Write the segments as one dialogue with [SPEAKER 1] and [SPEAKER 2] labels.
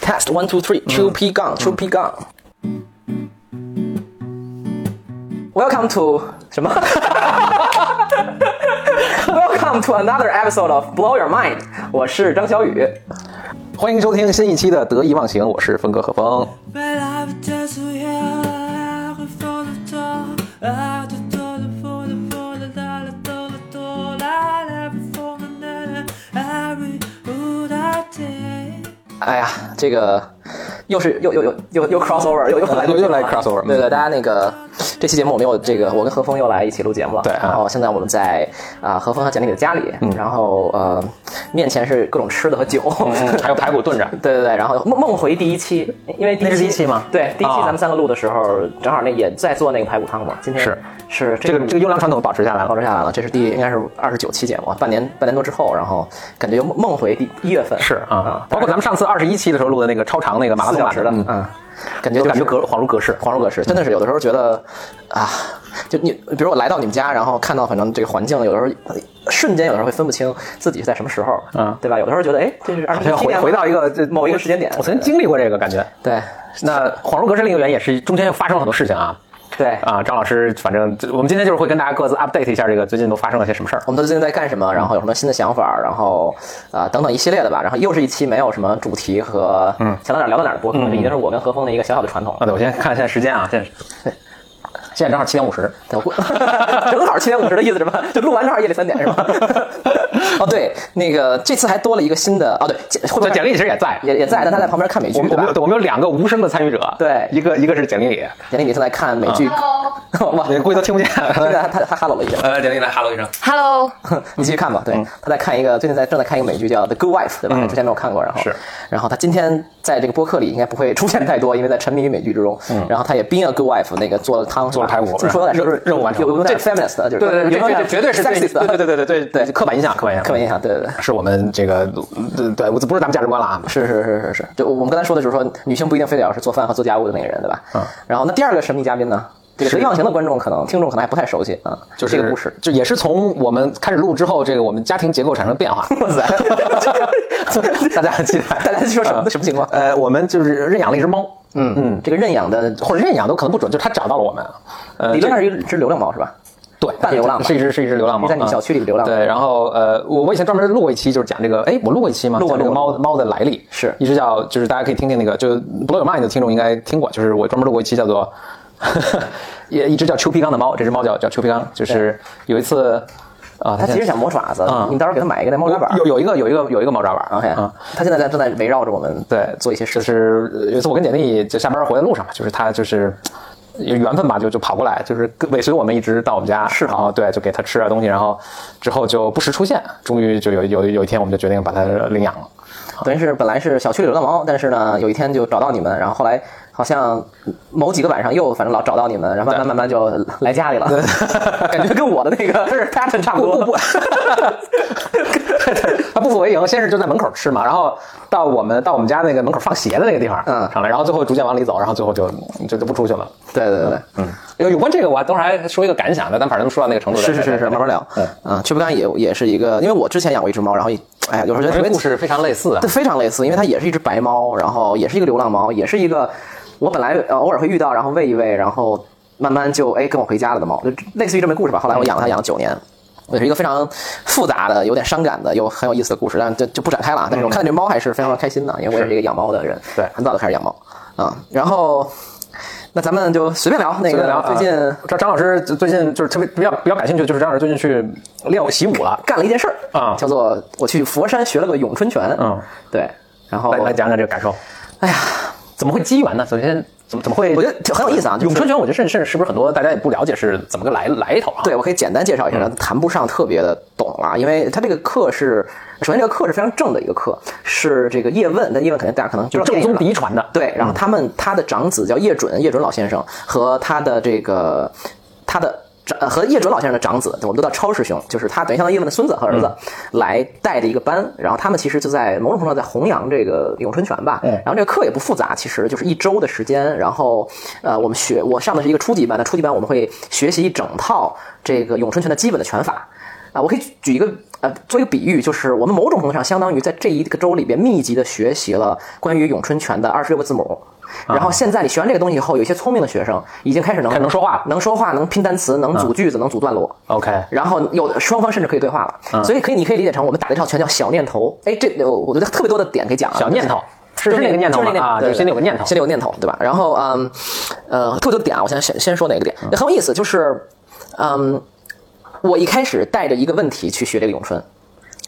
[SPEAKER 1] test one two three two p 杠 two p 杠。Welcome to 什么 ？Welcome to another episode of Blow Your Mind。我是张小雨，
[SPEAKER 2] 欢迎收听新一期的《得意忘形》，我是峰哥何峰。
[SPEAKER 3] Well, I would test who you are for the door. I do to the for the for the dollar to the door. I never for the letter. I read who that day.
[SPEAKER 1] 哎呀，这个又是又又又又又 crossover，又又来
[SPEAKER 2] 又又来 crossover，嗯
[SPEAKER 1] 对对，大家那个这期节目我们又这个我跟何峰又来一起录节目了。
[SPEAKER 2] 对啊嗯
[SPEAKER 1] 然后现在我们在啊、何峰和简历的家里，然后呃面前是各种吃的和酒，
[SPEAKER 2] 还有排骨炖着，
[SPEAKER 1] 对对对，然后梦梦回第一期，因为第一
[SPEAKER 2] 那
[SPEAKER 1] 期
[SPEAKER 2] 是第一期吗
[SPEAKER 1] 对，第一期
[SPEAKER 2] 啊
[SPEAKER 1] 咱们三个录的时候，正好那也在做那个排骨汤嘛。今天
[SPEAKER 2] 是
[SPEAKER 1] 是
[SPEAKER 2] 这
[SPEAKER 1] 这
[SPEAKER 2] 个
[SPEAKER 1] 个
[SPEAKER 2] 这个优良传统保持下来
[SPEAKER 1] 保
[SPEAKER 2] 了。
[SPEAKER 1] 持下来了，这是第应该是二十九期节目，半年半年多之后，然后感觉又梦梦回第一月份
[SPEAKER 2] 是啊，包括咱们上次二十一期的时候录的那个超长那个马拉
[SPEAKER 1] 四
[SPEAKER 2] 松
[SPEAKER 1] 小
[SPEAKER 2] 版
[SPEAKER 1] 时的，
[SPEAKER 2] 嗯
[SPEAKER 1] 嗯，感觉
[SPEAKER 2] 就
[SPEAKER 1] 就
[SPEAKER 2] 感
[SPEAKER 1] 是
[SPEAKER 2] 觉隔恍如隔世。
[SPEAKER 1] 恍如隔世，真的是有的时候觉得啊，就你比如我来到你们家，然后看到反正这个环境，有的时候瞬间有的时候会分不清自己是在什么时候，
[SPEAKER 2] 嗯
[SPEAKER 1] 对吧？有的时候觉得哎，这是二
[SPEAKER 2] 好
[SPEAKER 1] 十
[SPEAKER 2] 像
[SPEAKER 1] 七
[SPEAKER 2] 回
[SPEAKER 1] 年
[SPEAKER 2] 回到一个这
[SPEAKER 1] 某一个时间点
[SPEAKER 2] 我曾经经历过这个感觉。
[SPEAKER 1] 对
[SPEAKER 2] 那恍如隔世另一个原因也是中间又发生了很多事情啊
[SPEAKER 1] 对
[SPEAKER 2] 啊！张老师，反正我们今天就是会跟大家各自 update 一下这个最近都发生了些什么事儿。
[SPEAKER 1] 我们都最近在干什么，然后有什么新的想法，然后啊、呃等等一系列的吧。然后又是一期没有什么主题和
[SPEAKER 2] 嗯
[SPEAKER 1] 想到哪儿聊到哪儿的播客，这已经是我跟何峰的一个小小的传统了。
[SPEAKER 2] 啊，对，我先看一下时间啊，现在现在正好七点五十。
[SPEAKER 1] 对，我正好七点五十的意思是吧？就录完正好夜里三点是吧？ 哦，对，那个这次还多了一个新的哦，对，会不
[SPEAKER 2] 对，
[SPEAKER 1] 会
[SPEAKER 2] 简历其实也在，
[SPEAKER 1] 也也在，但他在旁边看美剧
[SPEAKER 2] 我们
[SPEAKER 1] 对
[SPEAKER 2] 我们
[SPEAKER 1] 吧
[SPEAKER 2] 有？对我们有两个无声的参与者，
[SPEAKER 1] 对
[SPEAKER 2] 一个一个是简历里，
[SPEAKER 1] 简历你正在看美剧，
[SPEAKER 2] 啊
[SPEAKER 1] 哇，
[SPEAKER 2] 你估计都听不见。
[SPEAKER 1] 现在他他他哈喽了一下，
[SPEAKER 2] 呃，简历来哈喽一声。
[SPEAKER 4] Hello，
[SPEAKER 1] 你继续看吧。对，他在看一个最近在正在看一个美剧叫《The Good Wife》，对吧？之前没有看过，然后
[SPEAKER 2] 是，
[SPEAKER 1] 然后他今天在这个播客里应该不会出现太多，因为在沉迷于美剧之中。然后他也 being a good wife 那个做了汤，
[SPEAKER 2] 做了排骨
[SPEAKER 1] 是吧这么说有点
[SPEAKER 2] 任任务完成
[SPEAKER 1] 有有点
[SPEAKER 2] 这
[SPEAKER 1] feminist 的，就是
[SPEAKER 2] 对对对，
[SPEAKER 1] 有
[SPEAKER 2] 这
[SPEAKER 1] 点
[SPEAKER 2] 这绝对是对
[SPEAKER 1] sexist 的，
[SPEAKER 2] 对对对对对对，刻板印象，刻板印象，
[SPEAKER 1] 啊刻板印象，对对对。
[SPEAKER 2] 是我们这个呃对，我不是咱们价值观了啊。
[SPEAKER 1] 是是是是是，就我们刚才说的就是说，女性不一定非得要是做饭和做家务的那个人，对吧？嗯。然后那第二个神秘嘉宾呢，这个
[SPEAKER 2] 是
[SPEAKER 1] 得意忘形的观众可能听众可能还不太熟悉啊，
[SPEAKER 2] 就是
[SPEAKER 1] 这个故事。，
[SPEAKER 2] 就也是从我们开始录之后，这个我们家庭结构产生变化。
[SPEAKER 1] 哇塞
[SPEAKER 2] 大家很期待。
[SPEAKER 1] 大家说什么什么情况？
[SPEAKER 2] 呃，我们就是认养了一只猫，
[SPEAKER 1] 嗯嗯，这个认养的
[SPEAKER 2] 或者认养都可能不准，就是它找到了我们。呃，
[SPEAKER 1] 理论上是一只流浪猫是吧？
[SPEAKER 2] 对，
[SPEAKER 1] 半流浪吧
[SPEAKER 2] 是一只是一只流浪猫，
[SPEAKER 1] 在你们小区里的流浪
[SPEAKER 2] 啊对，然后呃，我我以前专门录过一期，就是讲这个，哎，我录过一期吗？
[SPEAKER 1] 录过
[SPEAKER 2] 讲这个
[SPEAKER 1] 录过
[SPEAKER 2] 猫猫的来历，
[SPEAKER 1] 是
[SPEAKER 2] 一只叫就是大家可以听听那个，就 Blow Your Mind 的听众应该听过，就是我专门录过一期叫做， 也一只叫邱皮刚的猫，这只猫叫叫邱皮刚，就是有一次啊，
[SPEAKER 1] 它其实
[SPEAKER 2] 现在
[SPEAKER 1] 想磨爪子，
[SPEAKER 2] 嗯
[SPEAKER 1] 你们到时候给它买一个那猫爪板。
[SPEAKER 2] 有有一个有一个有一个猫爪板
[SPEAKER 1] OK，
[SPEAKER 2] 啊。
[SPEAKER 1] 它现在在正在围绕着我们
[SPEAKER 2] 对，
[SPEAKER 1] 做一些事
[SPEAKER 2] 就
[SPEAKER 1] 情。
[SPEAKER 2] 是呃有一次我跟简历就下班回来路上嘛，就是他就是有缘分吧，就就跑过来，就是跟尾随我们一直到我们家，
[SPEAKER 1] 是
[SPEAKER 2] 然后对，就给他吃点东西，然后之后就不时出现，终于就有有有一天我们就决定把它领养了。
[SPEAKER 1] 等于是本来是小区里流浪猫，但是呢，有一天就找到你们，然后后来好像某几个晚上又反正老找到你们，然后慢慢慢慢就来家里了， 感觉跟我的那个 pattern 差不多。
[SPEAKER 2] 不不他不服为营，先是就在门口吃嘛，然后到我们到我们家那个门口放鞋的那个地方，
[SPEAKER 1] 嗯
[SPEAKER 2] 上来，然后最后逐渐往里走，然后最后就就就不出去了。
[SPEAKER 1] 对对对对，嗯，
[SPEAKER 2] 有有关这个，我等会儿还说一个感想的，但反正说到那个程度了，
[SPEAKER 1] 是是是
[SPEAKER 2] 再
[SPEAKER 1] 是，
[SPEAKER 2] 再
[SPEAKER 1] 慢慢聊。啊，去不干也也是一个，因为我之前养过一只猫，然后一哎呀，有时候觉得特
[SPEAKER 2] 因为
[SPEAKER 1] 别
[SPEAKER 2] 故事非常类似啊
[SPEAKER 1] 对，，非常类似，因为它也是一只白猫，然后也是一个流浪猫，也是一个我本来呃偶尔会遇到，然后喂一喂，然后慢慢就哎跟我回家了的猫，就类似于这么一个故事吧。后来我养了它，养了九年。也是一个非常复杂的、有点伤感的、又很有意思的故事，但就就不展开了啊。但是我看到这猫还是非常开心的，因为我也是一个养猫的人，
[SPEAKER 2] 对
[SPEAKER 1] 很早就开始养猫啊、然后，那咱们就随便聊那
[SPEAKER 2] 随便聊
[SPEAKER 1] 个
[SPEAKER 2] 啊
[SPEAKER 1] 最近
[SPEAKER 2] 张张老师最近就是特别比较比较感兴趣，就是张老师最近去练习武了，
[SPEAKER 1] 干了一件事儿
[SPEAKER 2] 啊
[SPEAKER 1] 叫做我去佛山学了个咏春拳，
[SPEAKER 2] 嗯，
[SPEAKER 1] 对，然后
[SPEAKER 2] 来来讲讲这个感受。
[SPEAKER 1] 哦哎呀，
[SPEAKER 2] 怎么会机缘呢？首先怎么怎么会？呃
[SPEAKER 1] 我觉得挺很有意思啊就是
[SPEAKER 2] 咏春拳，我觉得甚至甚至是不是很多大家也不了解是怎么个来来头啊？
[SPEAKER 1] 对，我可以简单介绍一下，但谈不上特别的懂了，因为他这个课是，首先这个课是非常正的一个课，是这个叶问，但叶问肯定大家可能
[SPEAKER 2] 就
[SPEAKER 1] 知道
[SPEAKER 2] 正
[SPEAKER 1] 电影
[SPEAKER 2] 宗嗯
[SPEAKER 1] 了
[SPEAKER 2] 嫡传的。
[SPEAKER 1] 对，然后他们他的长子叫叶准，叶准老先生和他的这个他的长呃和叶准老先生的长子，我们都叫超师兄，就是他等于相当于叶问的孙子和
[SPEAKER 2] 嗯
[SPEAKER 1] 儿子来带着一个班，然后他们其实就在某种程度上在弘扬这个咏春拳吧。
[SPEAKER 2] 嗯
[SPEAKER 1] 然后这个课也不复杂，其实就是一周的时间，然后呃我们学我上的是一个初级班，那初级班我们会学习一整套这个咏春拳的基本的拳法。啊，我可以举举一个呃，做一个比喻，就是我们某种程度上相当于在这一个周里边密集的学习了关于咏春拳的二十六个字母。然后现在你学完这个东西以后，有一些聪明的学生已经开始能
[SPEAKER 2] 啊开始能说话了啊
[SPEAKER 1] 能说话，能拼单词，能组句子，能组段落。
[SPEAKER 2] OK，
[SPEAKER 1] 然后有的双方甚至可以对话了，
[SPEAKER 2] 啊
[SPEAKER 1] 所以可以你可以理解成我们打了一场拳叫小念头。哎，这我我觉得特别多的点可以讲啊。
[SPEAKER 2] 小念头
[SPEAKER 1] 就是
[SPEAKER 2] 是那个念头
[SPEAKER 1] 就是那
[SPEAKER 2] 吗啊
[SPEAKER 1] 对
[SPEAKER 2] 就心里有个念头
[SPEAKER 1] 心里有个念头，对吧？然后嗯，呃，特别多点啊，我先先先说哪个点，
[SPEAKER 2] 嗯
[SPEAKER 1] 很有意思，就是嗯，我一开始带着一个问题去学这个咏春。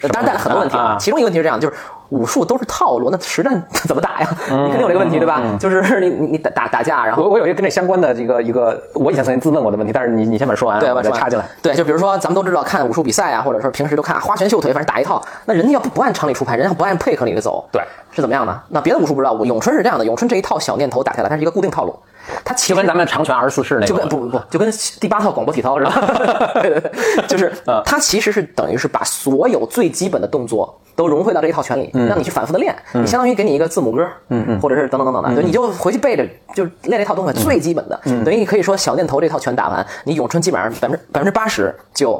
[SPEAKER 1] 呃当然带了很多问题
[SPEAKER 2] 啊啊
[SPEAKER 1] 其中一个问题是这样，就是武术都是套路，那实战 怎么打呀？你肯定有这个问
[SPEAKER 2] 嗯
[SPEAKER 1] 题，对吧？就是你你你打打打架，然后
[SPEAKER 2] 我我有一个跟这相关的这个一个，我以前曾经自问过的问题，但是你你先把它说完，
[SPEAKER 1] 对，
[SPEAKER 2] 我
[SPEAKER 1] 吧？
[SPEAKER 2] 再插进来。。
[SPEAKER 1] 对，就比如说咱们都知道看武术比赛啊，或者说平时都看花拳绣腿，反正打一套，那人家要不不按常理出牌，人家不按配合理的走，
[SPEAKER 2] 对
[SPEAKER 1] 是怎么样的？那别的武术不知道，我咏春是这样的，咏春这一套小念头打下来，它是一个固定套路，它其实
[SPEAKER 2] 就跟咱们长拳二十四式那个，
[SPEAKER 1] 就跟不不不，就跟第八套广播体操似的， 对对对，就是
[SPEAKER 2] 啊
[SPEAKER 1] 它其实是等于是把所有最基本的动作都融汇到这一套拳里，
[SPEAKER 2] 嗯
[SPEAKER 1] 让你去反复的练，你相当于给你一个字母歌，嗯嗯，或者是等等等等的，就你就回去背着，就是练这套
[SPEAKER 2] 嗯
[SPEAKER 1] 动作最基本的，等于你可以说小念头这套拳打完，你咏春基本上百分之百分之八十就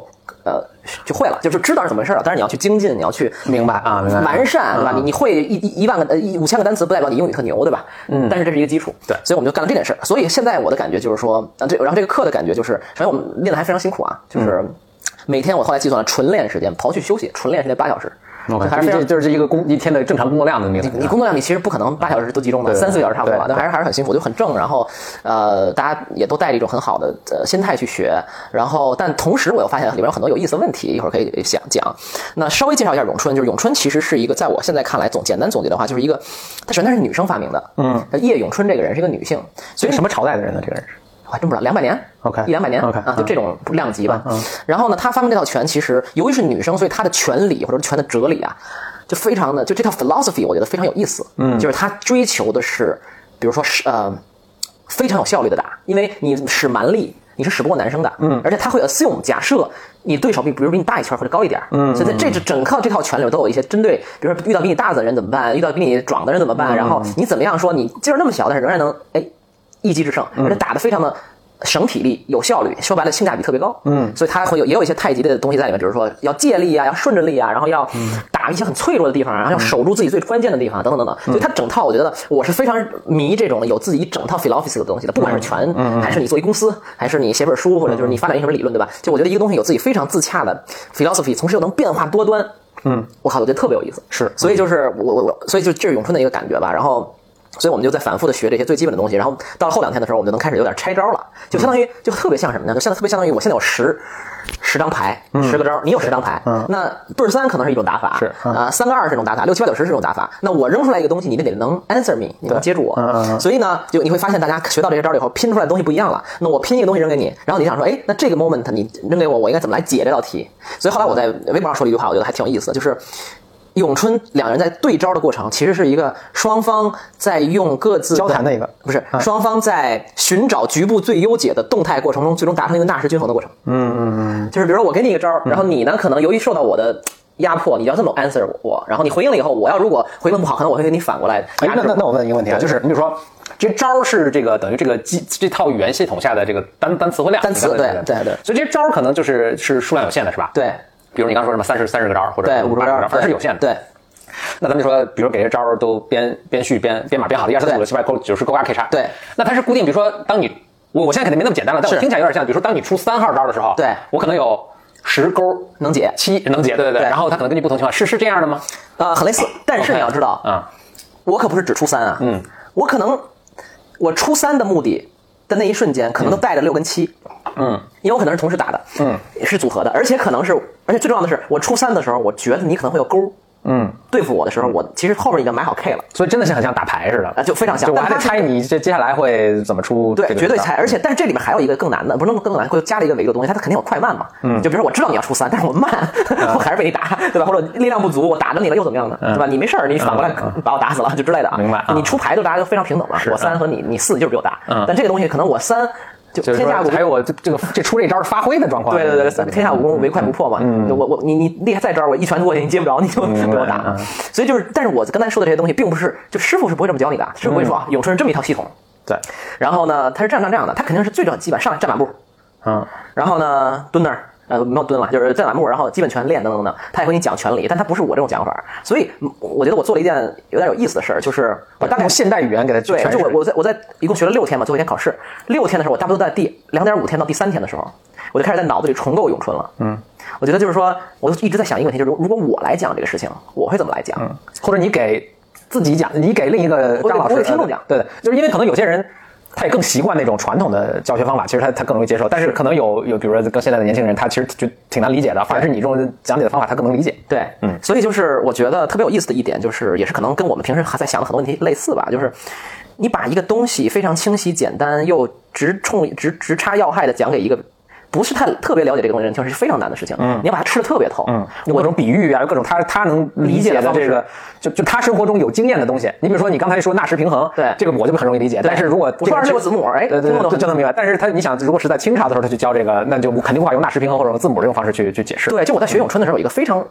[SPEAKER 1] 呃就会了，就是知道是怎么回事了，但是你要去精进，你要去
[SPEAKER 2] 明白啊明白
[SPEAKER 1] 完善，对吧？你你会一一一万个呃一五千个单词，不代表你英语特牛，对吧？嗯，但是这是一个基础，
[SPEAKER 2] 对
[SPEAKER 1] 所以我们就干了这件事儿。所以现在我的感觉就是说，啊，这然后这个课的感觉就是，首先我们练的还非常辛苦啊，就是
[SPEAKER 2] 嗯
[SPEAKER 1] 每天我后来计算了纯练时间，刨去休息，纯练时间八小时，这
[SPEAKER 2] OK，
[SPEAKER 1] 还是非
[SPEAKER 2] 这
[SPEAKER 1] 常。
[SPEAKER 2] 就是一个工一天的正常工作量的那个。
[SPEAKER 1] 你工作量你其实不可能八小时都集中的，
[SPEAKER 2] 对
[SPEAKER 1] 三四个小时差不多吧，但
[SPEAKER 2] 对
[SPEAKER 1] 还是还是很辛苦，就很正。然后，呃，大家也都带着一种很好的呃心态去学。然后，但同时我又发现里面有很多有意思的问题，一会儿可以想讲。那稍微介绍一下咏春，就是咏春其实是一个在我现在看来总简单总结的话，就是一个，它首先它是女生发明的，嗯，叶咏春这个人是一个女性，所以
[SPEAKER 2] 什么朝代的人呢？这个人是
[SPEAKER 1] 我还真不知道，两百年
[SPEAKER 2] OK，
[SPEAKER 1] 一两百年
[SPEAKER 2] OK，
[SPEAKER 1] 啊，就这种量级吧。然后呢，她发明这套拳，其实由于是女生，所以她的拳理或者拳的哲理啊，就非常的就这套 philosophy，我觉得非常有意思。嗯，就是她追求的是，比如说是呃非常有效率的打，因为你使蛮力。你是使不过男生的，嗯，而且他会 assume 假设你对手比，比如比你大一圈或者高一点，嗯，所以在这这整个这套拳里都有一些针对，比如说遇到比你大的人怎么办，遇到比你壮的人怎么办，然后你怎么样说你劲儿那么小，但是仍然能哎一击制胜，而且打得非常的省体力、有效率，说白了性价比特别高。嗯，所以它会有也有一些太极的东西在里面，比如说要借力啊，要顺着力啊，然后要打一些很脆弱的地方，然后要守住自己最关键的地方，等等等等。所以它整套，我觉得我是非常迷这种有自己一整套 philosophy 的东西的，不管是拳，还是你做一公司，还是你写本书，或者就是你发展一什么理论，对吧？就我觉得一个东西有自己非常自洽的 philosophy，同时又能变化多端。嗯，我靠，我觉得特别有意思。
[SPEAKER 2] 是
[SPEAKER 1] 所以就是我我我，所以就这是咏春的一个感觉吧。然后，所以我们就在反复的学这些最基本的东西。然后到了后两天的时候，我们就能开始有点拆招了，就相当于就特别像什么呢？就相当特别相当于我现在有十十张牌，十个招，你有十张牌，那倍儿三可能是一种打法，
[SPEAKER 2] 嗯是嗯
[SPEAKER 1] 啊，三个二是一种打法，六七八九十是一种打法。那我扔出来一个东西，你得得能 answer me，你能接住
[SPEAKER 2] 嗯
[SPEAKER 1] 我。所以呢，就你会发现大家学到这些招了以后，拼出来的东西不一样了。那我拼一个东西扔给你，然后你想说，哎，那这个 moment 你扔给我，我应该怎么来解这道题？所以后来我在微博上说了一句话，我觉得还挺有意思的，就是。咏春两人在对招的过程，其实是一个双方在用各自
[SPEAKER 2] 交谈的一个
[SPEAKER 1] 不是双方在寻找局部最优解的动态过程中，最终达成一个纳什均衡的过程。就是比如说我给你一个招儿，然后你呢可能由于受到我的压迫，你要这么 answer 我，然后你回应了以后，我要如果回应不好，可能我会给你反过来
[SPEAKER 2] 哎
[SPEAKER 1] 压，
[SPEAKER 2] 那
[SPEAKER 1] 制
[SPEAKER 2] 那那我问一个问题啊，
[SPEAKER 1] 对
[SPEAKER 2] 就是你比如说，这招儿是这个等于这个机这套语言系统下的这个单单词汇量，
[SPEAKER 1] 单词
[SPEAKER 2] 你刚才
[SPEAKER 1] 对
[SPEAKER 2] 说的
[SPEAKER 1] 对对
[SPEAKER 2] 所以这些招儿可能就是是数量有限的，是吧？。
[SPEAKER 1] 对
[SPEAKER 2] 比如你刚才说什么三十三十个招儿或者
[SPEAKER 1] 对五
[SPEAKER 2] 五
[SPEAKER 1] 十
[SPEAKER 2] 十个
[SPEAKER 1] 招
[SPEAKER 2] 招
[SPEAKER 1] 儿
[SPEAKER 2] 儿，反正是有限的。
[SPEAKER 1] 对。
[SPEAKER 2] 那咱们就说，比如给这招儿都编编序、编编码编好了，一二三四
[SPEAKER 1] 对
[SPEAKER 2] 五六七八九九十勾八 K 叉。
[SPEAKER 1] 对，
[SPEAKER 2] 那它是固定，比如说当你我我现在肯定没那么简单了，但我
[SPEAKER 1] 是
[SPEAKER 2] 听起来有点像，比如说当你出三号招儿的时候，
[SPEAKER 1] 对
[SPEAKER 2] 我可能有十勾
[SPEAKER 1] 能解
[SPEAKER 2] 七能解，对对对。
[SPEAKER 1] 对
[SPEAKER 2] 然后它可能根据不同情况是是这样的吗？
[SPEAKER 1] 啊、很类似。但是你要知道，
[SPEAKER 2] 啊，
[SPEAKER 1] 我可不是只出三啊，嗯，我可能我出三的目的的那一瞬间，可能都带着六跟七，
[SPEAKER 2] 嗯，
[SPEAKER 1] 因为我可能是同时打的，嗯，是组合的，而且可能是，而且最重要的是，我出三的时候，我觉得你可能会有勾，
[SPEAKER 2] 嗯，
[SPEAKER 1] 对付我的时候，我其实后面已经买好 K 了。
[SPEAKER 2] 所以真的是很像打牌似的，
[SPEAKER 1] 啊就非常像
[SPEAKER 2] 就我还
[SPEAKER 1] 但
[SPEAKER 2] 得
[SPEAKER 1] 它是
[SPEAKER 2] 猜你这接下来会怎么出这
[SPEAKER 1] 对
[SPEAKER 2] 个，嗯
[SPEAKER 1] 绝对
[SPEAKER 2] 招
[SPEAKER 1] 猜。而且，但是这里面还有一个更难的，不是更更难，会加了一个维度的东西，它肯定有快慢嘛。嗯，就比如说我知道你要出三，但是我慢，
[SPEAKER 2] 嗯
[SPEAKER 1] 我还是被你打，对吧？或者力量不足，我打着你了又怎么样呢？对吧？你没事儿，你反过来把我打死了就之类的啊。
[SPEAKER 2] 嗯明白啊
[SPEAKER 1] 你出牌就大家都非常平等嘛，我三和你你四就是比我大
[SPEAKER 2] 嗯，
[SPEAKER 1] 但这个东西可能我三就
[SPEAKER 2] 就是
[SPEAKER 1] 天下
[SPEAKER 2] 说
[SPEAKER 1] 无
[SPEAKER 2] 还有我这这个这出这招发挥的状况。
[SPEAKER 1] 对对对对，天下武功唯快不破嘛。嗯，我我你你厉害在这儿，我一拳过去你接不着，你就
[SPEAKER 2] 明白
[SPEAKER 1] 被我打
[SPEAKER 2] 嗯。
[SPEAKER 1] 所以就是，但是我刚才说的这些东西，并不是就师傅是不会这么教你的，师傅会
[SPEAKER 2] 嗯
[SPEAKER 1] 说啊，咏春是这么一套系统。
[SPEAKER 2] 对，
[SPEAKER 1] 然后呢，他是这样这样这样的，他肯定是最早基本上来站马步，
[SPEAKER 2] 嗯，
[SPEAKER 1] 然后呢，蹲那儿，呃，没有蹲了，就是站栏目，然后基本全练等等等等，他也会给你讲全理，但他不是我这种讲法，所以嗯我觉得我做了一件有点有意思的事儿，就是我大概
[SPEAKER 2] 用现代语言给它
[SPEAKER 1] 对，
[SPEAKER 2] 诠
[SPEAKER 1] 就
[SPEAKER 2] 释
[SPEAKER 1] 我我在我在一共学了六天嘛，最后一天考试，六天的时候，我差不多在第两点五天到第三天的时候，我就开始在脑子里重构咏春了。嗯，我觉得就是说，我就一直在想一个问题，就是如如果我来讲这个事情，我会怎么来讲？
[SPEAKER 2] 或者你给自己讲，你给另一个
[SPEAKER 1] 我给
[SPEAKER 2] 张老师
[SPEAKER 1] 我给听众讲
[SPEAKER 2] 对，对就是因为可能有些人。他也更习惯那种传统的教学方法，其实他他更容易接受。但是可能有有，比如说更现在的年轻人，他其实就挺难理解的。反而是你这种讲解的方法，他更能理解。
[SPEAKER 1] 对，嗯，所以就是我觉得特别有意思的一点，就是也是可能跟我们平时还在想的很多问题类似吧，就是你把一个东西非常清晰、简单又直冲、直直插要害的讲给一个不是太特别了解这个东西的人听，是非常难的事情。嗯，你要把它吃的特别透。嗯，
[SPEAKER 2] 有各种比喻啊，有各种他他能理解的
[SPEAKER 1] 理
[SPEAKER 2] 这
[SPEAKER 1] 解的
[SPEAKER 2] 个，就就他生活中有经验的东西。你比如说，你刚才说纳什平衡，
[SPEAKER 1] 对
[SPEAKER 2] 这个我就很容易理解。
[SPEAKER 1] 对
[SPEAKER 2] 但是如果这
[SPEAKER 1] 不是
[SPEAKER 2] 个
[SPEAKER 1] 二十六字母哎
[SPEAKER 2] 对对
[SPEAKER 1] 听不
[SPEAKER 2] 对，
[SPEAKER 1] 懂
[SPEAKER 2] 就就能明白。但是他你想，如果是在清朝的时候他去教这个，那就肯定无法用纳什平衡或者用字母这种方式去去解释。
[SPEAKER 1] 对，就我在学咏春的时候，有一个非常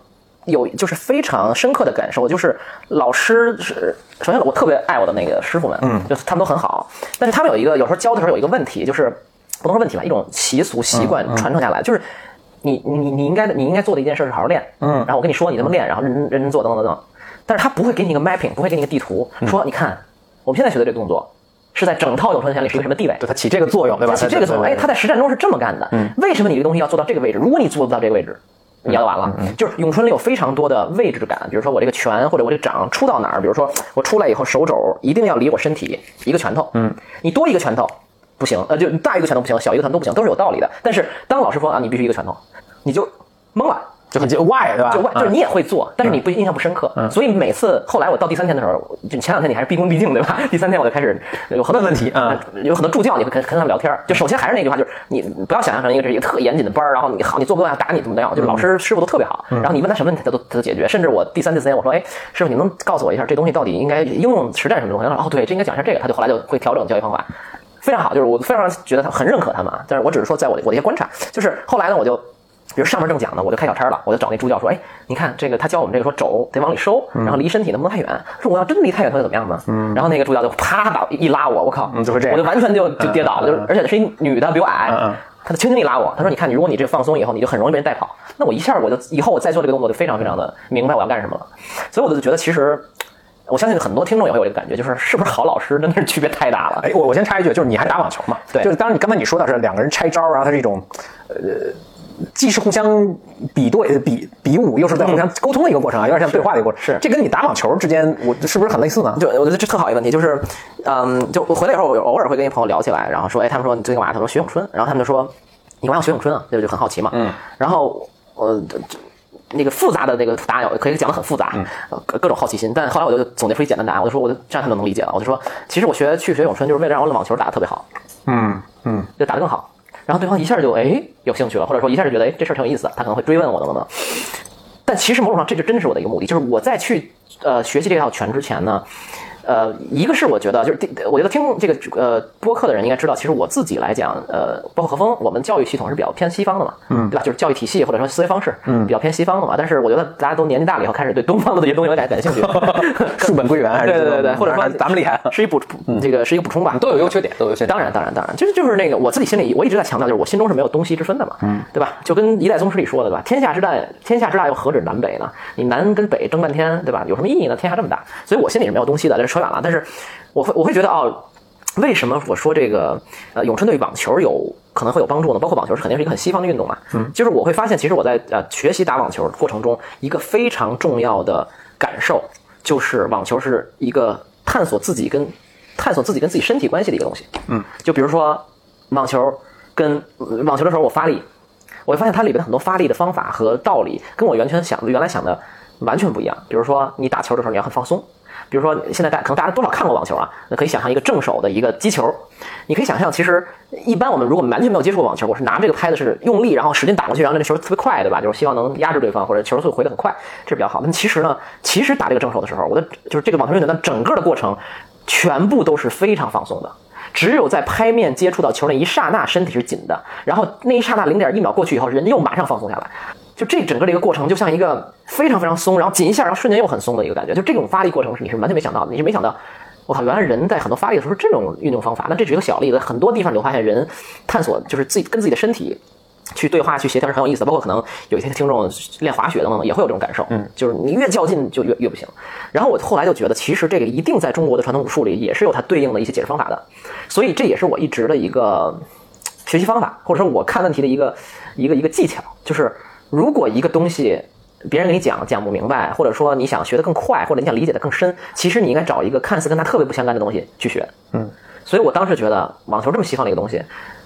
[SPEAKER 1] 有就是非常深刻的感受，就是老师是首先我特别爱我的那个师傅们，嗯，就是他们都很好，但是他们有一个有时候教的时候有一个问题，就是不能说问题吧，一种习俗习惯传承下来，就是。你你你应该你应该做的一件事是好好练，嗯，然后我跟你说你这么练，然后认真认真做，等等等等，但是他不会给你一个 mapping，不会给你一个地图，说你看我们现在学的这个动作是在整套咏春拳里是一个什么地位，
[SPEAKER 2] 对，它起这个作用，对吧？
[SPEAKER 1] 它起这个作用，
[SPEAKER 2] 对
[SPEAKER 1] 哎，它在实战中是这么干的。为什么你这个东西要做到这个位置？如果你做不到这个位置，你要完了。就是咏春里有非常多的位置感，比如说我这个拳或者我这个掌出到哪儿，比如说我出来以后手肘一定要离我身体一个拳头，嗯，你多一个拳头不行，呃，就大一个拳头不行，小一个拳头不行，都是有道理的。但是当老师说啊，你必须一个拳头，你就懵了。
[SPEAKER 2] 就很就 why 对吧？
[SPEAKER 1] 就外就是
[SPEAKER 2] 嗯
[SPEAKER 1] 你也会做，但是你不印象不深刻，所以每次后来我到第三天的时候，就前两天你还是毕恭毕敬对吧？第三天我就开始有很多呃
[SPEAKER 2] 问问题啊，
[SPEAKER 1] 有很多助教你会跟跟他们聊天儿，就首先还是那句话，就是你不要想象成一个这是一个特严谨的班儿，然后你好你做不到要打你怎么样，就是老师师傅都特别好，
[SPEAKER 2] 嗯
[SPEAKER 1] 然后你问他什么问题他都他都解决，甚至我第三第四天我说哎师傅你能告诉我一下这东西到底应该应用实战什么东西？他说哦对，这应该讲一下这个，他就后来就会调整教学方法。非常好，就是我非常觉得他很认可他们啊，但是我只是说在我的我的一些观察，就是后来呢，我就比如上面正讲呢，我就开小差了，我就找那助教说，哎，你看这个他教我们这个说肘得往里收，然后离身体能不能太远？说我要真离太远，他会怎么样呢？嗯，然后那个助教就啪打一拉我，我靠，
[SPEAKER 2] 嗯就会这样
[SPEAKER 1] 我就完全就就跌倒了，就是而且是一女的比我矮。
[SPEAKER 2] 嗯嗯
[SPEAKER 1] 她就轻轻一拉我，她说：“你看，你如果你这个放松以后，你就很容易被人带跑。那我一下我就以后我再做这个动作就非常非常的明白我要干什么了。所以我就觉得，其实我相信很多听众也会有这个感觉，就是是不是好老师真的是区别太大了？
[SPEAKER 2] 哎，我我先插一句，就是你还打网球嘛？
[SPEAKER 1] 对
[SPEAKER 2] 就是当然你刚才你说到是两个人拆招啊，然后它是一种，呃，既是互相比对、呃比比武，又是在互相沟通的一个过程啊，有点像对话的一个过程。
[SPEAKER 1] 嗯是
[SPEAKER 2] 这跟你打网球之间，我是不是很类似呢？
[SPEAKER 1] 就我觉得这特好一个问题，就是，嗯，就我回来以后，我偶尔会跟一朋友聊起来，然后说，哎，他们说你最近干嘛？他说学咏春，然后他们就说，你干嘛要学咏春啊？这就很好奇嘛。嗯。然后我、呃、就就那个复杂的那个答案，我可以讲的很复杂，呃各各种好奇心。但后来我就总结出一简单答案，我就说，我就这样他们就能理解了。我就说，其实我学去学咏春，就是为了让我的网球打得特别好。
[SPEAKER 2] 嗯嗯，
[SPEAKER 1] 就打得更好。然后对方一下就哎有兴趣了，或者说一下就觉得哎这事儿挺有意思的，他可能会追问我等等等。但其实某种上这就真的是我的一个目的，就是我在去呃学习这套拳之前呢，呃，一个是我觉得就是第，我觉得听这个呃播客的人应该知道，其实我自己来讲，呃，包括何峰，我们教育系统是比较偏西方的嘛，嗯，对吧？就是教育体系或者说思维方式，嗯，比较偏西方的嘛。但是我觉得大家都年纪大了以后，开始对东方的这些东西有点感兴 趣，
[SPEAKER 2] 树本归元还是
[SPEAKER 1] 对对对对，或者说
[SPEAKER 2] 咱们厉害，啊嗯
[SPEAKER 1] 是一补这个是一个补充吧，
[SPEAKER 2] 都有优缺点，都有优缺点。
[SPEAKER 1] 当然，当然，当然，就是就是那个我自己心里，我一直在强调，就是我心中是没有东西之分的嘛，嗯，对吧？就跟一代宗师里说的，对吧？天下之大，天下之大又何止南北呢？你南跟北争半天，对吧？有什么意义呢？天下这么大，所以我心里是没有东西的。这扯远了，但是我会我会觉得哦，为什么我说这个呃咏春对网球有可能会有帮助呢？包括网球是肯定是一个很西方的运动嘛，嗯，就是我会发现，其实我在呃学习打网球过程中，一个非常重要的感受就是网球是一个探索自己跟探索自己跟自己身体关系的一个东西。嗯，就比如说网球跟呃网球的时候我发力，我会发现它里边的很多发力的方法和道理跟我原先想的原来想的完全不一样。比如说你打球的时候你要很放松。比如说，现在大可能大家多少看过网球啊，那可以想象一个正手的一个击球，你可以想象，其实一般我们如果完全没有接触过网球，我是拿这个拍的是用力，然后使劲打过去，然后那球特别快，对吧？就是希望能压制对方或者球速回得很快，这是比较好。但其实呢，其实打这个正手的时候，我的就是这个网球运动的整个的过程，全部都是非常放松的。只有在拍面接触到球那一刹那，身体是紧的，然后那一刹那零点一秒过去以后，人又马上放松下来。就这整个的一个过程，就像一个非常非常松，然后紧一下，然后瞬间又很松的一个感觉。就这种发力过程是你是完全没想到的，你是没想到，我靠，原来人在很多发力的时候是这种运动方法。那这只是一个小例子，很多地方你会发现人探索就是自己跟自己的身体去对话、去协调是很有意思的。包括可能有一些听众练滑雪的嘛，也会有这种感受，嗯，就是你越较劲就越越不行。然后我后来就觉得，其实这个一定在中国的传统武术里也是有它对应的一些解释方法的，所以这也是我一直的一个学习方法，或者说我看问题的一个一个一个技巧，就是如果一个东西别人给你讲讲不明白，或者说你想学得更快，或者你想理解得更深，其实你应该找一个看似跟它特别不相干的东西去学。嗯，所以我当时觉得网球这么西方的一个东西，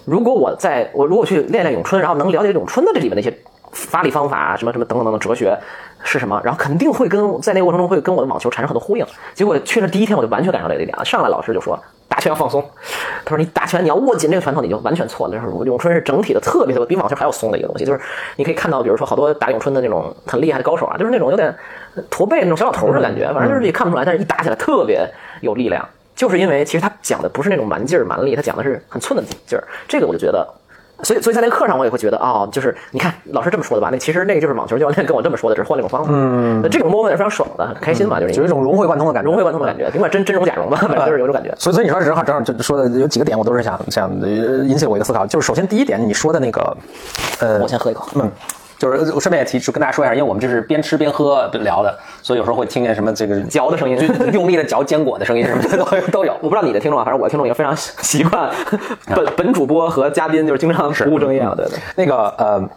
[SPEAKER 1] 如果我在我如果去练练咏春，然后能了解咏春的这里面的一些发力方法啊什么什么等等等等哲学是什么，然后肯定会跟在那个过程中会跟我的网球产生很多呼应。结果去了第一天我就完全赶上了这一点，上来老师就说打拳要放松，他说你打拳你要握紧这个拳头，你就完全错了。就是咏春是整体的特别特别比网球还要松的一个东西，就是你可以看到，比如说好多打咏春的那种很厉害的高手啊，就是那种有点驼背那种小老头儿的感觉，反正就是也看不出来，但是一打起来特别有力量。就是因为其实他讲的不是那种蛮劲儿蛮力，他讲的是很寸的劲儿。这个我就觉得，所以所以在那个课上我也会觉得，哦，就是你看老师这么说的吧，那其实那个就是网球教练跟我这么说的，只是换了一种方法。嗯，那这种 moment 是非常爽的，很开心嘛，就是
[SPEAKER 2] 有一种融会贯通的感觉。
[SPEAKER 1] 融会贯通的感觉，甭管真真容假容吧，反正就是有种感觉。
[SPEAKER 2] 所以，所以你说正好正好这说的有几个点，我都是想想呃引起我一个思考。就是首先第一点，你说的那个，呃，
[SPEAKER 1] 我先喝一口。
[SPEAKER 2] 嗯，就是我顺便也提，就跟大家说一下，因为我们这是边吃边喝聊的，所以有时候会听见什么这个
[SPEAKER 1] 嚼的声音
[SPEAKER 2] 就用力的嚼坚果的声音什么的都会都有。
[SPEAKER 1] 我不知道你的听众啊，反正我的听众也非常习习惯本本主播和嘉啊宾就是经常不务正业了，啊对对。
[SPEAKER 2] 那个呃，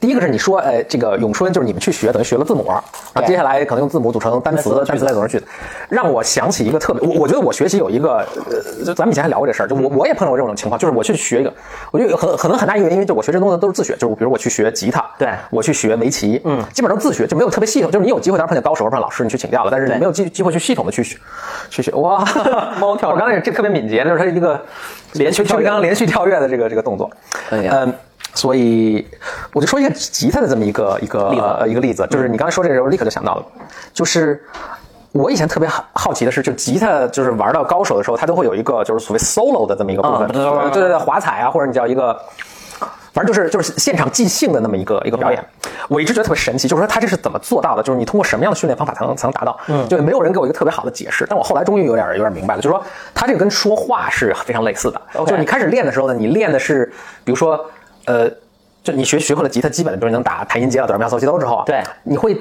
[SPEAKER 2] 第一个是你说呃，这个咏春就是你们去学，等于学了字母，然后接下来可能用字母组成单词，单词再组成句子，让我想起一个特别，我我觉得我学习有一个，呃，就咱们以前还聊过这事儿，就我我也碰到过这种情况，就是我去学一个，我就有很可能很大一个原因，就我学这东西都是自学，就是比如我去学吉他，
[SPEAKER 1] 对
[SPEAKER 2] 我去学围棋，嗯，基本上自学，就没有特别系统，就是你有机会当然碰见高手或者碰见老师你去请教了，但是你
[SPEAKER 1] 对
[SPEAKER 2] 没有机机会去系统的去学去学，哇，
[SPEAKER 1] 猫跳
[SPEAKER 2] 我刚才这特别敏捷，就是它一个连续跳，刚刚连续跳跃的这个这个动作，
[SPEAKER 1] 哎呀
[SPEAKER 2] 嗯，所以我就说一个吉他的这么一个一个
[SPEAKER 1] 例子
[SPEAKER 2] 呃一个例子，就是你刚才说这个，我立刻就想到了，就是。我以前特别好好奇的是，就吉他就是玩到高手的时候，他都会有一个就是所谓 solo 的这么一个部分，
[SPEAKER 1] 啊
[SPEAKER 2] 对对对对，华彩啊，或者你叫一个，反正就是就是现场即兴的那么一个一个表演。我一直觉得特别神奇，就是说他这是怎么做到的？就是你通过什么样的训练方法才能才能达到？嗯，就没有人给我一个特别好的解释。但我后来终于有点有点明白了，就是说他这个跟说话是非常类似的。
[SPEAKER 1] OK
[SPEAKER 2] 就是你开始练的时候呢，你练的是比如说呃，就你学学会了吉他基本的，比如你能打弹音阶啊、哆来咪发嗦西哆之后啊，
[SPEAKER 1] 对
[SPEAKER 2] 你会。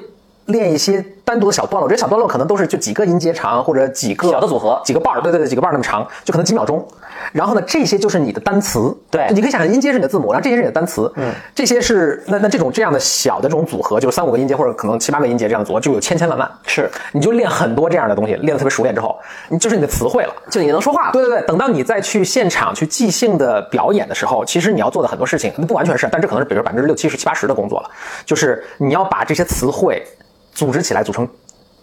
[SPEAKER 2] 练一些单独的小段落，这些小段落可能都是就几个音节长或者几个
[SPEAKER 1] 小的组合
[SPEAKER 2] 几个瓣儿，对对对，几个瓣儿那么长，就可能几秒钟。然后呢，这些就是你的单词，
[SPEAKER 1] 对
[SPEAKER 2] 就你可以想象音阶是你的字母，然后这些是你的单词，嗯，这些是那那这种这样的小的这种组合，就是三五个音节或者可能七八个音节这样的组合，就有千千万万，
[SPEAKER 1] 是，
[SPEAKER 2] 你就练很多这样的东西，练得特别熟练之后，你就是你的词汇了。
[SPEAKER 1] 就你能说话了，
[SPEAKER 2] 对对对，等到你再去现场去即兴的表演的时候，其实你要做的很多事情不完全是，但这可能是比如百分之六七十、七八十的工作了，就是你要把这些词汇组织起来，组成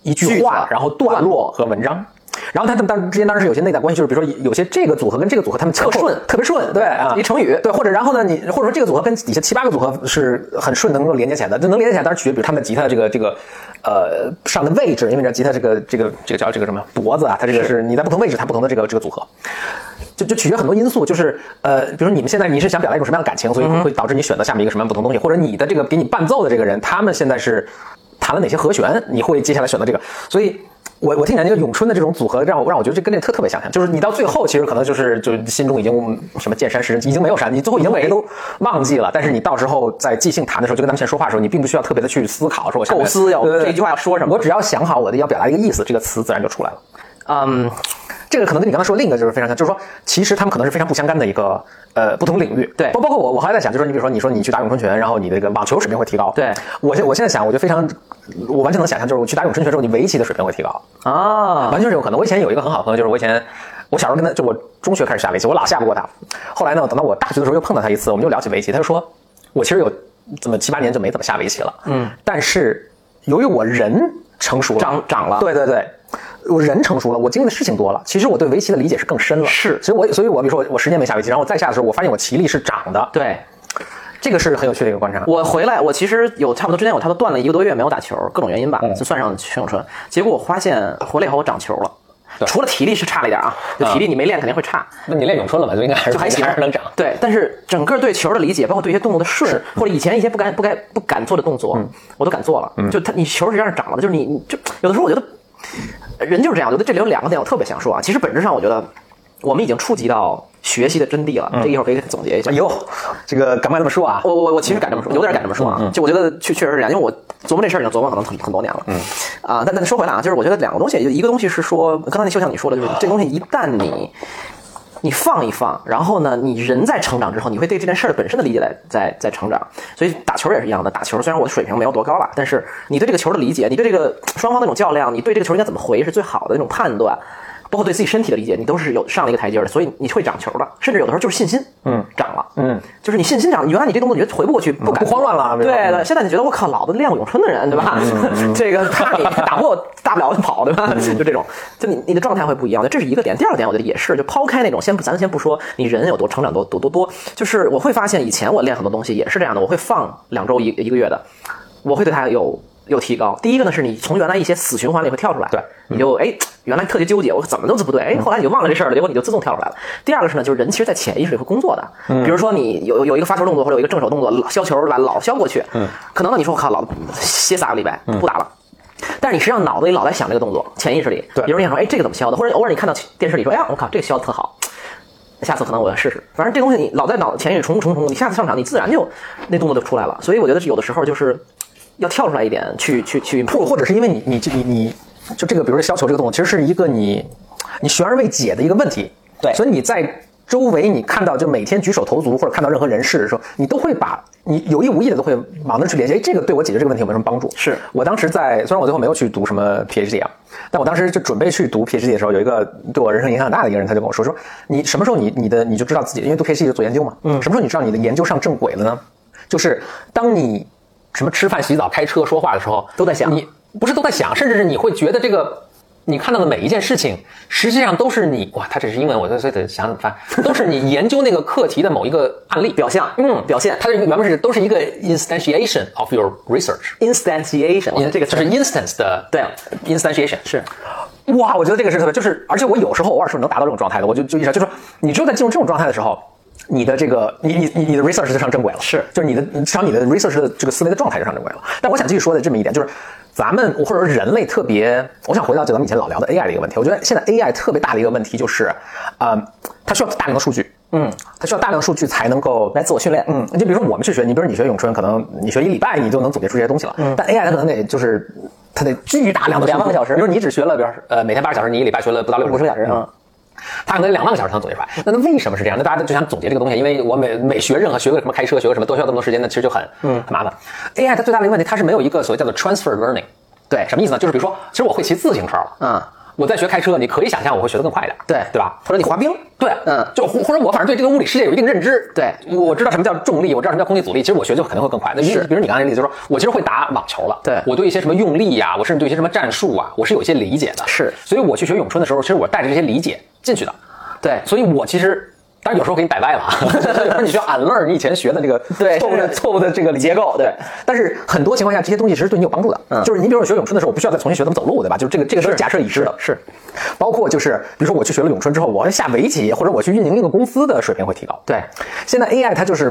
[SPEAKER 2] 一句
[SPEAKER 1] 句子
[SPEAKER 2] 话，然后段落和文章。然后他们当之间当然是有些内在关系，就是比如说有些这个组合跟这个组合他们特
[SPEAKER 1] 特顺
[SPEAKER 2] 特别顺，对啊，
[SPEAKER 1] 一成语
[SPEAKER 2] 对，或者然后呢，你或者说这个组合跟底下七八个组合是很顺能够连接起来的，就能连接起来。当然取决于比如他们的吉他的这个这个呃上的位置，因为你知道吉他这个这个这个叫这个什么脖子啊，它这个是你在不同位置它不同的这个这个组合。就就取决很多因素，就是呃，比如你们现在你是想表达一种什么样的感情，所以
[SPEAKER 1] 嗯
[SPEAKER 2] 会导致你选择下面一个什么样不同的东西，或者你的这个给你伴奏的这个人，他们现在是弹了哪些和弦，你会接下来选择这个。所以我我听起来那个咏春的这种组合，让我让我觉得这跟那个特特别相像，就是你到最后其实可能就是就心中已经什么见山是人，已经没有山，你最后已经把这都忘记了。但是你到时候在即兴弹的时候，就跟他们现在说话的时候，你并不需要特别的去思考，说我现在
[SPEAKER 1] 构思要
[SPEAKER 2] 对对对
[SPEAKER 1] 这句话要说什么
[SPEAKER 2] 我只要想好我的要表达一个意思，这个词自然就出来了。
[SPEAKER 1] 嗯，
[SPEAKER 2] 这个可能跟你刚才说另一个就是非常像，就是说其实他们可能是非常不相干的一个呃不同领域。
[SPEAKER 1] 对
[SPEAKER 2] 包包括我，我还在想，就是说你比如说你说你去打咏春拳，然后你的这个网球水平会提高。
[SPEAKER 1] 对
[SPEAKER 2] 我现我现在想，我就非常，我完全能想象，就是我去打咏春拳之后，你围棋的水平会提高，
[SPEAKER 1] 啊，
[SPEAKER 2] 完全是有可能。我以前有一个很好的朋友，就是我以前。我小时候跟他，就我中学开始下围棋，我老下不过他。后来呢，等到我大学的时候又碰到他一次，我们就聊起围棋，他就说，我其实有这么七八年就没怎么下围棋了。嗯，但是由于我人成熟了，
[SPEAKER 1] 长长了，
[SPEAKER 2] 对对对，我人成熟了，我经历的事情多了，其实我对围棋的理解是更深了。
[SPEAKER 1] 是
[SPEAKER 2] 所以我所以我比如说我十年没下围棋，然后我再下的时候，我发现我棋力是长的，
[SPEAKER 1] 对。
[SPEAKER 2] 这个是很有趣的一个观察。
[SPEAKER 1] 我回来，我其实有差不多之前我差不多断了一个多月没有打球，各种原因吧，就算上全咏春。结果我发现回来以后我长球了，除了体力是差了一点啊，就体力你没练肯定会差，
[SPEAKER 2] 那你练咏春了吧？就应该还是
[SPEAKER 1] 就还行，对，但是整个对球的理解，包括对一些动作的顺，或者以前一些不敢不该不敢做的动作，我都敢做了。就他，你球实际上是长了的，就是你你就有的时候我觉得人就是这样。我觉得这里有两个点我特别想说啊，其实本质上我觉得我们已经触及到。学习的真谛了。这一会儿可以总结一下
[SPEAKER 2] 哎。呦，这个敢不敢这么说啊？
[SPEAKER 1] 我我我其实敢这么说，有点敢这么说啊。就我觉得确确实是这样，因为我琢磨这事儿已经琢磨可能很很多年了。嗯啊，但但说回来啊，就是我觉得两个东西，一个东西是说，刚才那就像你说的，就是这东西一旦你你放一放，然后呢，你人在成长之后，你会对这件事儿本身的理解在在在成长。所以打球也是一样的，打球虽然我的水平没有多高吧，但是你对这个球的理解，你对这个双方那种较量，你对这个球应该怎么回是最好的那种判断。包括对自己身体的理解，你都是有上了一个台阶的，所以你会长球的，甚至有的时候就是信心，嗯，涨了，嗯，就是你信心涨了，原来你这动作你觉得回不过去，不敢
[SPEAKER 2] 嗯不慌乱了啊
[SPEAKER 1] 对
[SPEAKER 2] 没有
[SPEAKER 1] 的。现在你觉得我靠，老子练过咏春的人，对吧？ 这个怕你打不过我，大不了就跑，对吧？就这种，就你你的状态会不一样的，这是一个点。第二点，我觉得也是，就抛开那种，先不咱先不说你人有多成长多多多多，就是我会发现以前我练很多东西也是这样的，我会放两周一一个月的，我会对它有。有提高。第一个呢，是你从原来一些死循环里会跳出来，
[SPEAKER 2] 对
[SPEAKER 1] 你就哎，原来特别纠结，我怎么都不对，哎，后来你就忘了这事儿了，结果你就自动跳出来了。第二个是呢，就是人其实，在潜意识里会工作的，比如说你有有一个发球动作或者有一个正手动作，老削球对吧，老削过去，可能呢你说我靠，老子歇仨个礼拜不打了。但是你实际上脑子里老在想这个动作，潜意识里，
[SPEAKER 2] 对
[SPEAKER 1] 比如你想说，哎，这个怎么削的？或者偶尔你看到电视里说，哎呀，我靠，这个削的特好，下次可能我要试试。反正这东西你老在脑潜意识重重重复，你下次上场你自然就那动作就出来了。所以我觉得是有的时候就是要跳出来一点，去去去
[SPEAKER 2] 或或者是因为你你这你你就这个，比如说削球这个动作，其实是一个你你悬而未解的一个问题。
[SPEAKER 1] 对
[SPEAKER 2] 所以你在周围你看到就每天举手投足或者看到任何人事的时候，你都会把你有意无意的都会往那去联系，哎，这个对我解决这个问题有没有什么帮助？
[SPEAKER 1] 是
[SPEAKER 2] 我当时在虽然我最后没有去读什么 PhD 啊，但我当时就准备去读 PhD 的时候，有一个对我人生影响很大的一个人，他就跟我说说你什么时候你你的你就知道自己，因为读 PhD 就做研究嘛，嗯，什么时候你知道你的研究上正轨了呢？就是当你什么吃饭、洗澡、开车、说话的时候，
[SPEAKER 1] 都在想
[SPEAKER 2] 你不是都在想，甚至是你会觉得这个你看到的每一件事情，实际上都是你哇，他这是英文，我所以得想怎么翻，都是你研究那个课题的某一个案例
[SPEAKER 1] 表象，
[SPEAKER 2] 嗯，
[SPEAKER 1] 表现
[SPEAKER 2] 它的原文是都是一个 instantiation of your research，
[SPEAKER 1] instantiation，我觉得这个
[SPEAKER 2] 就
[SPEAKER 1] 词
[SPEAKER 2] 是 instance 的
[SPEAKER 1] 对
[SPEAKER 2] instantiation
[SPEAKER 1] 是
[SPEAKER 2] 哇，我觉得这个是特别，就是而且我有时候偶尔是能达到这种状态的，我就就意识到，就是说你只有在进入这种状态的时候。你的这个，你你你你的 research 就上正轨了，
[SPEAKER 1] 是
[SPEAKER 2] 就是你的至少你的 research 的这个思维的状态就上正轨了。但我想继续说的这么一点，就是咱们或者说人类特别，我想回到就咱们以前老聊的 AI 的一个问题。我觉得现在 AI 特别大的一个问题就是，呃，它需要大量的数据，嗯，它需要大量的数据才能够
[SPEAKER 1] 来自我训练，
[SPEAKER 2] 嗯，就比如说我们去学，你比如说你学咏春，可能你学一礼拜你就能总结出这些东西了。但 AI 它可能得就是它得巨大量
[SPEAKER 1] 嗯
[SPEAKER 2] 的
[SPEAKER 1] 两万个小时
[SPEAKER 2] 比如你只学了，比如说呃每天八个小时，你一礼拜学了不到六
[SPEAKER 1] 五十个小时啊。
[SPEAKER 2] 他可能两万个小时才能总结出来。那那为什么是这样？那大家就想总结这个东西，因为我每每学任何学个什么开车，学个什么都需要这么多时间，那其实就很嗯很麻烦。AI 它最大的一个问题，它是没有一个所谓叫做 transfer learning，
[SPEAKER 1] 对
[SPEAKER 2] 什么意思呢？就是比如说，其实我会骑自行车了，
[SPEAKER 1] 嗯
[SPEAKER 2] 我在学开车，你可以想象我会学得更快一点，
[SPEAKER 1] 对
[SPEAKER 2] 对吧？
[SPEAKER 1] 或者你滑冰，
[SPEAKER 2] 对，
[SPEAKER 1] 嗯
[SPEAKER 2] 就或或者我反正对这个物理世界有一定认知，
[SPEAKER 1] 对
[SPEAKER 2] 我知道什么叫重力，我知道什么叫空气阻力，其实我学就肯定会更快。那你
[SPEAKER 1] 是
[SPEAKER 2] 比如你刚才那例子，就是说我其实会打网球了，
[SPEAKER 1] 对
[SPEAKER 2] 我对一些什么用力啊呀、我甚至对一些什么战术啊，我是有一些理解的，
[SPEAKER 1] 是
[SPEAKER 2] 所以我去学咏春的时候，其实我带着这些理解进去的，
[SPEAKER 1] 对
[SPEAKER 2] 所以我其实。当然有时候给你摆歪了啊，有 时候你需要 unlearn 你以前学的这个
[SPEAKER 1] 对
[SPEAKER 2] 错误的
[SPEAKER 1] 是
[SPEAKER 2] 错误的这个结构，对。但是很多情况下，这些东西其实对你有帮助的。
[SPEAKER 1] 嗯
[SPEAKER 2] 就是你比如说学咏春的时候，我不需要再重新学怎么走路，对吧？就是这个这个都是假设已知的。
[SPEAKER 1] 是
[SPEAKER 2] 包括就是，比如说我去学了咏春之后，我要下围棋或者我去运营一个公司的水平会提高。
[SPEAKER 1] 对，
[SPEAKER 2] 现在 AI 它就是，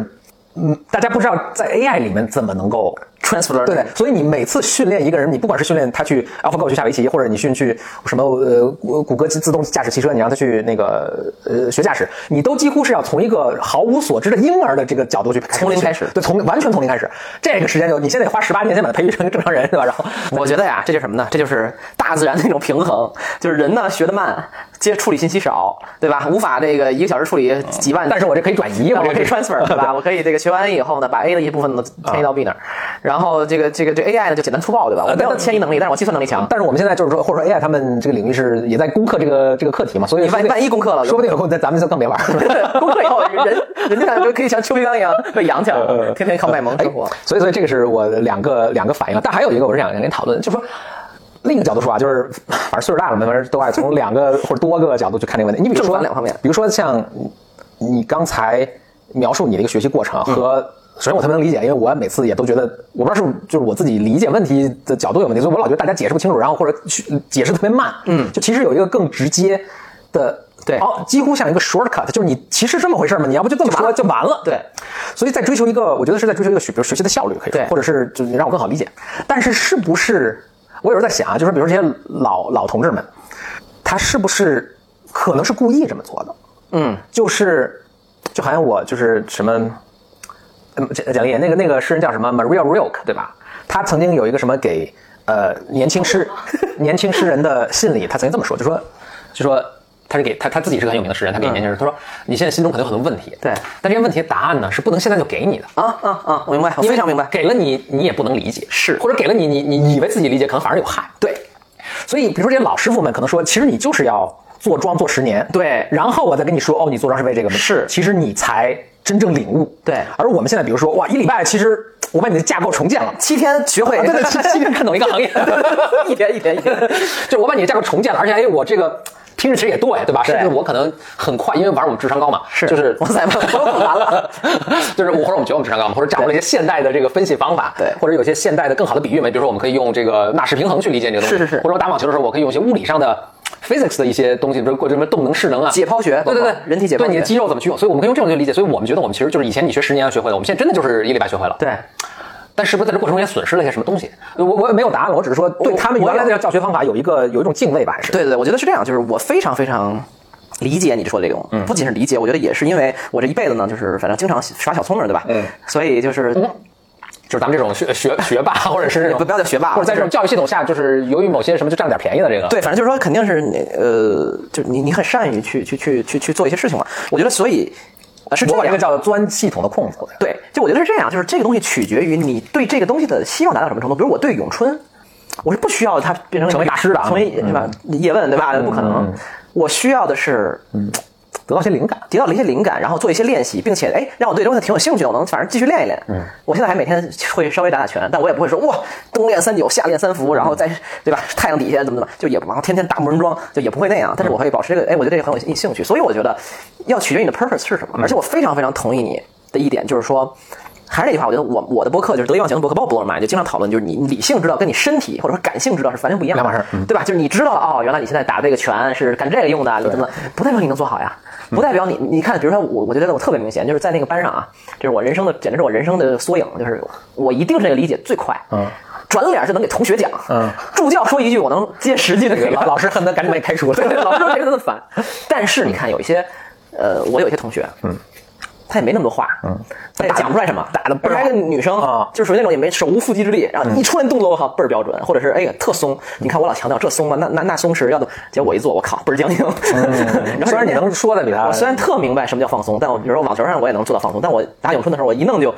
[SPEAKER 2] 嗯，大家不知道在 AI 里面怎么能够。
[SPEAKER 1] transfer
[SPEAKER 2] 对对，所以你每次训练一个人，你不管是训练他去 AlphaGo 去下围棋，或者你训去什么呃谷谷歌自自动驾驶汽车，你让他去那个呃学驾驶，你都几乎是要从一个毫无所知的婴儿的这个角度去
[SPEAKER 1] 从零开始
[SPEAKER 2] 对，从完全从零开始。这个时间就你现在得花十八年先把他培育成一个正常人，对吧？然后
[SPEAKER 1] 我觉得呀，这就是什么呢？这就是大自然的一种平衡，就是人呢学得慢，接处理信息少，对吧？无法这个一个小时处理几万，
[SPEAKER 2] 但是我这可以转移，
[SPEAKER 1] 那
[SPEAKER 2] 这
[SPEAKER 1] 我可以
[SPEAKER 2] 是啊
[SPEAKER 1] transfer 对吧？我可以这个学完以后呢，把 A 的一部分呢迁移到 B 那儿，然后这个这个这 AI 呢就简单粗暴对
[SPEAKER 2] 啊
[SPEAKER 1] 吧？我没有迁移能力，但是我计算能力强。
[SPEAKER 2] 但是我们现在就是说，或者说 AI 他们这个领域是也在攻克这个这个课题嘛，所以
[SPEAKER 1] 你万
[SPEAKER 2] 说不定
[SPEAKER 1] 万一攻克了
[SPEAKER 2] 说不定以后咱咱们就更没玩儿 了。
[SPEAKER 1] 攻克以后，人人家就可以像邱培刚一样被养起来了，天天靠卖萌生活。
[SPEAKER 2] 呃哎所以所以这个是我两个两个反应，但还有一个我是想跟您讨论，就说。另一个角度说啊，就是反正岁数大了嘛，反正都爱从两个或者多个角度去看这个问题。你比如
[SPEAKER 1] 正
[SPEAKER 2] 说
[SPEAKER 1] 反两方面
[SPEAKER 2] 比如说像你你刚才描述你的一个学习
[SPEAKER 1] 嗯
[SPEAKER 2] 过程和，首先我特别能理解，因为我每次也都觉得，我不知道是不是就是我自己理解问题的角度有问题，所以我老觉得大家解释不清楚，然后或者去解释特别慢。嗯，就其实有一个更直接的，
[SPEAKER 1] 对
[SPEAKER 2] 哦，几乎像一个 shortcut，就是你其实这么回事嘛，你要不就这么说就完了。
[SPEAKER 1] 对，
[SPEAKER 2] 所以在追求一个，我觉得是在追求一个学，比如学习的效率，可以说
[SPEAKER 1] 对
[SPEAKER 2] 或者是就是让我更好理解。但是是不是我有时候在想啊，就是比如说这些老老同志们，他是不是可能是故意这么做的？嗯，就是就好像我就是什么，嗯，蒋蒋丽那个那个诗人叫什么 Maria Rilke 对吧？他曾经有一个什么给呃年轻诗年轻诗人的信里，他曾经这么说，就说就说他是给他他自己是个很有名的诗人，他给年轻人、他说你现在心中可能有很多问题，
[SPEAKER 1] 对
[SPEAKER 2] 但这些问题的答案呢是不能现在就给你的。
[SPEAKER 1] 啊啊啊！我明白，我
[SPEAKER 2] 哎因为
[SPEAKER 1] 非常明白。
[SPEAKER 2] 给了你，你也不能理解，
[SPEAKER 1] 是
[SPEAKER 2] 或者给了你，你你以为自己理解，可能反而有害。
[SPEAKER 1] 对，
[SPEAKER 2] 所以，比如说这些老师傅们可能说，其实你就是要坐庄做十年，
[SPEAKER 1] 对
[SPEAKER 2] 然后我再跟你说，哦，你坐庄是为这个吗？
[SPEAKER 1] 是
[SPEAKER 2] 其实你才真正领悟。
[SPEAKER 1] 对
[SPEAKER 2] 而我们现在比如说，哇，一礼拜其实我把你的架构重建了。
[SPEAKER 1] 七天 学会，
[SPEAKER 2] 啊对对，七七天看懂一个行业，
[SPEAKER 1] 一天一天一天，
[SPEAKER 2] 就我把你的架构重建了，而且哎，我这个听着其实也对，对吧？
[SPEAKER 1] 对
[SPEAKER 2] 甚至我可能很快，因为玩我们智商高嘛，
[SPEAKER 1] 是
[SPEAKER 2] 就是
[SPEAKER 1] 哇塞我我完了，
[SPEAKER 2] 就是我或者我们觉得我们智商高嘛，或者掌握了一些现代的这个分析方法，
[SPEAKER 1] 对
[SPEAKER 2] 或者有些现代的更好的比喻嘛，比如说我们可以用这个纳什平衡去理解这个东西，
[SPEAKER 1] 是是是
[SPEAKER 2] 或者我打网球的时候，我可以用一些物理上的 physics 的一些东西，比如说什么动能势能啊，
[SPEAKER 1] 解剖学
[SPEAKER 2] 对对
[SPEAKER 1] 包
[SPEAKER 2] 对
[SPEAKER 1] 括，人体解剖学
[SPEAKER 2] 对你的肌肉怎么去用，所以我们可以用这种去理解，所以我们觉得我们其实就是以前你学十年啊要学会的，我们现在真的就是一礼拜学会了，
[SPEAKER 1] 对，
[SPEAKER 2] 但是不是在这过程中也损失了一些什么东西？呃我我也没有答案了，我只是说对
[SPEAKER 1] 我
[SPEAKER 2] 他们
[SPEAKER 1] 我
[SPEAKER 2] 原来
[SPEAKER 1] 有
[SPEAKER 2] 的教学方法有一个有一种敬畏吧，还是
[SPEAKER 1] 对对对，我觉得是这样，就是我非常非常理解你说的这种，
[SPEAKER 2] 嗯
[SPEAKER 1] 不仅是理解，我觉得也是因为我这一辈子呢，就是反正经常耍小聪明，对吧？
[SPEAKER 2] 嗯，
[SPEAKER 1] 所以就是
[SPEAKER 2] 就是咱们这种学学学霸，或者是这种
[SPEAKER 1] 不不要叫学霸了
[SPEAKER 2] 或者在这种教育系统下，就是由于某些什么就占了点便宜的这个，
[SPEAKER 1] 对，反正就是说，肯定是你呃，就是你你很善于去去去去去做一些事情嘛。我觉得，所以呃是这
[SPEAKER 2] 我把这
[SPEAKER 1] 样
[SPEAKER 2] 个。叫钻系统的空子。
[SPEAKER 1] 对，就我觉得是这样，就是这个东西取决于你对这个东西的希望达到什么程度。比如我对咏春，我是不需要它变成
[SPEAKER 2] 成为大师的啊嗯
[SPEAKER 1] 成为对吧？叶问对吧？不可能，我需要的是
[SPEAKER 2] 得到一些灵感。
[SPEAKER 1] 得到了一些灵感，然后做一些练习，并且哎，让我对这东西挺有兴趣，我能反正继续练一练。嗯，我现在还每天会稍微打打拳，但我也不会说哇，冬练三九，夏练三伏，然
[SPEAKER 2] 嗯
[SPEAKER 1] 后再对吧，太阳底下怎么怎么，就也不然后天天打木人桩，就也不会那样。但是我会保持这个，哎，我觉得这个很有兴趣，所以我觉得要取决于你的 purpose 是什
[SPEAKER 2] 嗯
[SPEAKER 1] 么。而且我非常非常同意你的一点，就是说。还是那句话，我觉得我我的博客就是得意忘形的博客，包括博尔曼，就经常讨论，就是你你理性知道跟你身体或者说感性知道是完全不一样的
[SPEAKER 2] 两码事儿嗯
[SPEAKER 1] 对吧？就是你知道哦，原来你现在打这个拳是干这个用的，你怎么不代表你能做好呀？
[SPEAKER 2] 嗯
[SPEAKER 1] 不代表你，你看，比如说我，我觉得我特别明显，就是在那个班上啊，这是我人生的，简直是我人生的缩影，就是我一定是那个理解最快，嗯，转脸就能给同学讲，
[SPEAKER 2] 嗯，
[SPEAKER 1] 助教说一句我能接十句的那个，
[SPEAKER 2] 老老师恨得赶紧把你开除了。
[SPEAKER 1] 对，老师说这个真的烦。但是你看，有一些，呃，我有一些同学，嗯。他也没那么多话，嗯，他也讲不出来什么，打的倍儿。还有一个女生
[SPEAKER 2] 啊嗯
[SPEAKER 1] 就是属于那种也没手无缚鸡之力，然后一出来动作我靠倍儿标准，或者是哎呀特松。你看我老强调这松吧，那那那松弛，要不结果我一做我靠倍儿僵硬。 然后
[SPEAKER 2] 嗯虽然你
[SPEAKER 1] 人家
[SPEAKER 2] 能说的比他，
[SPEAKER 1] 我虽然特明白什么叫放松，但我比如说网球上我也能做到放松，但我打咏春的时候，我一弄就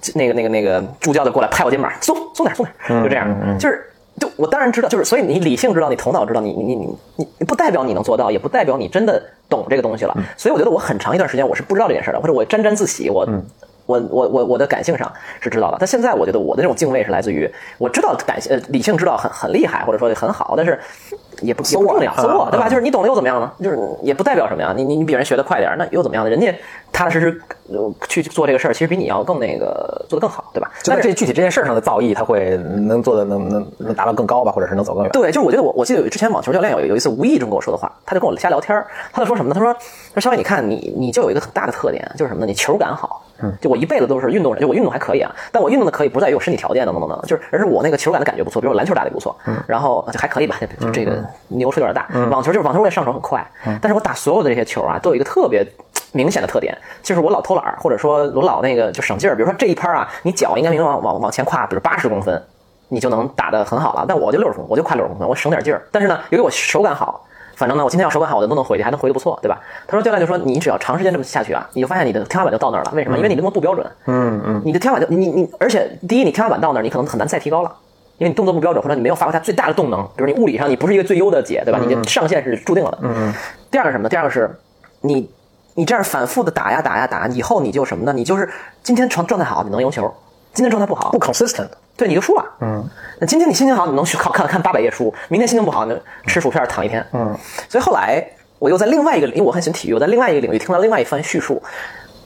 [SPEAKER 1] 就那个那个那个助教就过来拍我肩膀，松松点松点，就
[SPEAKER 2] 嗯
[SPEAKER 1] 这样，就是。就我当然知道，就是所以你理性知道，你头脑知道，你你你你你不代表你能做到，也不代表你真的懂这个东西
[SPEAKER 2] 嗯
[SPEAKER 1] 了。所以我觉得我很长一段时间我是不知道这件事的，或者我沾沾自喜，我、
[SPEAKER 2] 嗯
[SPEAKER 1] 我我我我的感性上是知道的。但现在我觉得我的这种敬畏是来自于我知道感性呃理性知道很很厉害，或者说很好，但是也不也不重要，
[SPEAKER 2] 嗯
[SPEAKER 1] 所我对吧？
[SPEAKER 2] 嗯
[SPEAKER 1] 就是。就是你懂了又怎么样呢？就是也不代表什么呀。你你你比人学的快点儿，那又怎么样呢？人家踏踏实实呃去做这个事儿，其实比你要更那个做的更好，对吧？
[SPEAKER 2] 就
[SPEAKER 1] 但
[SPEAKER 2] 在
[SPEAKER 1] 是
[SPEAKER 2] 这具体这件事上的造诣，他会能做的能能能达到更高吧，或者是能走更远。
[SPEAKER 1] 对，就是我觉得我我记得有之前网球教练有有一次无意中跟我说的话，他就跟我瞎聊天儿，他就说什么呢？他说他说肖伟，你看你你就有一个很大的特点，就是什么呢？你球感好。嗯，就我一辈子都是运动人，就我运动还可以啊，但我运动的可以不是在于我身体条件等等等等，就是而是我那个球感的感觉不错，比如我篮球打的不错，
[SPEAKER 2] 嗯
[SPEAKER 1] 然后就还可以吧，就就这个牛吹有点大。网球就是网球我也上手很快，
[SPEAKER 2] 嗯
[SPEAKER 1] 但是我打所有的这些球啊，都有一个特别明显的特点，就是我老偷懒儿，或者说我老那个就省劲儿。比如说这一拍儿啊，你脚应该明明往往往前跨，比如八十公分，你就能打得很好了。但我就六十公分，我就跨六十公分，我省点劲儿。但是呢，由于我手感好，反正呢，我今天要手感好，我就都能回去，还能回得不错，对吧？他说教练就说，你只要长时间这么下去啊，你就发现你的天花板就到那儿了。为什么？因为你的动作不标准。嗯嗯。你的天花板就你你，而且第一，你天花板到那儿，你可能很难再提高了。因为你动作不标准，或者你没有发挥它最大的动能，比如你物理上你不是一个最优的解，对吧？你的上限是注定了的。嗯。第二个是什么呢？第二个是你你这样反复的打呀打呀打，以后你就什么呢？你就是今天状状态好，你能赢球；今天状态不好，
[SPEAKER 2] 不 consistent，
[SPEAKER 1] 对，你就输了。嗯，那今天你心情好，你能去靠看看八百页书；明天心情不好，你就吃薯片躺一天。嗯，所以后来我又在另外一个，因为我很喜欢体育，我在另外一个领域听到另外一番叙述。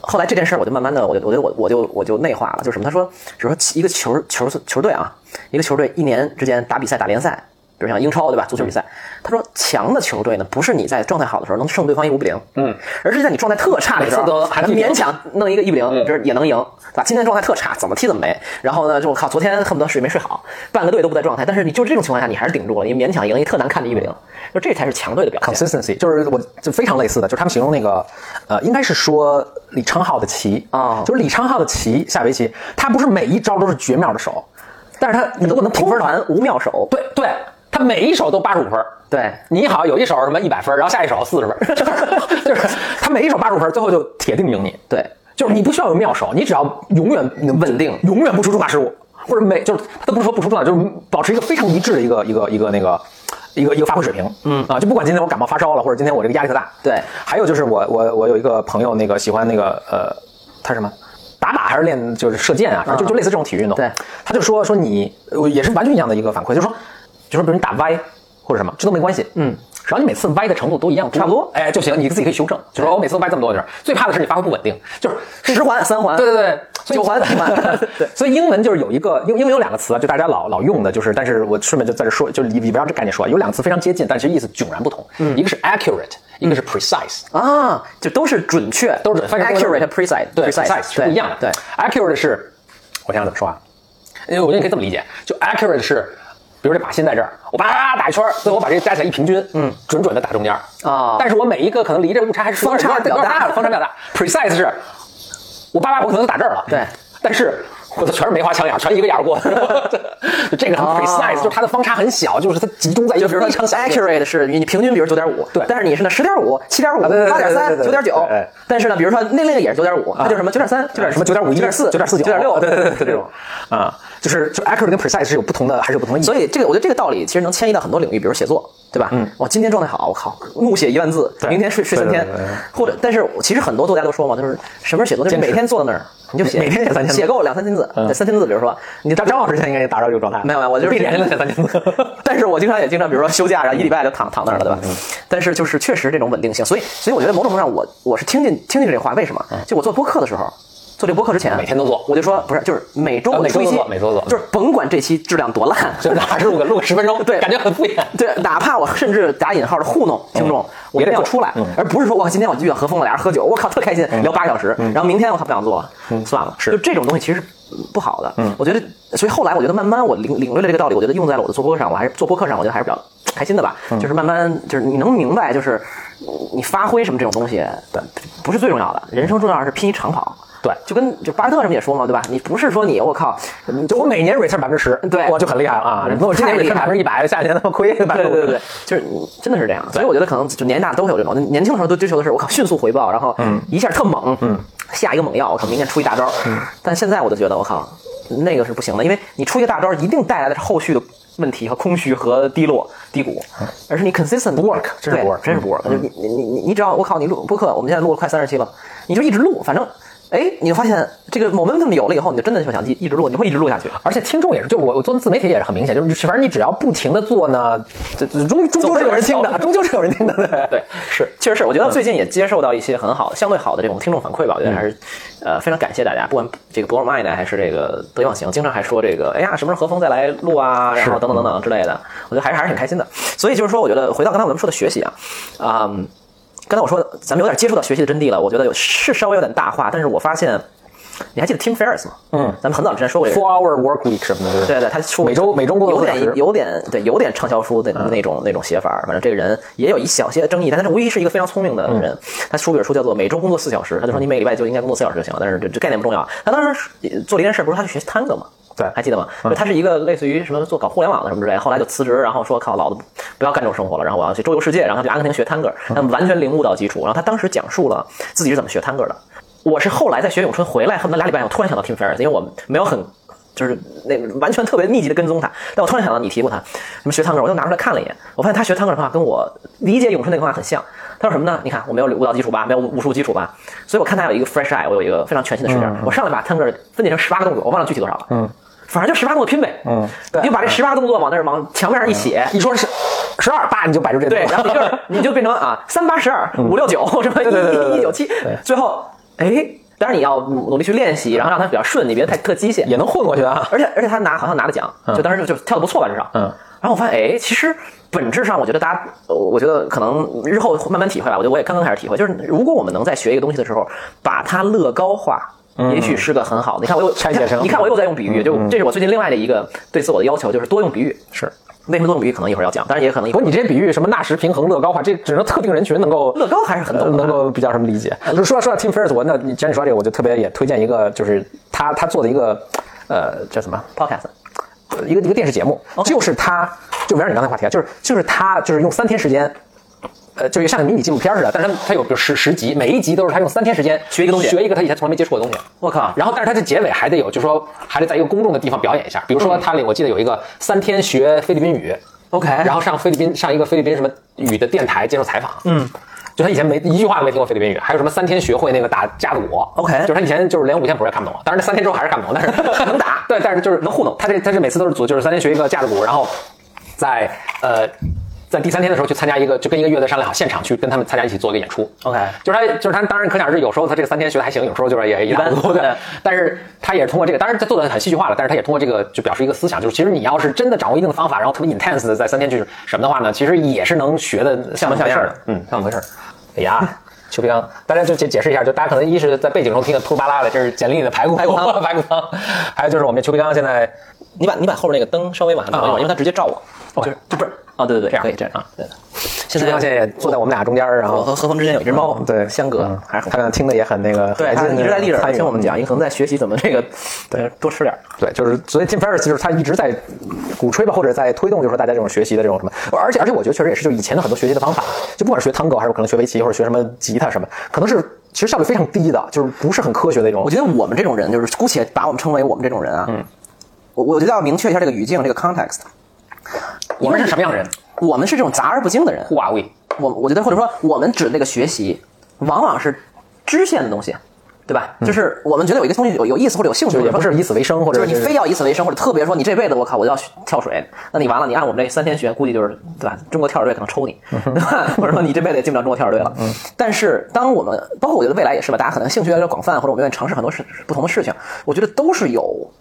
[SPEAKER 1] 后来这件事儿，我就慢慢的，我就我就我我就我就内化了，就是什么？他说，比如说一个球球球队啊，一个球队一年之间打比赛打联赛，比如像英超对吧，足球比赛，
[SPEAKER 2] 嗯
[SPEAKER 1] 他说强的球队呢，不是你在状态好的时候能胜对方一五比零，嗯，而是在你状态特差的时候，
[SPEAKER 2] 每次都还是
[SPEAKER 1] 能
[SPEAKER 2] 赢
[SPEAKER 1] 勉强弄一个一比零，就是也能赢，对吧？今天状态特差，怎么踢怎么没。然后呢，就我靠，昨天恨不得睡没睡好，半个队都不在状态，但是你就这种情况下，你还是顶住了，你勉强赢一特难看的一比零，就这才是强队的表现
[SPEAKER 2] consistency，就是我就非常类似的，就是他们形容那个，呃，应该是说李昌镐的棋
[SPEAKER 1] 哦
[SPEAKER 2] 就是李昌镐的棋下围棋，他不是每一招都是绝妙的手，但是他你如果能
[SPEAKER 1] 通
[SPEAKER 2] 评分的话，
[SPEAKER 1] 盘无妙手，
[SPEAKER 2] 对对，他每一手都八十五分儿，
[SPEAKER 1] 对，
[SPEAKER 2] 你好有一手什么一百分儿，然后下一手四十分儿， 就是就是他每一手八十五分儿，最后就铁定赢你，
[SPEAKER 1] 对，
[SPEAKER 2] 就是你不需要有妙手，你只要永远能
[SPEAKER 1] 稳定
[SPEAKER 2] 永远不出重大失误，或者每就是他都不是说不出重大，就是保持一个非常一致的一个一个一个那个一个一个发挥水平。嗯啊，就不管今天我感冒发烧了，或者今天我这个压力特大。
[SPEAKER 1] 对
[SPEAKER 2] 还有就是我我我有一个朋友，那个喜欢那个呃，他什么？打靶还是练就是射箭啊，反正就就类似这种体育运动。
[SPEAKER 1] 对，
[SPEAKER 2] 他就说说你我也是完全一样的一个反馈，就是说，就说比如你打歪或者什么，这都没关系。嗯，只要你每次歪的程度都一样，差不多，哎就行，你自己可以修正。就说我每次都歪这么多就是，最怕的是你发挥不稳定，就是
[SPEAKER 1] 十环三环，
[SPEAKER 2] 对对对，所以
[SPEAKER 1] 九环九 环
[SPEAKER 2] 对，所以英文就是有一个英英文有两个词啊，就大家老老用的，就是但是我顺便就在这说，就里里边儿这概念说啊，有两个词非常接近，但其实意思迥然不同。
[SPEAKER 1] 嗯
[SPEAKER 2] 一个是 accurate，一个是 precise。
[SPEAKER 1] 啊，就都是准确，
[SPEAKER 2] 都是准，反正
[SPEAKER 1] accurate precise，
[SPEAKER 2] 对
[SPEAKER 1] precise
[SPEAKER 2] 是不一样的。
[SPEAKER 1] 对，
[SPEAKER 2] ，accurate 是，我想想怎么说啊？因为我觉得你可以这么理解，就 accurate 是，比如这靶心在这儿，我叭打一圈儿，最后我把这加起来一平均，嗯，准准的打中间儿
[SPEAKER 1] 啊
[SPEAKER 2] 但是我每一个可能离这误差还是有点
[SPEAKER 1] 方差
[SPEAKER 2] 有点
[SPEAKER 1] 比较大
[SPEAKER 2] 有点方差比较大。precise 是，我叭叭我可能打这儿了，
[SPEAKER 1] 对，
[SPEAKER 2] 但是。我的全是梅花枪眼儿，全一个眼儿过， 就这个很 precise，、就是它的方差很小，就是它集中在一
[SPEAKER 1] 哦就
[SPEAKER 2] 个
[SPEAKER 1] 比如说
[SPEAKER 2] 非常小的地方
[SPEAKER 1] accurate 是你平均，比如九点五，
[SPEAKER 2] 对
[SPEAKER 1] 但是你是呢十点五、七点五、
[SPEAKER 2] 啊对对对
[SPEAKER 1] 八点
[SPEAKER 2] 对
[SPEAKER 1] 三、
[SPEAKER 2] 对对
[SPEAKER 1] 九点九
[SPEAKER 2] 对对，
[SPEAKER 1] 但是呢，比如说那那个也是九点五，它就是什么九点三、九点
[SPEAKER 2] 什么九点五一、
[SPEAKER 1] 九点四、
[SPEAKER 2] 九点四九、
[SPEAKER 1] 九点六，
[SPEAKER 2] 对对对对，
[SPEAKER 1] 这
[SPEAKER 2] 这
[SPEAKER 1] 种
[SPEAKER 2] 种。啊，就是就 accurate 跟 precise 是有不同的，还是有不同的意义。
[SPEAKER 1] 所以这个，我觉得这个道理其实能迁移到很多领域，比如写作，对吧？嗯，我今天状态好，我靠，怒写一万字，
[SPEAKER 2] 对
[SPEAKER 1] 明天睡睡三
[SPEAKER 2] 对
[SPEAKER 1] 天
[SPEAKER 2] 对对对，
[SPEAKER 1] 或者，但是我其实很多作家都说嘛，就是什么是写作，就是
[SPEAKER 2] 坚持
[SPEAKER 1] 每天坐在那儿你就写，
[SPEAKER 2] 每每天写三千字嗯
[SPEAKER 1] 写够两三千字，对三千字，比如说你
[SPEAKER 2] 你张张老师现在应该也达到这个状态，
[SPEAKER 1] 没有没有我就是
[SPEAKER 2] 闭着眼睛练三年字。
[SPEAKER 1] 但是我经常也经常，比如说休假，然后一礼拜就躺躺那儿了，对吧？
[SPEAKER 2] 嗯
[SPEAKER 1] 但是就是确实这种稳定性，所以所以我觉得某种程度上我，我是听进听进这话，为什么？就我做播客的时候，做这个播客之前，
[SPEAKER 2] 嗯每天都做
[SPEAKER 1] 我就说不是，就是每周
[SPEAKER 2] 啊
[SPEAKER 1] 我
[SPEAKER 2] 每周
[SPEAKER 1] 出一
[SPEAKER 2] 都
[SPEAKER 1] 期
[SPEAKER 2] 做每周都做
[SPEAKER 1] 就是甭管这期质量多烂，
[SPEAKER 2] 就是哪录个录个十分钟，
[SPEAKER 1] 对
[SPEAKER 2] 感觉很敷衍。
[SPEAKER 1] 对，哪怕我甚至打引号的糊弄听
[SPEAKER 2] 嗯
[SPEAKER 1] 众，我一定要出来，而不是说我靠今天我遇到何峰了，俩人喝酒，我靠特开心，聊八个小时，然后明天我靠不想做了，算了，
[SPEAKER 2] 嗯是嗯
[SPEAKER 1] 就这种东西其实是不好的。我觉得，所以后来我觉得慢慢我领领略了这个道理，我觉得用在了我的做播客上，我还是做播客上，我觉得还是比较开心的吧。
[SPEAKER 2] 嗯
[SPEAKER 1] 就是慢慢就是你能明白，就是你发挥什么这种东西，不是最重要的，人生重要的是拼一长跑。
[SPEAKER 2] 对
[SPEAKER 1] 就跟就巴菲特什么也说嘛，对吧？你不是说你我靠，
[SPEAKER 2] 就我每年 return 百分 之十，
[SPEAKER 1] 对
[SPEAKER 2] 我就很厉害了啊！那我今年
[SPEAKER 1] 太厉
[SPEAKER 2] return
[SPEAKER 1] 害
[SPEAKER 2] 百分之一百，下一年他妈亏 百
[SPEAKER 1] 对
[SPEAKER 2] 分
[SPEAKER 1] 对对对，就是你真的是这样。所以我觉得可能就年纪大都会有这种，年轻的时候都追求的是我靠
[SPEAKER 2] 嗯
[SPEAKER 1] 迅速回报，然后一下特猛，嗯，下一个猛药，我靠明天出一大招。
[SPEAKER 2] 嗯
[SPEAKER 1] 但现在我就觉得我靠那个是不行的，因为你出一个大招一定带来的是后续的。问题和空虚和低落低谷，而是你 consistent
[SPEAKER 2] 嗯不 work，真是
[SPEAKER 1] 对
[SPEAKER 2] 不 work 嗯
[SPEAKER 1] 真是不 work。就是你你你你只要我靠，你录播客，我们现在录了快三十期了，你就一直录，反正哎，你就发现这个 momentum 有了以后，你就真的就想一一直录，你会一直录下去。
[SPEAKER 2] 而且听众也是，就我我做自媒体也是很明显，就是反正你只要不停的做呢，这这终终究是有人听的，终究是有人听的。对
[SPEAKER 1] 对，
[SPEAKER 2] 是
[SPEAKER 1] 确实是，我觉得最近也接受到一些很好、相对好的这种听众反馈吧，我觉得还是，呃，非常感谢大家，不管这个博尔麦的还是这个德望行，经常还说这个，哎呀，什么时候何峰再来录啊，然后等等等等之类的，我觉得还是还是挺开心的。所以就是说，我觉得回到刚才我们说的学习啊，啊、嗯刚才我说咱们有点接触到学习的真谛了，我觉得有是稍微有点大话，但是我发现，你还记得 Tim Ferriss 吗？嗯，咱们很早之前说过这个
[SPEAKER 2] ，four。hour work week 什么的，
[SPEAKER 1] 对对，他出
[SPEAKER 2] 每周每周工
[SPEAKER 1] 有
[SPEAKER 2] 作四小
[SPEAKER 1] 点
[SPEAKER 2] 时嗯
[SPEAKER 1] 有点对有点畅销书的那种那种写法，反正这个人也有一小些争议，但他无疑是一个非常聪明的
[SPEAKER 2] 嗯
[SPEAKER 1] 人。他出一本书叫做《每周工作四小时》，他就说你每礼拜就应该工作四小时就行了，但是这这概念不重要。他当时呃做了一件事，不是他去学探戈吗？
[SPEAKER 2] 对
[SPEAKER 1] 还记得吗？就他是一个类似于什么做搞互联网的什么之类，后来就辞职，然后说靠老子不不要干这种生活了，然后我要去周游世界，然后去阿根廷学探戈，他完全领悟到基础。然后他当时讲述了自己是怎么学探戈的。我是后来在学咏春回来，恨不得俩礼拜，我突然想到 Tim Ferriss，因为我没有很就是那完全特别密集的跟踪他。但我突然想到你提过他，什么学探戈，我就拿出来看了一眼，我发现他学探戈的话跟我理解咏春那个话很像。他说什么呢？你看我没有舞蹈基础吧，没有武术基础吧，所以我看他有一个 fresh eye，我有一个非常全新的视角。我上来把探戈分解成十八个动作，我忘了具体多少了。嗯。反正就十八动作拼呗，嗯，
[SPEAKER 2] 对
[SPEAKER 1] 你就把这十八动作往那儿往墙面上一写，
[SPEAKER 2] 一说是十二，叭你就摆出这
[SPEAKER 1] 对，然后你
[SPEAKER 2] 就
[SPEAKER 1] 就是你就变成啊三八十二五六九什么
[SPEAKER 2] 嗯对对对
[SPEAKER 1] 一
[SPEAKER 2] 对
[SPEAKER 1] 一九七，最后哎，当然你要努力去练习，然后让它比较顺，你别太特机械
[SPEAKER 2] 也。能混过去啊。
[SPEAKER 1] 而且而且他拿好像拿了奖，就当时就就跳的不错吧，至少。
[SPEAKER 2] 嗯。
[SPEAKER 1] 然后我发现，哎，其实本质上，我觉得大家，呃我觉得可能日后慢慢体会吧。我觉得我也刚刚开始体会，就是如果我们能在学一个东西的时候，把它乐高化。也许是个很好的，你看我又
[SPEAKER 2] 嗯拆解成嗯
[SPEAKER 1] 你看我又在用比喻，就这是我最近另外的一个对自我的要求，就是多用比喻。
[SPEAKER 2] 是。
[SPEAKER 1] 为什么多用比喻？可能一会儿要讲，当然也可能一
[SPEAKER 2] 不
[SPEAKER 1] 会儿
[SPEAKER 2] 是你这比喻什么纳什平衡乐高化，这只能特定人群能够
[SPEAKER 1] 乐高还是很
[SPEAKER 2] 呃
[SPEAKER 1] 懂的嗯
[SPEAKER 2] 能够比较什么理解。就说到说到 Tim Ferriss，我那你既然你说到这个，我就特别也推荐一个，就是他他做的一个呃叫什么
[SPEAKER 1] podcast
[SPEAKER 2] 一个一个电视节目，
[SPEAKER 1] 哦
[SPEAKER 2] 就是他就围绕你刚才话题啊，就是就是他就是用三天时间。呃，就是像个迷你纪录片似的，但是他他有个十十集，每一集都是他用三天时间
[SPEAKER 1] 学一个东西
[SPEAKER 2] 学一个他以前从来没接触过的东西。
[SPEAKER 1] 我靠
[SPEAKER 2] 然后，但是他的结尾还得有，就是说还得在一个公众的地方表演一下。比如
[SPEAKER 1] 嗯
[SPEAKER 2] 说，他里我记得有一个三天学菲律宾语，
[SPEAKER 1] OK，然
[SPEAKER 2] 然后上菲律宾上一个菲律宾什么语的电台接受采访，嗯，就他以前没一句话都没听过菲律宾语，还有什么三天学会那个打架赌
[SPEAKER 1] OK
[SPEAKER 2] 就是他以前就是连五线谱也看不懂，啊当然那三天之后还是看不懂，但 是能打，对，但是就是能糊弄。他这他是每次都是组，就是三天学一个架赌，然后在呃。在第三天的时候去参加一个，就跟一个乐队商量好，现场去跟他们参加一起做一个演出。
[SPEAKER 1] OK
[SPEAKER 2] 就是他，就是他，当然可想而知，有时候他这个三天学的还行，有时候就是也一
[SPEAKER 1] 般
[SPEAKER 2] 般多
[SPEAKER 1] 对
[SPEAKER 2] 的。但是他也是通过这个，当然他做的很戏剧化了，但是他也通过这个就表示一个思想，就是其实你要是真的掌握一定的方法，然后特别 intense 的在三天去什么的话呢，其实也是能学的像模像样的，嗯，像模像样的。哎呀。邱培刚，大家就解解释一下，就大家可能一是在背景中听的秃噜巴拉的，这是简历里的排骨排
[SPEAKER 1] 骨汤
[SPEAKER 2] 排骨汤，还有就是我们这邱培刚现在
[SPEAKER 1] 你把你把后面那个灯稍微往上挪一挪，
[SPEAKER 2] 啊
[SPEAKER 1] 因为它直接照我。
[SPEAKER 2] 哦，就是就不是
[SPEAKER 1] 哦，对对
[SPEAKER 2] 这
[SPEAKER 1] 对，
[SPEAKER 2] 样
[SPEAKER 1] 可以这样
[SPEAKER 2] 啊。
[SPEAKER 1] 对的，
[SPEAKER 2] 邱
[SPEAKER 1] 现
[SPEAKER 2] 培刚现
[SPEAKER 1] 在
[SPEAKER 2] 在也坐在我们俩中间，然
[SPEAKER 1] 我
[SPEAKER 2] 后
[SPEAKER 1] 和何峰之间有一只猫，
[SPEAKER 2] 对
[SPEAKER 1] 相隔
[SPEAKER 2] 嗯
[SPEAKER 1] 还是很。
[SPEAKER 2] 他可能听的也很那个，
[SPEAKER 1] 对，
[SPEAKER 2] 很
[SPEAKER 1] 它
[SPEAKER 2] 开心
[SPEAKER 1] 一直在立着
[SPEAKER 2] 参
[SPEAKER 1] 耳
[SPEAKER 2] 与
[SPEAKER 1] 听我们讲，也可能在学习怎么 这个，
[SPEAKER 2] 对
[SPEAKER 1] 呃，多吃点儿。
[SPEAKER 2] 对，就是所以 Tim Ferriss 就是他一直在鼓吹吧，或者在推动，就是说大家这种学习的这种什么，而且而且我觉得确实也是，就以前的很多学习的方法，就不管是学 tango 还是可能学围棋或者学什么吉他什么，可能是其实效率非常低的，就是不是很科学的一种
[SPEAKER 1] 我。觉得我们这种人，就是姑且把我们称为我们这种人啊，嗯，我我觉得要明确一下这个语境，这个 context。
[SPEAKER 2] 我们是什么样的人？
[SPEAKER 1] 我们是这种杂而不精的人，
[SPEAKER 2] 护啊卫，
[SPEAKER 1] 我我觉得或者说我们指的这个学习，往往是支线的东西，对吧？就是我们觉得有一个东西有有意思或者有兴趣，
[SPEAKER 2] 就
[SPEAKER 1] 或
[SPEAKER 2] 也
[SPEAKER 1] 者说
[SPEAKER 2] 不是以此为生，或
[SPEAKER 1] 就
[SPEAKER 2] 者
[SPEAKER 1] 是你非要以此为生，或者特别说你这辈子我靠我就要学跳水，那你完了，你按我们这三天学，估计就是对吧？中国跳水队可能抽你， 对吧？或者说你这辈子也进不了中国跳水队了。 但是当我们包括我觉得未来也是吧，大家可能兴趣越来越广泛，或者我们愿意尝试很多事不同的事情，我觉得都是有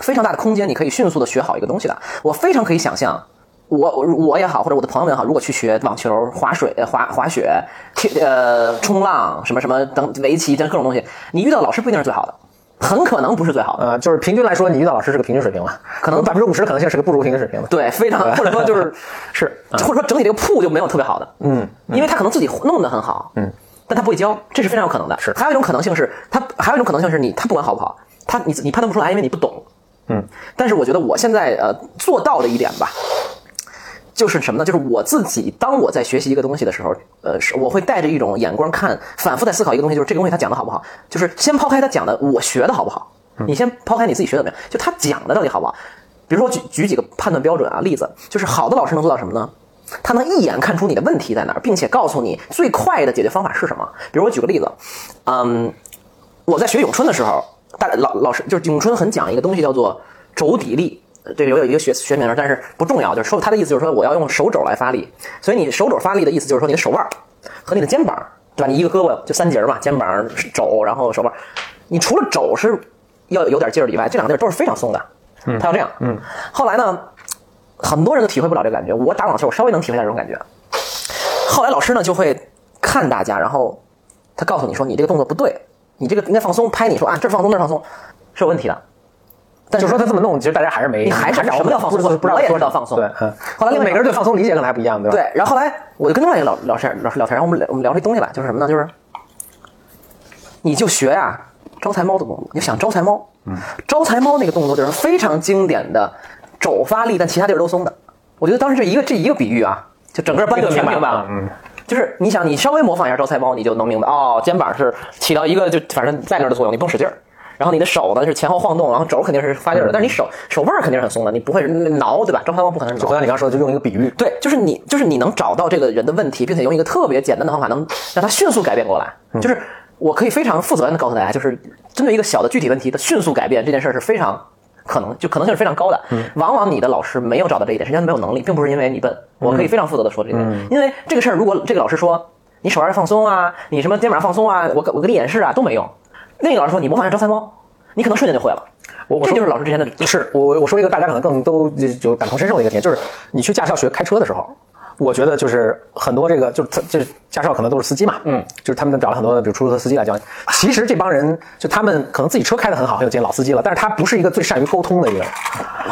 [SPEAKER 1] 非常大的空间，你可以迅速的学好一个东西的。我非常可以想象。我我我也好，或者我的朋友们也好，如果去学网球、滑水、呃滑滑雪、踢呃冲浪什么什么等围棋等各种东西，你遇到老师不一定是最好的，很可能不是最好的。
[SPEAKER 2] 呃，就是平均来说，你遇到老师是个平均水平吧，可能百分之五十可能性是个不如平均水平的。
[SPEAKER 1] 对，非常或者说 就是，
[SPEAKER 2] 是啊
[SPEAKER 1] 或者说整体这个铺就没有特别好的，嗯，因为他可能自己弄得很好，嗯，但他不会教，这是非常有可能的。
[SPEAKER 2] 是
[SPEAKER 1] 还有一种可能性是他，还有一种可能性是你他不管好不好，他你你判断不出来，因为你不懂，嗯。但是我觉得我现在呃做到的一点吧，就是什么呢？就是我自己，当我在学习一个东西的时候，呃，是我会带着一种眼光看，反复在思考一个东西，就是这个东西它讲的好不好，就是先抛开它讲的，我学的好不好，你先抛开你自己学怎么样，就他讲的到底好不好。比如说举举几个判断标准啊例子，就是好的老师能做到什么呢？他能一眼看出你的问题在哪儿，并且告诉你最快的解决方法是什么。比如我举个例子，嗯，我在学咏春的时候，大老老师就是咏春很讲一个东西叫做肘底力，呃这个有有一个学学名，但是不重要。就是说他的意思就是说我要用手肘来发力，所以你手肘发力的意思就是说你的手腕儿和你的肩膀，对吧？你一个胳膊就三节儿嘛，肩膀、肘，然后手腕儿。你除了肘是要有点劲儿以外，这两个地儿都是非常松的。他要这样。嗯。后来呢，很多人都体会不了这个感觉。我打网球，我稍微能体会到这种感觉。后来老师呢就会看大家，然后他告诉你说你这个动作不对，你这个应该放松，拍你说啊这儿放松那儿放松是有问题的。但
[SPEAKER 2] 就是说他这么弄，其实大家还是没
[SPEAKER 1] 你还是
[SPEAKER 2] 掌握
[SPEAKER 1] 什么叫放松
[SPEAKER 2] 不知道不知道
[SPEAKER 1] 我也
[SPEAKER 2] 说
[SPEAKER 1] 知道
[SPEAKER 2] 什么
[SPEAKER 1] 放松
[SPEAKER 2] 对，嗯
[SPEAKER 1] 后来另外一个
[SPEAKER 2] 每个人对放松理解可能还不一样，对吧？
[SPEAKER 1] 对，然后后来我就跟另外一个老老师老师聊天，然后我们聊我们聊这东西吧，就是什么呢？就是你就学呀、招财猫的动作，你就想招财猫，嗯，招财猫那个动作就是非常经典的肘发力，但其他地儿都松的。我觉得当时这一个这一个比喻啊，就整个班就全明白了，嗯。 就是你想，你稍微模仿一下招财猫，你就能明白哦，肩膀是起到一个就反正在那儿的作用，你不用使劲儿。然后你的手呢是前后晃动，然后肘肯定是发劲儿的，但是你手手腕儿肯定是很松的，你不会挠，对吧？招财猫不可能挠
[SPEAKER 2] 就。回到你刚刚说的，就用一个比喻，
[SPEAKER 1] 对，就是你，就是你能找到这个人的问题，并且用一个特别简单的方法，能让他迅速改变过来。
[SPEAKER 2] 嗯
[SPEAKER 1] 就是我可以非常负责任的告诉大家，就是针对一个小的具体问题的迅速改变这件事儿是非常可能，就可能性是非常高的。
[SPEAKER 2] 嗯
[SPEAKER 1] 往往你的老师没有找到这一点，是因为他没有能力，并不是因为你笨。我
[SPEAKER 2] 嗯
[SPEAKER 1] 可以非常负责的说这一点，因为这个事儿，如果这个老师说你手腕儿放松啊，你什么肩膀儿放松啊，我给我给你演示啊，都没用。那个老师说你模仿一下招财猫，你可能瞬间就会了。
[SPEAKER 2] 我我
[SPEAKER 1] 这
[SPEAKER 2] 说
[SPEAKER 1] 就是老师之前的
[SPEAKER 2] 是我我说一个大家可能更都就就感同身受的一个点，就是你去驾校学开车的时候，我觉得就是很多这个就是他就是驾校可能都是司机嘛，嗯，就是他们找了很多比如出租车司机来教你。其实这帮人就他们可能自己车开得很好，很有经验，老司机了，但是他不是一个最善于沟通的一个人，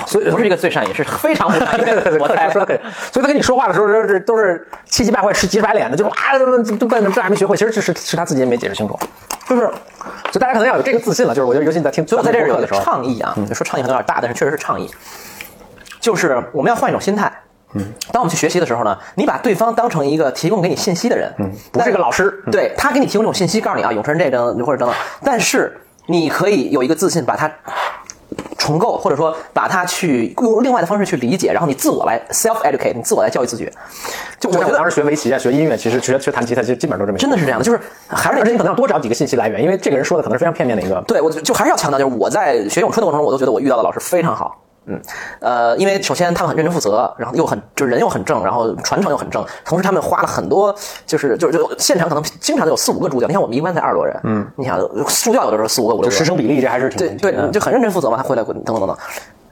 [SPEAKER 2] 所以
[SPEAKER 1] 不是一个最善，也是非 常不善。
[SPEAKER 2] 对对对，
[SPEAKER 1] 我猜
[SPEAKER 2] 说得很，所以他跟你说话的时候，都是都是气急败坏、吃急白脸的，就是啊，都笨，这还没学会。其实这是是他自己也没解释清楚，就是，就大家可能要有这个自信了。就是我觉得，尤其你在听，
[SPEAKER 1] 所以我在这儿有一
[SPEAKER 2] 的
[SPEAKER 1] 个
[SPEAKER 2] 时候，
[SPEAKER 1] 倡议啊，说倡议可能有点大，但是确实是倡议，就是我们要换一种心态。嗯，当我们去学习的时候呢，你把对方当成一个提供给你信息的人，嗯，
[SPEAKER 2] 不是个老师嗯
[SPEAKER 1] 对他给你提供这种信息，告诉你啊，永春这等或者等等，但是你可以有一个自信，把它重构，或者说把它去用另外的方式去理解，然后你自我来 self educate，你自我来教育自己。就我觉
[SPEAKER 2] 就像我
[SPEAKER 1] 得
[SPEAKER 2] 当时学围棋啊、学音乐，其实学学弹吉他，其实基本上都这么一个
[SPEAKER 1] 真的是这样的，就是还是
[SPEAKER 2] 而且你可能要多找几个信息来源，因为这个人说的可能是非常片面的一个。
[SPEAKER 1] 对，我就就还是要强调，就是我在学咏春的过程中，我都觉得我遇到的老师非常好。嗯，呃，因为首先他们很认真负责，然后又很就是人又很正，然后传承又很正，同时他们花了很多，就是就是就现场可能经常有四五个助教，你看我们一般才二十多人，嗯，你想助教有的时候四五个五六
[SPEAKER 2] 就
[SPEAKER 1] 个，
[SPEAKER 2] 师生比例，这还是挺
[SPEAKER 1] 对对，你就很认真负责嘛，他回来滚等等等等。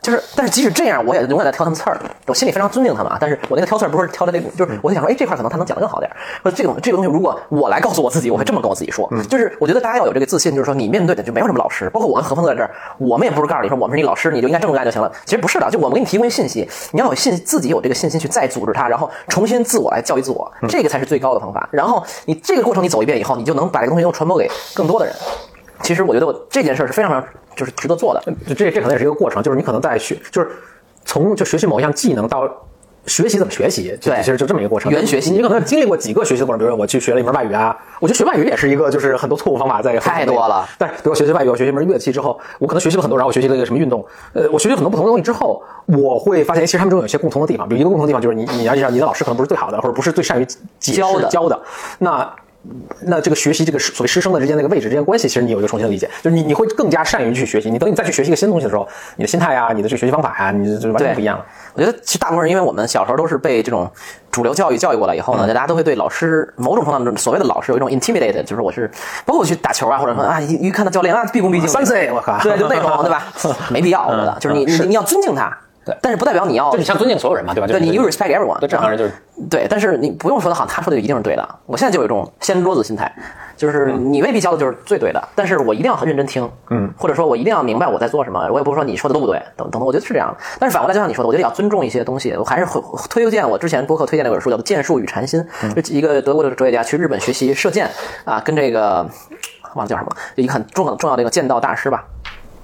[SPEAKER 1] 就是，但是即使这样，我也永远在挑他们刺儿。我心里非常尊敬他们啊，但是我那个挑刺儿不是挑的那种，就是我就想说，哎，这块儿可能他能讲得更好点儿。说这种这个东西，如果我来告诉我自己，我会这么跟我自己说。就是我觉得大家要有这个自信，就是说你面对的就没有什么老师，包括我跟何峰都在这儿，我们也不是告诉你说我们是你老师，你就应该这么干就行了。其实不是的，就我们给你提供一信息，你要有信自己有这个信心去再组织它，然后重新自我来教育自我，这个才是最高的方法。然后你这个过程你走一遍以后，你就能把这个东西又传播给更多的人。其实我觉得我这件事儿是非常非常就是值得做
[SPEAKER 4] 嗯
[SPEAKER 1] 的。
[SPEAKER 2] 这这可能也是一个过程，就是你可能在学，就是从就学习某一项技能到。学习怎么学习？就
[SPEAKER 1] 对
[SPEAKER 2] 其实就这么一个过程。
[SPEAKER 1] 原学习
[SPEAKER 2] 你可能经历过几个学习的过程，比如说我去学了一门外语啊，我觉得学外语也是一个，就是很多错误方法在
[SPEAKER 1] 太多了
[SPEAKER 2] 但是比如我学习外语，我学习一门乐器之后，我可能学习了很多，然后我学习了一个什么运动，呃，我学习了很多不同的东西之后，我会发现其实他们中有一些共同的地方，比如一个共同的地方就是你你要知道你的老师可能不是最好的，或者不是最善于解释
[SPEAKER 1] 教的
[SPEAKER 2] 教的，那。那这个学习这个师所谓师生的之间那个位置之间关系，其实你有一个重新的理解，就是你你会更加善于去学习。你等你再去学习一个新东西的时候，你的心态啊，你的这个学习方法啊，你就就完全
[SPEAKER 1] 对，
[SPEAKER 2] 不一样了。。
[SPEAKER 1] 我觉得其实大部分人，因为我们小时候都是被这种主流教育教育过来以
[SPEAKER 4] 嗯
[SPEAKER 1] 后呢，大家都会对老师某种程度上所谓的老师有一种 intimidate，就是我是包括我去打球啊，或者
[SPEAKER 4] 嗯
[SPEAKER 1] 说啊一一看到教练啊毕恭毕敬，
[SPEAKER 2] 三 C，我靠
[SPEAKER 1] 对，就那 种对吧？没必要，我觉得就是你你你要尊敬他，
[SPEAKER 4] 嗯对
[SPEAKER 1] 但是不代表你要
[SPEAKER 4] 就你像尊敬所有人嘛，对吧？
[SPEAKER 1] 对
[SPEAKER 4] 就是
[SPEAKER 1] 你 you respect everyone，
[SPEAKER 4] 对，正常人就是
[SPEAKER 1] 对，但是你不用说的好，他说的就一定是对的。我现在就有一种掀桌子心态，就是
[SPEAKER 4] 嗯
[SPEAKER 1] 你未必教的就是最对的，但是我一定要很认真听，嗯，或者说我一定要明白我在做什么，我也不是说你说的都不对，等等等，我觉得是这样的。但是反过来，就像你说的，我觉得也要尊重一些东西。我还是会推荐我之前播客推荐那本书，叫做《剑术与禅心》，
[SPEAKER 4] 嗯
[SPEAKER 1] 就一个德国的哲学家去日本学习射箭啊，跟这个忘了叫什么，就一个很重要重要的一个剑道大师吧，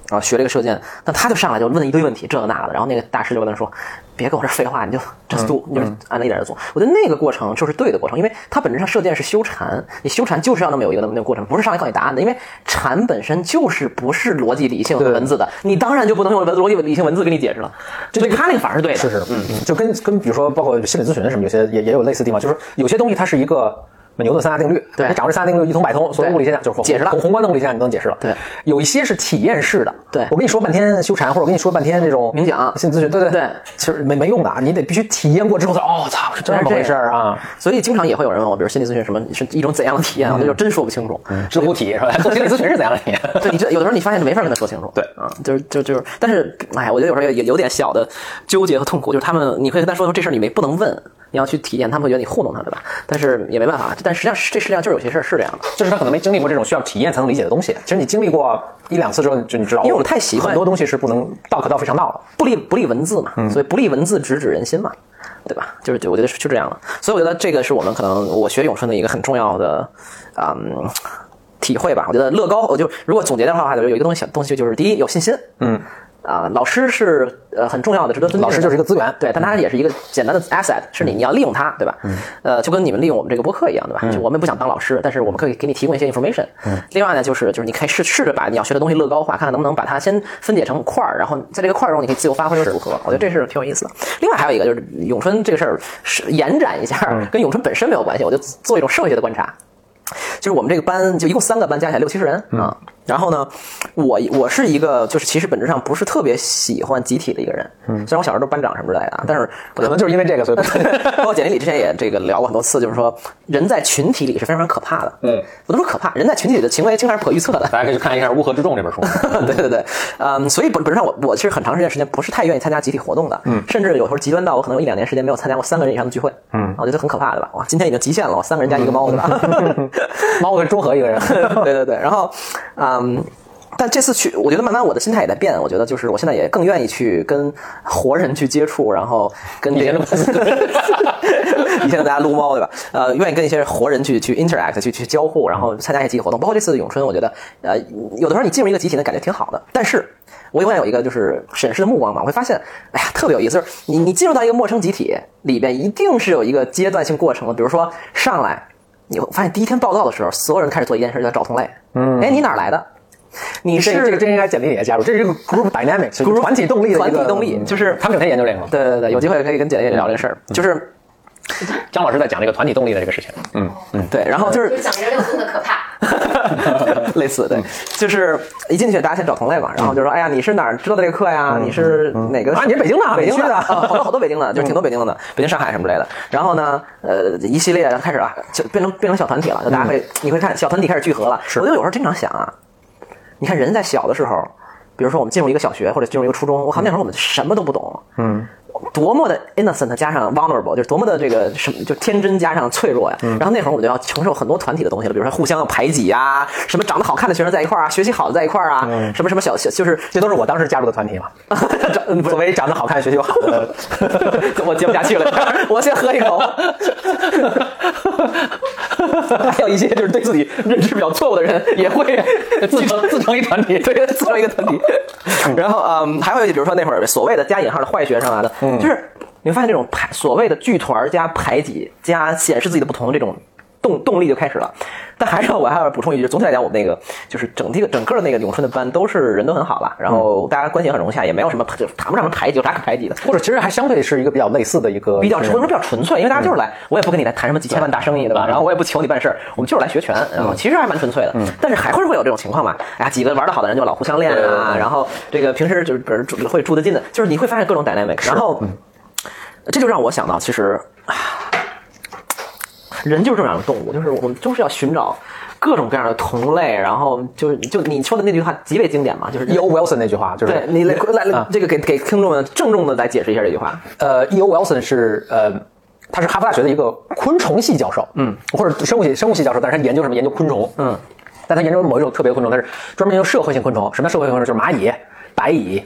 [SPEAKER 1] 然后学这个射箭，那他就上来就问一堆问题，这个那个的，然后那个大师就跟他说：“别跟我这废话，你就 just do，、你就是按照一点儿做。”我觉得那个过程就是对的过程，因为它本质上射箭是纠缠，你纠缠就是要那么有一个那么那个过程，不是上来告诉你答案的，因为禅本身就是不是逻辑理性和
[SPEAKER 2] 对
[SPEAKER 1] 文字的，你当然就不能用文逻辑理性文字给你解释了，所以他那个反而是对的，
[SPEAKER 2] 是是，嗯，就跟跟比如说包括心理咨询什么，有些也也有类似的地方，就是有些东西它是一个。牛顿三大定律，
[SPEAKER 1] 对
[SPEAKER 2] 你掌握这三大定律一通百通，所有
[SPEAKER 1] 对
[SPEAKER 2] 物理现象就是
[SPEAKER 1] 解释了
[SPEAKER 2] 宏宏观的物理现象你都能解释了。
[SPEAKER 1] 对，
[SPEAKER 2] 有一些是体验式的，
[SPEAKER 1] 对
[SPEAKER 2] 我跟你说半天修禅，或者我跟你说半天这种
[SPEAKER 1] 冥想
[SPEAKER 2] 心理咨询，对对
[SPEAKER 1] 对，
[SPEAKER 2] 其实没没用的啊，你得必须体验过之后才，哦，操，是这么回事儿啊。
[SPEAKER 1] 所以经常也会有人问我，比如心理咨询什么是一种怎样的体验啊，我就真说不清楚。
[SPEAKER 4] 知乎体是吧？做心理咨询是怎样的体验？
[SPEAKER 1] 对你这有的时候你发现没法跟他说清楚。
[SPEAKER 4] 对
[SPEAKER 1] 啊，就是就就是，但是哎，我觉得有时候也也有点小的纠结和痛苦，就是他们你可以跟他说说这事儿你没不能问，你要去体验，他们会觉得你糊弄他，对吧？但是也没办法，但实际上是这世界上就是有些事儿是这样的，
[SPEAKER 2] 就是他可能没经历过这种需要体验才能理解的东西。其实你经历过一两次之后，就你知道，哦
[SPEAKER 1] 因为我太习惯
[SPEAKER 2] 很多东西是不能道可道非常道了。
[SPEAKER 1] 不立不立文字嘛，
[SPEAKER 2] 嗯
[SPEAKER 1] 所以不立文字直指人心嘛，对吧？就是就我觉得是就这样了，所以我觉得这个是我们可能我学咏春的一个很重要的，嗯。体会吧，我觉得乐高，我就如果总结的话，有一个东西，东西就是第一有信心，嗯，啊，老师是呃很重要的，值得尊敬的。
[SPEAKER 2] 老师就是一个资源
[SPEAKER 1] 对，但它也是一个简单的 asset，是你你要利用它，对吧？呃，就跟你们利用我们这个播客一样，对吧？就我们不想当老师，但是我们可以给你提供一些 information。另外呢，就是就是你可以试试着把你要学的东西乐高化，看看能不能把它先分解成块儿，然后在这个块儿中你可以自由发挥和组合。我觉得这事儿挺有意思的。另外还有一个就是咏春这个事儿是延展一下，跟咏春本身没有关系，我就做一种社会学的观察。就是我们这个班就一共三个班，加起来六七十人啊。然后呢，我我是一个就是其实本质上不是特别喜欢集体的一个人，虽然我小时候都是班长什么之类的啊，但是我
[SPEAKER 2] 可能就是因为这个，所以不
[SPEAKER 1] 包括简历里之前也这个聊过很多次，就是说人在群体里是非常非常可怕的。
[SPEAKER 4] 嗯，
[SPEAKER 1] 不能说可怕，人在群体里的行为经常是不可预测的。
[SPEAKER 4] 大家可以去看一下《乌合之众》这本书。
[SPEAKER 1] 对对对，嗯，所以本本质上我我是很长时间时间不是太愿意参加集体活动的，嗯，甚至有时候极端到我可能有一两年时间没有参加过三个人以上的聚会，嗯，我觉得很可怕，对吧？哇，今天已经极限了，我三个人加一个猫，对吧？
[SPEAKER 2] 猫我是中和一个人。
[SPEAKER 1] 对对对，然后，嗯。但这次去，我觉得慢慢我的心态也在变。我觉得就是我现在也更愿意去跟活人去接触，然后跟别人， 以前大家撸猫对吧？呃，愿意跟一些活人去去 interact，去去交互，然后参加一些集体活动。包括这次的咏春，我觉得呃，有的时候你进入一个集体呢，感觉挺好的，但是我永远有一个就是审视的目光嘛，我会发现，哎呀，特别有意思。就是你你进入到一个陌生集体里边，一定是有一个阶段性过程的，比如说上来。你会发现第一天报道的时候，所有人开始做一件事，叫找同类。嗯，哎，你哪儿来的？你是
[SPEAKER 2] 这个这个应该简历也加入，这是一个 group dynamic，是一个团体动力的一个嗯
[SPEAKER 1] 团体动力就是
[SPEAKER 2] 他们整天研究这个嗯嘛。
[SPEAKER 1] 对对对，有机会可以跟姐姐聊这事儿，就是
[SPEAKER 4] 张老师在讲这个团体动力的这个事情。嗯，
[SPEAKER 1] 对，然后就是
[SPEAKER 5] 就讲人流动的可怕，
[SPEAKER 1] 类似，对，就是一进去大家先找同类嘛，然后就
[SPEAKER 2] 嗯
[SPEAKER 1] 说，哎呀，你是哪儿知道的这个课呀？你是哪个
[SPEAKER 2] 啊你是北京的啊嗯
[SPEAKER 1] 北京
[SPEAKER 2] 北京的
[SPEAKER 1] 啊好多好多北京的，就是挺多北京的，北京、上海什么之类的。然后呢，呃，一系列然后开始啊，就变成变成小团体了，就大
[SPEAKER 2] 嗯
[SPEAKER 1] 家会你会看小团体开始聚合了。我就有时候经常想啊，你看人在小的时候，比如说我们进入一个小学或者进入一个初中，我靠，那会儿我们什么都不懂，嗯。多么的 innocent 加上 vulnerable，就是多么的这个什么，就天真加上脆弱呀。然后那会儿我们就要承受很多团体的东西了，比如说互相要排挤啊，什么长得好看的学生在一块儿啊，学习好的在一块儿啊，什么什么小小就是
[SPEAKER 2] 这都是我当时加入的团体嘛。作为长得好看、学习又好的，
[SPEAKER 1] 我接不下去了，我先喝一口。 还有一些就是对自己认知比较错误的人，也会自成自成一团 体，对，自成一个团体。 然后嗯，还有一些比如说那会儿所谓的加引号的坏学生啊的，就是你会发现这种排所谓的剧团加排挤加显示自己的不同这种。动动力就开始了，但还是要我还要补充一句，总体来讲，我们那个就是整体的整个的那个咏春的班都是人都很好了，然后大家关系也很融洽，也没有什么就谈不上什么排挤，有啥可排挤的？
[SPEAKER 2] 或者其实还相对是一个比较类似的一个
[SPEAKER 1] 比较纯，我说比较纯粹，因为大家就是来，我也不跟你来谈什么几千万大生意，对嗯吧？然后我也不求你办事儿，我们就是来学拳，然后其实还蛮纯粹的。但是还会会有这种情况嘛？哎呀，几个玩的好的人就老互相练啊，然后这个平时就是比如住会住得近的，就是嗯你会发现各种 dynamic，然后这就让我想到，其实啊人就是这样的动物，就是我们就是要寻找各种各样的同类，然后就是就你说的那句话极为经典嘛，就是。
[SPEAKER 2] E.O.，E Wilson 那句话就是
[SPEAKER 1] 对你来来来
[SPEAKER 2] 啊，
[SPEAKER 1] 这个给给听众们郑重的来解释一下这句话。
[SPEAKER 2] 呃，E.O. Wilson 是呃，他是哈佛大学的一个昆虫系教授，嗯，或者生物系生物系教授，但是他研究什么？研究昆虫，嗯，但他研究某一种特别的昆虫，他是专门研究社会性昆虫。什么叫社会性昆虫？就是蚂蚁、白蚁。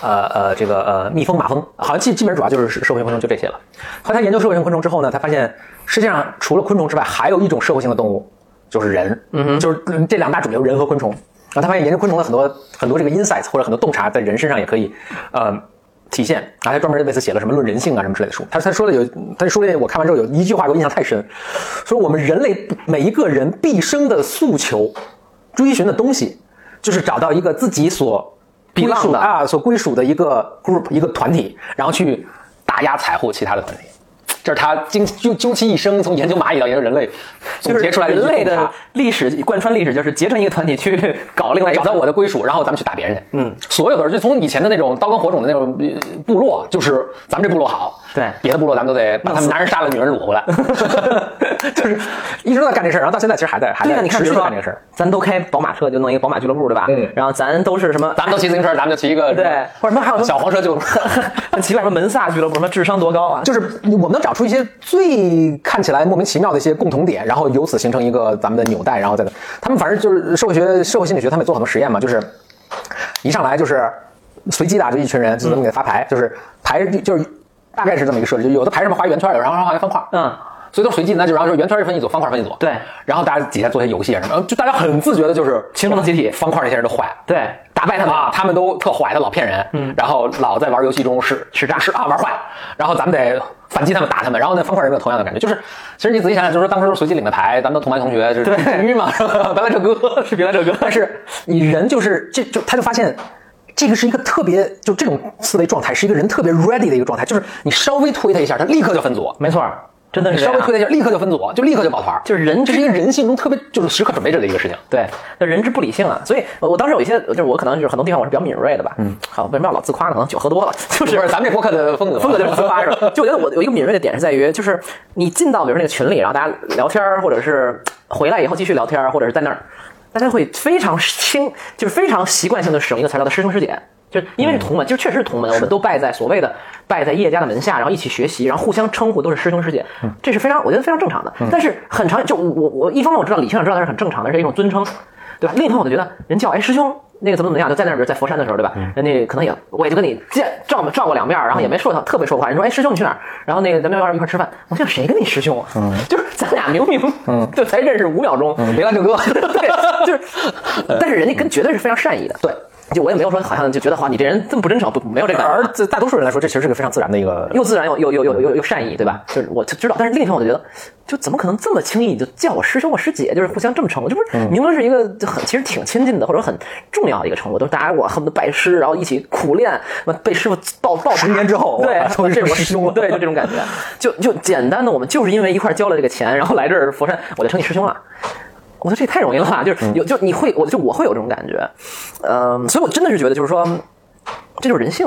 [SPEAKER 2] 呃呃，这个呃，蜜蜂、马蜂，好像基基本主要就是社会性昆虫，就这些了。后来他研究社会性昆虫之后呢，他发现世界上除了昆虫之外，还有一种社会性的动物，就是人，嗯，就是嗯这两大主流，人和昆虫。然后他发现研究昆虫的很多很多这个 insights 或者很多洞察，在人身上也可以，呃，体现。然后他专门为此写了什么论人性啊什么之类的书。他他说的有，他说的我看完之后有一句话给我印象太深，说我们人类每一个人毕生的诉求，追寻的东西，就是找到一个自己所归
[SPEAKER 1] 浪
[SPEAKER 2] 属
[SPEAKER 1] 的
[SPEAKER 2] 啊所归属的一个 group 一个团体，然后去打压踩护其他的团体。这是他经究究其一生，从研究蚂蚁到研究人类，总
[SPEAKER 1] 就是
[SPEAKER 2] 结出来的一句
[SPEAKER 1] 人类
[SPEAKER 2] 洞
[SPEAKER 1] 的
[SPEAKER 2] 察
[SPEAKER 1] 历史贯穿历史，就是结成一个团体去搞另外一个
[SPEAKER 2] 找到我的归属，然后咱们去打别人去。
[SPEAKER 1] 嗯，
[SPEAKER 2] 所有的就从以前的那种刀耕火种的那种呃部落，就是咱们这部落好，
[SPEAKER 1] 对
[SPEAKER 2] 别的部落咱们都得把他们男人杀了，女人掳回来， 就是一直都在干这事儿，然后到现在其实还在还
[SPEAKER 1] 对
[SPEAKER 2] 在
[SPEAKER 1] 啊，你看，
[SPEAKER 2] 持
[SPEAKER 1] 比如
[SPEAKER 2] 续地
[SPEAKER 1] 说
[SPEAKER 2] 干这个事儿。，
[SPEAKER 1] 咱都开宝马车，就弄一个宝马俱乐部，对吧？
[SPEAKER 2] 嗯
[SPEAKER 1] 然后咱都是什么？
[SPEAKER 2] 咱们都骑自行车，咱们就骑一个
[SPEAKER 1] 对，或者什么还有什么
[SPEAKER 2] 小黄车就。
[SPEAKER 1] 很奇怪，什么门萨俱乐部，什么智商多高啊？
[SPEAKER 2] 就是我们能找出一些最看起来莫名其妙的一些共同点，然后由此形成一个咱们的纽带，然后再他们反正就是社会学、社会心理学，他们也做很多实验嘛，就是一上来就是随机的啊，就一群人就这么给他发牌，就是牌就是大概是这么一个设置，就有的牌什么画一圆圈，有的画一方块，
[SPEAKER 1] 嗯。
[SPEAKER 2] 所以都是随机的，那就然后就圆圈分一组，方块分一组。
[SPEAKER 1] 对
[SPEAKER 2] 然后大家底下做些游戏啊什么，就大家很自觉的，就是
[SPEAKER 1] 形成了集体
[SPEAKER 2] 方块那些人都坏了，
[SPEAKER 1] 对
[SPEAKER 2] 打败他
[SPEAKER 1] 嗯
[SPEAKER 2] 们啊，他们都特坏，他老骗人，嗯，然后老在玩游戏中使使诈，是啊，玩坏了，然后咱们得反击他们，打他们，然后那方块人有同样的感觉，就是其实你仔细想想，就是当时都是随机领的牌，咱们都同班同学，就是
[SPEAKER 1] 对
[SPEAKER 2] 地狱嘛， 白来这哥是别 来这哥，但是你人就是这就他就发现。这个是一个特别，就这种思维状态，是一个人特别 ready 的一个状态，就是你稍微推他一下，他立刻就分组。
[SPEAKER 1] 没错，真的是这
[SPEAKER 4] 稍
[SPEAKER 1] 样
[SPEAKER 4] 微推荐一下，立刻就分组，就立刻就抱团儿，
[SPEAKER 1] 就是人
[SPEAKER 4] 这是一个人性中特别就是时刻准备着的一个事情。
[SPEAKER 1] 对，那人之不理性啊，所以我我当时有一些，就是我可能就是很多地方我是比较敏锐的吧。嗯，好，为什么要老自夸呢？可能酒喝多了，就
[SPEAKER 4] 不
[SPEAKER 1] 是
[SPEAKER 4] 是咱们这播客的风格，
[SPEAKER 1] 风格就是自夸是吧？就我觉得我有一个敏锐的点是在于，就是你进到比如说那个群里，然后大家聊天儿，或者是回来以后继续聊天儿，或者是在那儿，大家会非常轻，就是非常习惯性的使用一个词儿叫做师兄师姐。就是因为是同门，就确实是同门，我们都拜在所谓的拜在叶家的门下，然后一起学习，然后互相称呼都是师兄师姐，这是非常我觉得非常正常的。但是很常就我我我一方面我知道理性上知道那是很正常的，是一种尊称，对吧？另一方面我就觉得人叫哎师兄，那个怎么怎么样，就在那儿比如在佛山的时候，对吧？
[SPEAKER 2] 嗯
[SPEAKER 1] 人家可能也我也就跟你见照吧照过两面儿，然后也没说他特别说话。人说哎师兄你去哪儿？然后那个咱们要不要一块儿吃饭？我想谁跟你师兄啊？
[SPEAKER 2] 嗯
[SPEAKER 1] 就是咱俩明明 就才认识五秒钟，别干这个， 对，就是，
[SPEAKER 2] 嗯
[SPEAKER 1] 但是人家跟绝对是非常善意的，对。就我也没有说，好像就觉得好，你这人这么不真诚，不没有这感觉。
[SPEAKER 2] 而在大多数人来说，这其实是个非常自然的一个。
[SPEAKER 1] 又自然又又又又又又善意，对吧？就是我就知道，但是另一方面我就觉得，就怎么可能这么轻易你就叫我师兄、我师姐，就是互相这么称呼，这不
[SPEAKER 2] 嗯
[SPEAKER 1] 是明明是一个就很其实挺亲近的或者很重要的一个称呼，都是大家我恨不得拜师，然后一起苦练，完被师傅抱抱十
[SPEAKER 2] 十年之后
[SPEAKER 1] 对
[SPEAKER 2] 哇，终于
[SPEAKER 1] 这
[SPEAKER 2] 是
[SPEAKER 1] 是我
[SPEAKER 2] 师兄了
[SPEAKER 1] 对，就这种感觉，就就简单的，我们就是因为一块儿交了这个钱，然后来这儿佛山，我就称你师兄了。我觉得这也太容易了吧，就是
[SPEAKER 2] 嗯
[SPEAKER 1] 有就你会，我就我会有这种感觉，嗯，所以我真的是觉得就是说，这就是人性，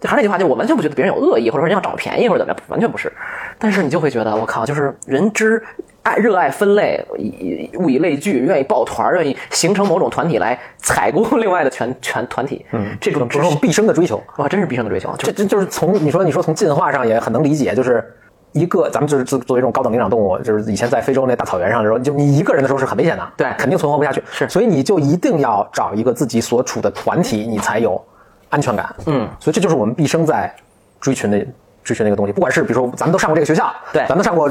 [SPEAKER 1] 就还是那句话，就我完全不觉得别人有恶意，或者说人要找我便宜或者怎么样，完全不是。但是你就会觉得，我靠，就是人之爱热爱分类，以以物以类聚，愿意抱团，愿意形成某种团体来采购 另外的全全团体，嗯，这种
[SPEAKER 2] 不
[SPEAKER 1] 执
[SPEAKER 2] 是
[SPEAKER 1] 行
[SPEAKER 2] 毕生的追求，
[SPEAKER 1] 哇，真是毕生的追求，啊就
[SPEAKER 2] 这这就是从你说你说从进化上也很能理解，就是一个咱们就是作作为一种高等灵长动物，就是以前在非洲那大草原上的时候，就你一个人的时候是很危险的，
[SPEAKER 1] 对
[SPEAKER 2] 肯定存活不下去，
[SPEAKER 1] 是
[SPEAKER 2] 所以你就一定要找一个自己所处的团体，你才有安全感，嗯，所以这就是我们毕生在追寻的。追寻的一个东西，不管是比如说咱们都上过这个学校，
[SPEAKER 1] 对
[SPEAKER 2] 咱们都上过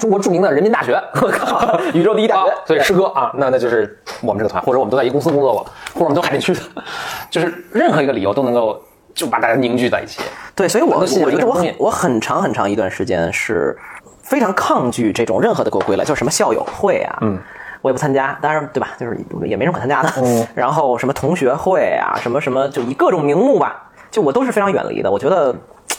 [SPEAKER 2] 中国著名的人民大学， 我 靠，宇宙第一大学
[SPEAKER 4] 啊，所以师哥啊，那那就是我们这个团，或者我们都在一个公司工作过，或者我们都海淀区的，就是任何一个理由都能够就把大家凝聚在一起。
[SPEAKER 1] 对，所以我
[SPEAKER 4] 都信仰
[SPEAKER 1] 我
[SPEAKER 4] 这
[SPEAKER 1] 觉得
[SPEAKER 4] 种
[SPEAKER 1] 我
[SPEAKER 4] 东西
[SPEAKER 1] 很我很长很长一段时间是非常抗拒这种任何的给我归类，就是什么校友会啊，嗯。我也不参加，当然对吧？就是也没什么可参加的。然后什么同学会啊，什么什么，就以各种名目吧，就我都是非常远离的。我觉得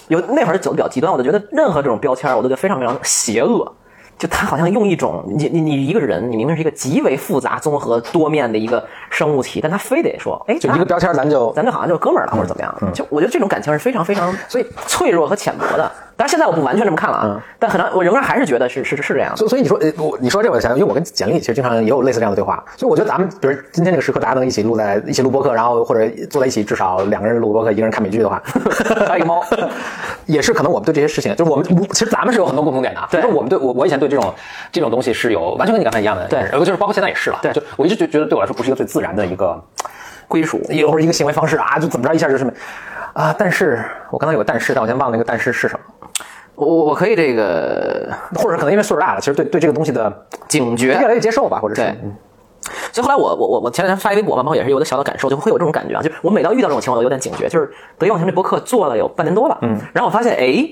[SPEAKER 1] 有那会儿走的比较极端，我就觉得任何这种标签儿，我都觉得非常非常邪恶。就他好像用一种你你你一个人，你明明是一个极为复杂、综合多面的一个生物体，但他非得说，哎，
[SPEAKER 2] 就
[SPEAKER 1] 那
[SPEAKER 2] 一个标签儿咱就
[SPEAKER 1] 咱就好像就是哥们儿了，
[SPEAKER 2] 嗯
[SPEAKER 1] 或者怎么样。就我觉得这种感情是非常非常所以脆弱和浅薄的。当然现在我不完全这么看了啊，但可能我仍然还是觉得是是是是这样的。
[SPEAKER 2] 所以所以你说，呃，我你说这我想，因为我跟简历其实经常也有类似这样的对话，所以我觉得咱们比如今天这个时刻，大家能一起录在一起录播客，然后或者坐在一起，至少两个人录播客，一个人看美剧 的话，还有一个猫，也是可能我们对这些事情，就是我们我其实
[SPEAKER 4] 咱
[SPEAKER 2] 咱们
[SPEAKER 4] 们
[SPEAKER 2] 是
[SPEAKER 4] 是有
[SPEAKER 2] 有
[SPEAKER 4] 很
[SPEAKER 2] 很多
[SPEAKER 4] 多共同点的啊，比如说我们对我我以前对这种这种东西是有完全跟你刚才一样的，
[SPEAKER 1] 对
[SPEAKER 4] 呃就是包括现在也是了，
[SPEAKER 1] 对
[SPEAKER 4] 就我一直觉觉得对我来说不是一个最自然的一个
[SPEAKER 1] 归属
[SPEAKER 2] 有时候一个行为方式啊，就怎么着一下就是啊，但是我刚才有个但是，但我先忘了那个但是是什么，
[SPEAKER 1] 我我我可以这个
[SPEAKER 2] 或者可能因为岁数大了，其实对对这个东西的
[SPEAKER 1] 警觉
[SPEAKER 2] 越来越接受吧，或者是
[SPEAKER 1] 对。
[SPEAKER 6] 嗯
[SPEAKER 1] 所以后来我我我我前两天发一微博嘛，包括也是有的小的感受，就会有这种感觉啊，就是我每到遇到这种情况，我有点警觉。就是得意忘形这博客做了有半年多了，嗯，然后我发现，哎，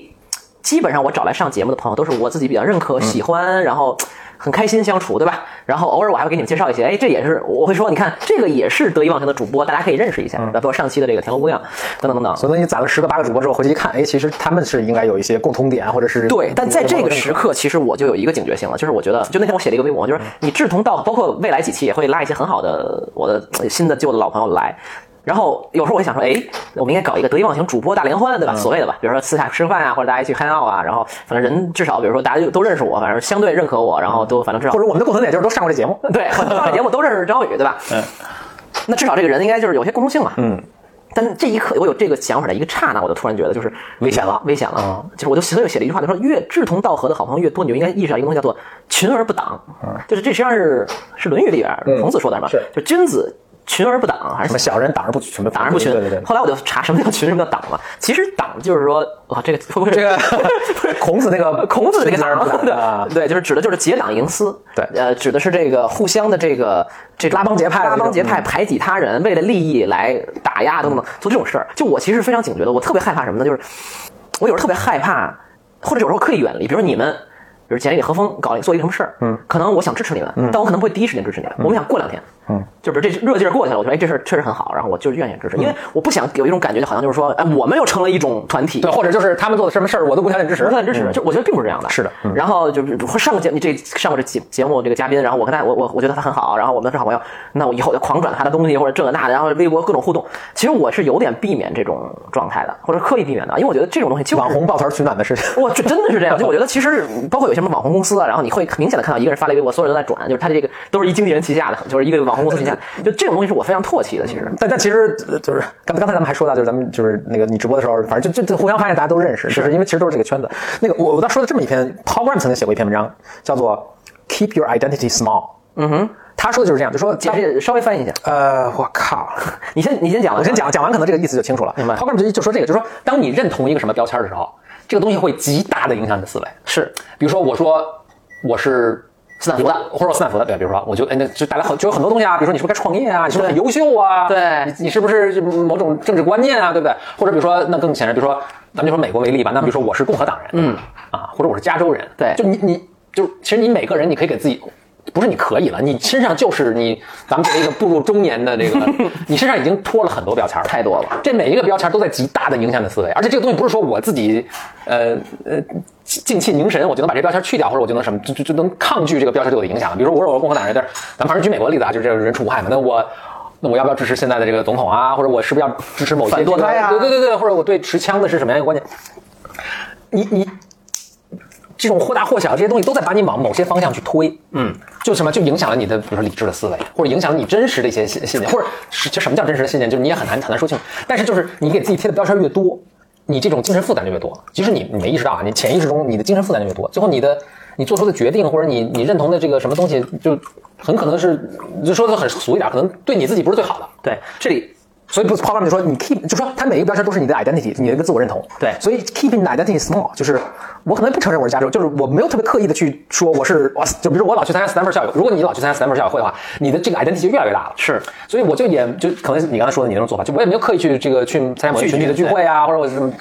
[SPEAKER 1] 基本上我找来上节目的朋友都是我自己比较认可、喜欢，然后很开心相处，对吧？然后偶尔我还会给你们介绍一些，哎，这也是我会说，你看这个也是得意忘形的主播，大家可以认识一下，包括上期的这个田螺姑娘等等等等。
[SPEAKER 2] 所以你攒了十个八个主播之后，回去一看，哎，其实他们是应该有一些共同点，或者是
[SPEAKER 1] 对，但在这个时刻，其实我就有一个警觉性了，就是我觉得，就那天我写了一个微博，就是你志同道，包括未来几期也会拉一些很好的我的呃新的旧的老朋友来。然后有时候我会想说，哎，我们应该搞一个得意忘形主播大联欢，对
[SPEAKER 2] 嗯
[SPEAKER 1] 吧？所谓的吧，比如说私下吃饭啊，或者大家一起 hang out 啊，然后反正人至少，比如说大家就都认识我，反正相对认可我，然后都反正至少
[SPEAKER 2] 或者我们的共同点就是都上过这节目，
[SPEAKER 1] 对，我上这节目都认识张宇，对吧？嗯，那至少这个人应该就是有些共同性嘛。嗯。但这一刻，我有这个想法的一个刹那，我就突然觉得就是危险
[SPEAKER 2] 嗯
[SPEAKER 1] 了，危险了。就是我就随手写了一句话，就说越志同道合的好朋友越多，你就应该意识到一个东西叫做群而不党。就是这实际上是是《论语》里边孔子说的嘛，
[SPEAKER 2] 嗯是
[SPEAKER 1] 就君子群而不党，还是
[SPEAKER 2] 什么小人挡而不什么
[SPEAKER 1] 党而不群。
[SPEAKER 2] 对对对。
[SPEAKER 1] 后来我就查什么叫群，什么叫党了。其实党就是说，哇，这个会不会这
[SPEAKER 2] 这个孔子那个
[SPEAKER 1] 孔子这个党
[SPEAKER 2] 孔子啊，
[SPEAKER 1] 对，就是指的就是结党营私，
[SPEAKER 2] 对
[SPEAKER 1] 呃，指的是这个互相的这个这个
[SPEAKER 2] 拉帮结派
[SPEAKER 1] 拉
[SPEAKER 2] 的这
[SPEAKER 1] 帮
[SPEAKER 2] 种嗯
[SPEAKER 1] 结派排挤他人，为了利益来打压等等做这种事儿。就我其实非常警觉的，我特别害怕什么呢？就是我有时候特别害怕，或者有时候刻意远离，比如说你们。
[SPEAKER 2] 嗯
[SPEAKER 1] 比如前一个和风搞一个做一个什么事儿，嗯，可能我想支持你们，但我可能不会第一时间支持你们，我想过两天，嗯，就比如这热劲儿过去了，我觉得哎，这事儿确实很好，然后我就愿意支持，
[SPEAKER 2] 嗯
[SPEAKER 1] 因为我不想有一种感觉，就好像就是说，哎，我们又成了一种团体，
[SPEAKER 2] 对，或者就是他们做的什么事儿，我都无条件支持
[SPEAKER 1] 无。条件支持，就我觉得并不是这样的。
[SPEAKER 6] 嗯是的嗯
[SPEAKER 1] 然后就是上个节目，这上过这节节目这个嘉宾，然后我跟他，我我我觉得他很好，然后我们是好朋友，那我以后要狂转他的东西或者这个那的，然后微博各种互动。其实我是有点避免这种状态的，或者刻意避免的，因为我觉得这种东西就是
[SPEAKER 6] 网红抱团取暖的事情。
[SPEAKER 1] 我这真的是这样，就我觉得其实包括有些什么网红公司啊，然后你会明显的看到一个人发了一微博，所有人都在转，就是他这个都是一经纪人旗下的，就是一个网红公司旗下，就这种东西是我非常唾弃的。其实
[SPEAKER 6] 但但其实呃就是刚刚才咱们还说到，就是咱们就是那个你直播的时候，反正就就就互相发现大家都认识，就是因为其实都是这个圈子。那个我我倒说了这么一篇，Paul Graham 曾经写过一篇文章，叫做《Keep Your Identity Small》。嗯哼，他说的就是这样，就说
[SPEAKER 1] 解释稍微翻译一下，
[SPEAKER 6] 呃，我靠，
[SPEAKER 1] 你先你先讲了，
[SPEAKER 6] 我先讲，讲完可能这个意思就清楚了。
[SPEAKER 1] 明白
[SPEAKER 6] Paul Graham 就就说这个，就说
[SPEAKER 2] 当你认同一个什么标签的时候，这个东西会极大的影响你的思维。
[SPEAKER 1] 是
[SPEAKER 2] 比如说，我说我是
[SPEAKER 1] 斯坦福的
[SPEAKER 2] 或者我斯坦福的，对，比如说，我就哎，那就大家很就有很多东西啊，比如说你是不是该创业啊，你是不是很
[SPEAKER 1] 对
[SPEAKER 2] 优秀啊，
[SPEAKER 1] 对
[SPEAKER 2] 你你是不是某种政治观念啊，对不对？或者比如说，那更显然，比如说咱们就说美国为例吧，那比如说我是共和党人，嗯，啊，或者我是加州人，
[SPEAKER 1] 对
[SPEAKER 2] 就你你就其实你每个人你可以给自己。不是你可以了，你身上就是你，咱们这个步入中年的这 个，你身上已经脱了很多标签了，
[SPEAKER 1] 太多了。
[SPEAKER 2] 这每一个标签都在极大的影响你的思维，而且这个东西不是说我自己，呃呃，静静气凝神，我就能把这标签去掉，或者我就能什么，就就就能抗拒这个标签对我的影响。比如说，我说我是共和党人，但是咱们还是举美国的例子啊，就是这个人畜无害嘛。那我那我要不要支持现在的这个总统啊？或者我是不是要支持某些
[SPEAKER 1] 反堕胎啊
[SPEAKER 2] 对对对对，或者我对持枪的是什么样一个观念？你你这种或大或小这些东西都在把你往某些方向去推，嗯，就什么就影响了你的，比如说理智的思维，或者影响了你真实的一些信信念，或者是就什么叫真实的信念，就是你也很难很难说清楚。但是就是你给自己贴的标签越多，你这种精神负担就越多。即使你你没意识到啊，你潜意识中你的精神负担就越多，最后你的你做出的决定或者你你认同的这个什么东西，就很可能是就说的很俗一点，可能对你自己不是最好的。
[SPEAKER 1] 对，这里
[SPEAKER 6] 所以不是 Paul Graham 就说你 keep 就说他每一个标签都是你的 identity，你的一个自我认同。
[SPEAKER 1] 对
[SPEAKER 6] 所以 keep in identity small 就是我可能不承认我是加州，就是我没有特别刻意的去说我是我，
[SPEAKER 2] 就比如我老去参加斯坦福校友，如果你老去参加斯坦福校友会的话，你的这个 identity 就越来越大了。是，所以我就也就可能你刚才说的你那种做法，就我也没有刻意去这个去参加某些群体的聚会啊，或者我什么，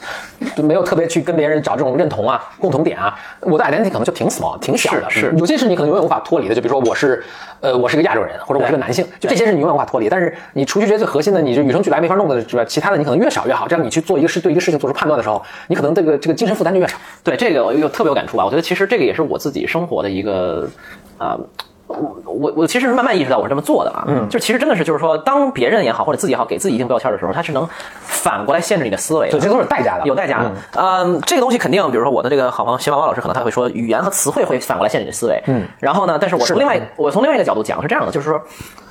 [SPEAKER 2] 就没有特别去跟别人找这种认同啊、共同点啊。我的 identity 可能就挺 small、挺小的，
[SPEAKER 1] 是是
[SPEAKER 2] 有些事你可能永远无法脱离的，就比如说我是，呃，我是个亚洲人，或者我是个男性，就这些是你永远无法脱离。但是你除去这些最核心的，你就与生俱来没法弄的之外，其他的你可能越少越好。这样你去做一个事，对一个事情做出判断的时候，你可能这个这个精神负担就越少。
[SPEAKER 1] 对这个我有特别有感触吧。我觉得其实这个也是我自己生活的一个啊。我我我其实是慢慢意识到我是这么做的啊，嗯，就其实真的是就是说，当别人也好或者自己也好给自己一定标签的时候，它是能反过来限制你的思维的，
[SPEAKER 2] 对，这都是有代价的，
[SPEAKER 1] 有代价的。嗯，这个东西肯定，比如说我的这个好朋友薛娃娃老师，可能他会说，语言和词汇会反过来限制你的思维。嗯，然后呢，但是我从另外我从另外一个角度讲是这样的，就是说，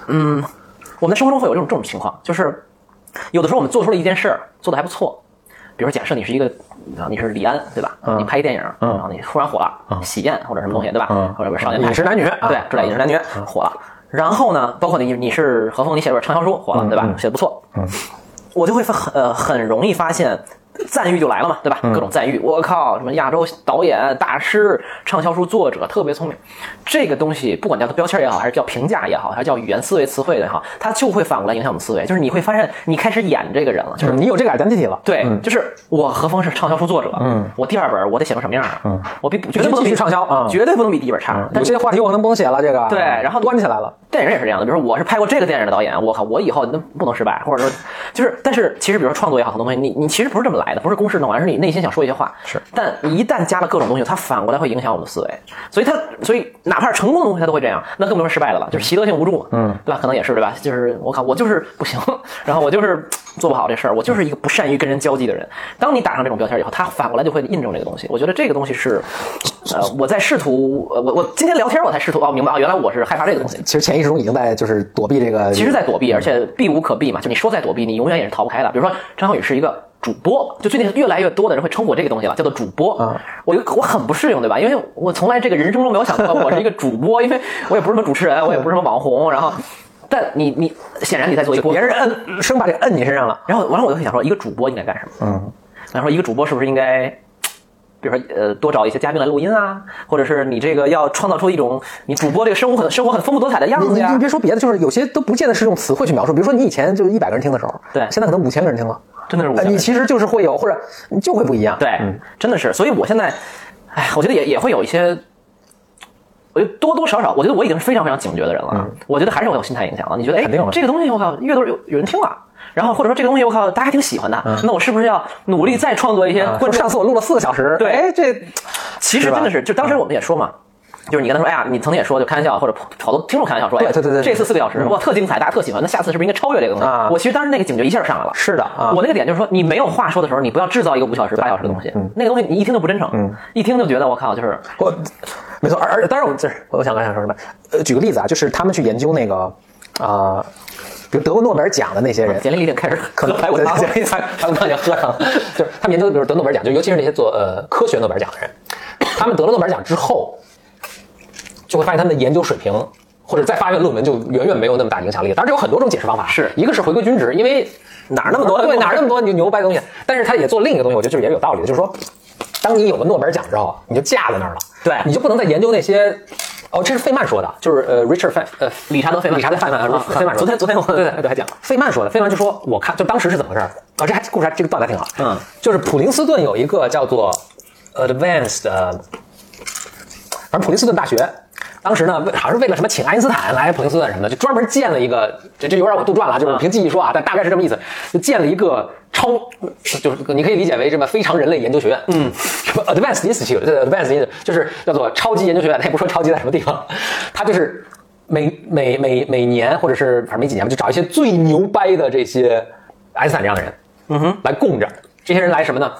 [SPEAKER 1] 嗯，我们在生活中会有这种这种情况，就是有的时候我们做出了一件事儿，做的还不错。比如假设你是一个，啊你是李安对吧？你拍一电影，然后你突然火了，喜宴或者什么东西对吧？或者少年派
[SPEAKER 6] 饮食男女啊
[SPEAKER 1] 对，之类饮食男女火了。然后呢，包括你你是何峰，你写了本畅销书火了对吧？写的不错，我就会发很呃很容易发现。赞誉就来了嘛，对吧？各种赞誉，我靠，什么亚洲导演、大师、畅销书作者，特别聪明。这个东西，不管叫它标签也好，还是叫评价也好，还是叫语言思维、词汇也好，它就会反过来影响我们思维。就是你会发现，你开始演这个人了，就是
[SPEAKER 6] 就是你有这个 identity 了。
[SPEAKER 1] 对，就是我何峰是畅销书作者，嗯，我第二本我得写成什么样啊？嗯，我比绝对不能
[SPEAKER 6] 继
[SPEAKER 1] 比
[SPEAKER 6] 续畅销啊
[SPEAKER 1] 绝对不能比第一本差。但
[SPEAKER 6] 有
[SPEAKER 1] 是
[SPEAKER 6] 些话题我可能不能写了，这个
[SPEAKER 1] 对然后
[SPEAKER 6] 端起来了。
[SPEAKER 1] 电影也是这样的，比如说我是拍过这个电影的导演，我靠，我以后那不能失败，或者说就是，但是其实比如说创作也好，很多东西你你其实不是这么来的，不是公式弄完，而是你内心想说一些话。
[SPEAKER 6] 是，
[SPEAKER 1] 但你一旦加了各种东西，它反过来会影响我们的思维，所以它所以哪怕是成功的东西，它都会这样，那更不用说失败的了，就是习得性无助嘛，嗯，对吧？可能也是对吧？就是我靠，我就是不行，然后我就是做不好这事儿，我就是一个不善于跟人交际的人。当你打上这种标签以后，它反过来就会印证这个东西。我觉得这个东西是，呃，我在试图，呃我我今天聊天我才试图哦明白，哦原来我是害怕这个东西。
[SPEAKER 6] 其实潜意识中已经在就是躲避这个，
[SPEAKER 1] 其实在
[SPEAKER 6] 嗯
[SPEAKER 1] 躲避，而且避无可避嘛。就你说再躲避，你永远也是逃不开的。比如说张小雨是一个主播，就最近越来越多的人会称呼我这个东西了，叫做主播。
[SPEAKER 6] 嗯
[SPEAKER 1] 我就我很不适应，对吧？因为我从来这个人生中没有想过我是一个主播，因为我也不是什么主持人，我也不是什么网红。然后，但你你显然你在做一个播客
[SPEAKER 6] 别人摁生把这个摁你身上了。
[SPEAKER 1] 然后，然后我就会想说，一个主播应该干什么？嗯，然后说一个主播是不是应该，比如说呃，多找一些嘉宾来录音啊，或者是你这个要创造出一种你主播这个生活很生活很丰富多彩的样
[SPEAKER 6] 你
[SPEAKER 1] 子
[SPEAKER 6] 你
[SPEAKER 1] 呀
[SPEAKER 6] 你。别说别的，就是有些都不见得是用词汇去描述。比如说你以前就是一百个人听的时候，
[SPEAKER 1] 对
[SPEAKER 6] 现在可能五千个人听了，
[SPEAKER 1] 真的是五千
[SPEAKER 6] 呃
[SPEAKER 1] 个人
[SPEAKER 6] 你其实就是会有，或者你
[SPEAKER 7] 嗯
[SPEAKER 6] 就会不一样。
[SPEAKER 1] 对，真的是。所以我现在，哎，我觉得也也会有一些我觉得多多少少，我觉得我已经是非常非常警觉的人了。我觉得还是会有心态影响了。你觉得，哎
[SPEAKER 7] 嗯肯定了，
[SPEAKER 1] 这个东西我靠，乐队有有人听了，然后或者说这个东西我靠，大家还挺喜欢的，那我是不是要努力再创作一些
[SPEAKER 7] 嗯
[SPEAKER 2] 呃
[SPEAKER 7] 啊
[SPEAKER 1] 观众
[SPEAKER 7] 上次我录了四个小时，
[SPEAKER 1] 对
[SPEAKER 7] 哎，这
[SPEAKER 1] 其实真的是，就当时我们也说
[SPEAKER 7] 嗯
[SPEAKER 1] 嘛。就是你跟他说，哎呀，你曾经也说，就开玩笑，或者好多听众开玩笑说，哎，
[SPEAKER 7] 对对对对嗯
[SPEAKER 1] 这次四个小时，哇，特精彩，大家特喜欢，那下次是不是应该超越这个东西？
[SPEAKER 7] 啊
[SPEAKER 1] 我其实当时那个警觉一下上来了。
[SPEAKER 7] 是的啊
[SPEAKER 1] 我那个点就是说，你没有话说的时候，你不要制造一个五小时、八小时的东西，
[SPEAKER 2] 嗯
[SPEAKER 1] 那个东西你一听就不真诚，一听就觉得我靠，就是
[SPEAKER 7] 我没错，而而当然我这我我想刚想说什么，呃，举个例子啊，就是他们去研究那个啊、呃比如得过诺贝尔奖的那些人，
[SPEAKER 1] 简历里已经开始
[SPEAKER 7] 可能
[SPEAKER 1] 排骨汤了。
[SPEAKER 7] 对对
[SPEAKER 2] 他们刚才喝上，就是他们研究，比如得诺贝尔奖，就尤其是那些做呃科学诺贝尔奖的人，他们得了诺贝尔奖之后，就会发现他们的研究水平或者再发表论文就远远没有那么大影响力。当然，这有很多种解释方法，
[SPEAKER 1] 是
[SPEAKER 2] 一个是回归均值，因为
[SPEAKER 1] 哪儿那么多
[SPEAKER 2] 对，哪儿那么多牛牛掰东西？但是他也做另一个东西，我觉得就是也是有道理的，就是说，当你有了诺贝尔奖之后，你就架在那儿了，
[SPEAKER 1] 对
[SPEAKER 2] 你就不能再研究那些。哦，这是费曼说的，就是呃，Richard 费呃，
[SPEAKER 1] 理查德费曼
[SPEAKER 2] 理查德费曼，
[SPEAKER 1] 啊
[SPEAKER 2] 费曼
[SPEAKER 1] 昨
[SPEAKER 2] 说的。
[SPEAKER 1] 天昨天我
[SPEAKER 2] 对对对还讲了费曼说的，费曼就说，我看就当时是怎么回事儿啊？这还故事还这个段子还挺好，
[SPEAKER 1] 嗯，
[SPEAKER 2] 就是普林斯顿有一个叫做 Advanced，呃反正普林斯顿大学。当时呢，为好像是为了什么请爱因斯坦来普林斯顿什么的，就专门建了一个，这这有点我杜撰了，就是我凭记忆说啊，但大概是这么意思，就建了一个超，就是你可以理解为什么非常人类研究学院，嗯，什么 Advanced Institute，这 Advanced Institute 就是叫做超级研究学院，他也不说超级在什么地方，他就是每每每每年或者是反正每几年吧，就找一些最牛掰的这些爱因斯坦这样的人，嗯哼，来供着，这些人来什么呢？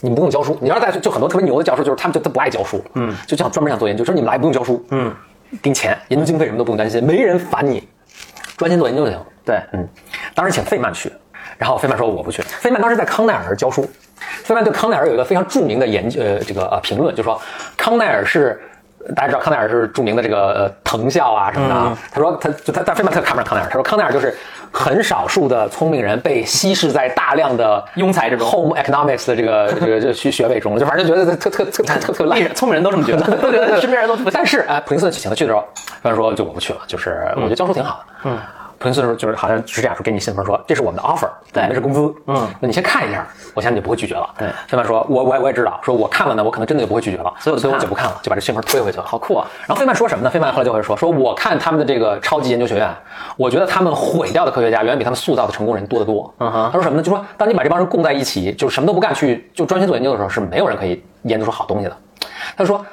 [SPEAKER 2] 你们不用教书。你要在就很多特别牛的教授，就是他们就他不爱教书，嗯，就想专门想做研究，就是你们来不用教书，嗯，给你钱，研究经费什么都不用担心，没人烦你，专心做研究就行。
[SPEAKER 1] 对，
[SPEAKER 2] 嗯，当时请费曼去，然后费曼说我不去。费曼当时在康奈尔教书，费曼对康奈尔有一个非常著名的研究，呃，这个呃评论，就说康奈尔是。大家知道康奈尔是著名的这个呃藤校啊什么的啊，
[SPEAKER 1] 嗯
[SPEAKER 2] 他说他就他但费曼特看不上康奈尔，他说康奈尔就是很少数的聪明人被稀释在大量的
[SPEAKER 1] 庸才之中
[SPEAKER 2] home economics 的这个这个这个学学位中，就反正觉得特特特特特特烂
[SPEAKER 1] 艺。人哎聪明人都这么觉 得，都觉 得身边人都不像
[SPEAKER 2] 但是哎，普林斯顿请他去的时候，他说就我不去了，就是我觉得教书挺好的。嗯，普林斯顿就是好像是这样说，给你信封说这是我们的 offer，
[SPEAKER 1] 对
[SPEAKER 2] 你们是工资。嗯，那你先看一下，我相信你不会拒绝了。对，费曼说，我我也我也知道，说我看了呢，我可能真的就不会拒绝了，
[SPEAKER 1] 所以我就
[SPEAKER 2] 所以我
[SPEAKER 1] 看
[SPEAKER 2] 就不看了，就把这信封推回去了，好酷啊。然后费曼说什么呢？费曼后来就会说，说我看他们的这个超级研究学院，我觉得他们毁掉的科学家远远比他们塑造的成功人多得多。嗯
[SPEAKER 1] 哼
[SPEAKER 2] 他说什么呢？就说当你把这帮人供在一起，就什么都不干去，就专心做研究的时候，是没有人可以研究出好东西的。他说，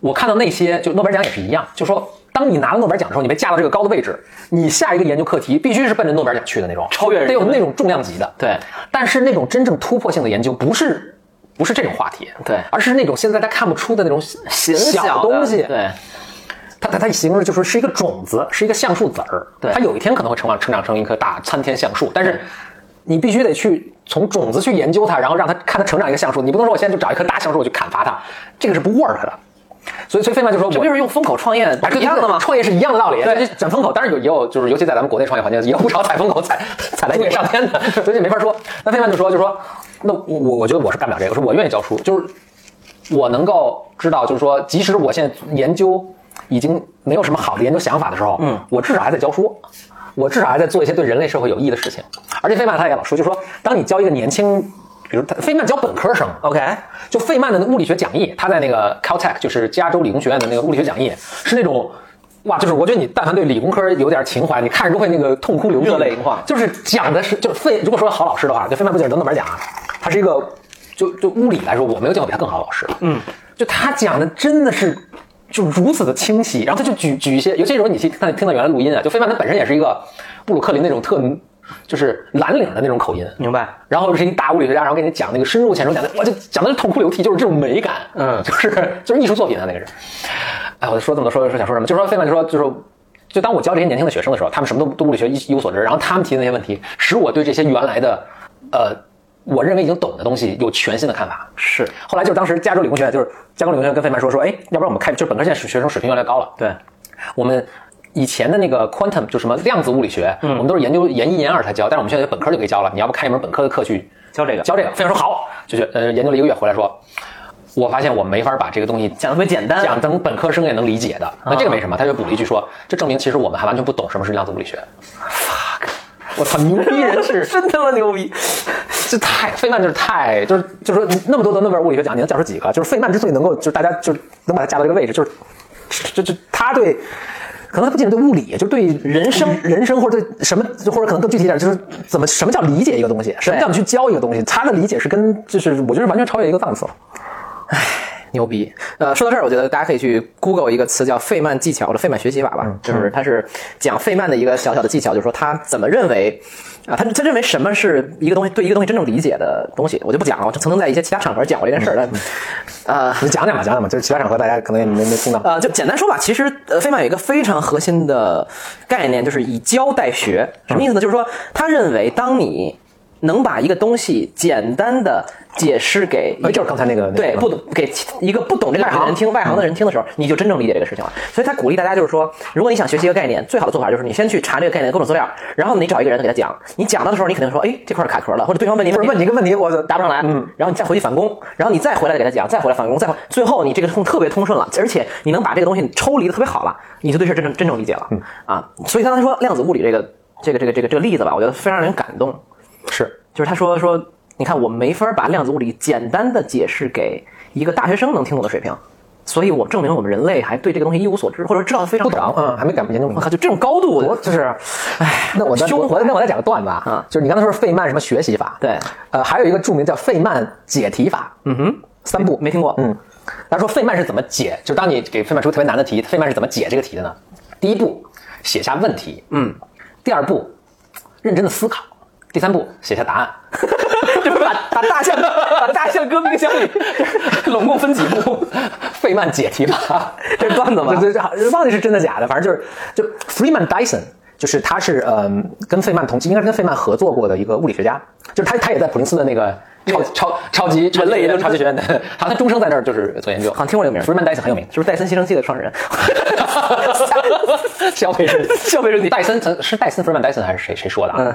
[SPEAKER 2] 我看到那些就诺贝尔奖也是一样，就说当你拿了诺贝尔奖的时候，你被架到这个高的位置，你下一个研究课题必须是奔着诺贝尔奖去的那种，
[SPEAKER 1] 超越人
[SPEAKER 2] 得有那种重量级的。
[SPEAKER 1] 对，
[SPEAKER 2] 但是那种真正突破性的研究不是。不是这种话题，
[SPEAKER 1] 对
[SPEAKER 2] 而是那种现在大家看不出的那种
[SPEAKER 1] 形
[SPEAKER 2] 小
[SPEAKER 1] 的
[SPEAKER 2] 东西，
[SPEAKER 1] 对，
[SPEAKER 2] 它它它形容的就是是一个种子，是一个橡树籽儿。
[SPEAKER 1] 对
[SPEAKER 2] 它有一天可能会成长成长成一棵大参天橡树，但是你必须得去从种子去研究它，然后让它看它成长一个橡树。你不能说我现在就找一棵大橡树我去砍伐它，这个是不 work 的。所以所以费曼就说，我
[SPEAKER 1] 这不就是用风口创业
[SPEAKER 2] 哎，
[SPEAKER 1] 一样的吗？
[SPEAKER 2] 创业是一样的道理，
[SPEAKER 1] 对
[SPEAKER 2] 这整风口，当然有也有，就是尤其在咱们国内创业环境，也有不少踩风口踩踩来一上天的，所以这没法说。那费曼就说，就说那我我我觉得我是干不了这个，我说我愿意教书，就是我能够知道，就是说，即使我现在研究已经没有什么好的研究想法的时候，嗯，我至少还在教书。我至少还在做一些对人类社会有益的事情，而且费曼他也老说，就说当你教一个年轻，比如他费曼教本科生，
[SPEAKER 1] OK，
[SPEAKER 2] 就费曼的那物理学讲义，他在那个 Caltech，就是加州理工学院的那个物理学讲义，是那种。哇，就是我觉得你但凡对理工科有点情怀，你看着都会那个痛哭流涕、
[SPEAKER 1] 热泪盈眶
[SPEAKER 2] 就是讲的是，就是费，如果说好老师的话，就费曼不仅是得诺贝尔奖啊，他是一个，就就物理来说，我没有见过比他更好的老师。嗯，就他讲的真的是就如此的清晰，然后他就举举一些，尤其是说你去看听到原来录音啊，就费曼他本身也是一个布鲁克林那种特就是蓝领的那种口音，
[SPEAKER 1] 明白。
[SPEAKER 2] 然后是一大物理学家，然后给你讲那个深入浅出，讲的我就讲的是痛哭流涕，就是这种美感，
[SPEAKER 1] 嗯
[SPEAKER 2] 就是就是艺术作品啊，那个是。哎，我说这么多，说说想说什么？就说费曼就说就说，就当我教这些年轻的学生的时候，他们什么都对物理学一一无所知，然后他们提的那些问题，使我对这些原来的，呃，我认为已经懂的东西有全新的看法。
[SPEAKER 1] 是
[SPEAKER 2] 后来就是当时加州理工学院，就是加州理工学院跟费曼说说，哎，要不然我们开，就是本科现在学生水平越来越高了，
[SPEAKER 1] 对，
[SPEAKER 2] 我们以前的那个 quantum 就什么量子物理学，我们都是研究研一研二才教，但是我们现在本科就可以教了。你要不开一门本科的课去
[SPEAKER 1] 教这个
[SPEAKER 2] 教这个，非常说好，就是呃研究了一个月回来说，我发现我没法把这个东西
[SPEAKER 1] 讲得特别简单！
[SPEAKER 2] 讲等本科生也能理解的。那这个没什么，他就补了一句说，这证明其实我们还完全不懂什么是量子物理学。fuck，我操，牛逼人士
[SPEAKER 1] 真他妈牛逼！
[SPEAKER 2] 这太费曼就是太就是就是说那么多得诺贝尔物理学奖，你能讲出几个？就是费曼之所以能够就是大家就是能把他架到这个位置，就是
[SPEAKER 8] 这这他对。可能他不仅是对物理，就对人生、
[SPEAKER 1] 嗯
[SPEAKER 8] 人生或者对什么，或者可能更具体一点，就是怎么什么叫理解一个东西，什么叫你去教一个东西，他的理解是跟就是我觉得完全超越一个档次了。
[SPEAKER 1] 牛逼。呃，说到这儿，我觉得大家可以去 Google 一个词叫费曼技巧或者费曼学习法吧，就是它是讲费曼的一个小小的技巧，就是说他怎么认为。啊，他他认为什么是一个东西对一个东西真正理解的东西，我就不讲了。我曾经在一些其他场合讲过这件事儿，但，呃，
[SPEAKER 8] 你讲讲吧，讲讲吧，就是其他场合大家可能也没没听到。
[SPEAKER 1] 呃，就简单说吧，其实呃，费曼有一个非常核心的概念，就是以教代学。什么意思呢？就是说，他认为当你能把一个东西简单的解释给一
[SPEAKER 8] 哎，就是刚才那个
[SPEAKER 1] 对，不
[SPEAKER 8] 懂
[SPEAKER 1] 懂给其一个不懂这个领域的人听，外行
[SPEAKER 8] 嗯
[SPEAKER 1] 的人听的时候，你就真正理解这个事情了。所以他鼓励大家就是说，如果你想学习一个概念，最好的做法就是你先去查这个概念的各种资料，然后你找一个人给他讲。你讲到的时候，你肯定说，哎，这块儿卡壳了，或者对方问你
[SPEAKER 8] 不是问你一个问题，我
[SPEAKER 1] 答不上来，嗯，然后你再回去反攻，然后你再回来给他讲，再回来反攻，再回，最后你这个通特别通顺了，而且你能把这个东西抽离的特别好了，你就对这真正真正理解
[SPEAKER 8] 嗯
[SPEAKER 1] 了，啊，所以刚才说量子物理这个这个这个这个这个例子吧，我觉得非常让人感动，
[SPEAKER 8] 是
[SPEAKER 1] 就是他说说，你看我没法把量子物理简单的解释给一个大学生能听懂的水平，所以我证明我们人类还对这个东西一无所知，或者知道的非常
[SPEAKER 8] 不懂
[SPEAKER 1] 少，。
[SPEAKER 8] 嗯，还没敢研究明
[SPEAKER 1] 我
[SPEAKER 8] 白
[SPEAKER 1] 靠，就这种高度，
[SPEAKER 8] 我就是，哎，那我再
[SPEAKER 1] 胸
[SPEAKER 8] 我再那我再讲个段子
[SPEAKER 1] 嗯
[SPEAKER 8] 啊，就是你刚才说费曼什么学习法，
[SPEAKER 1] 对，
[SPEAKER 8] 呃，还有一个著名叫费曼解题法，嗯哼，三步
[SPEAKER 1] 没听过
[SPEAKER 8] 嗯，
[SPEAKER 2] 他说费曼是怎么解，就当你给费曼出特别难的题，费曼是怎么解这个题的呢？第一步，写下问题，嗯，第二步，认真的思考，第三步，写下答案。 这不是把把大象把大象搁冰箱里，拢共分几步？费曼解题法，
[SPEAKER 1] 这是段子 吗？
[SPEAKER 8] 对对对，忘记是真的假的，反正就是就 Freeman Dyson。就是他是
[SPEAKER 2] 呃
[SPEAKER 8] 嗯跟费曼同期，应该是跟费曼合作过的一个物理学家，就是他他也在普林斯顿那个
[SPEAKER 2] 超超超级人类
[SPEAKER 1] 研究
[SPEAKER 2] 超级学院的，好像他终生在那儿就是做研究。
[SPEAKER 1] 好像听过这个名儿
[SPEAKER 2] 弗曼戴森很有名，
[SPEAKER 1] 是不是戴森吸尘器的创 始人？
[SPEAKER 2] 消费者
[SPEAKER 1] 消费者你
[SPEAKER 2] 戴森曾是戴森弗曼戴森还是谁谁说的啊？
[SPEAKER 1] 嗯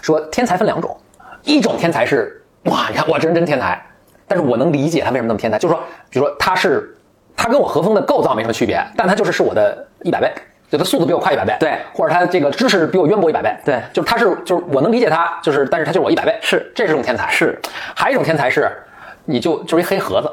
[SPEAKER 2] 说天才分两种，一种天才是哇，你看我这人真天才，但是我能理解他为什么那么天才，就是说，比如说他是他跟我和风的构造没什么区别，但他就是是我的一百倍。就他速度比我快一百倍，
[SPEAKER 1] 对
[SPEAKER 2] 或者他这个知识比我渊博一百倍，
[SPEAKER 1] 对
[SPEAKER 2] 就是他是就是我能理解他，就是但是他就是我一百倍，
[SPEAKER 1] 是
[SPEAKER 2] 这是种天才，
[SPEAKER 1] 是，
[SPEAKER 2] 还有一种天才是，你就就是一黑盒子，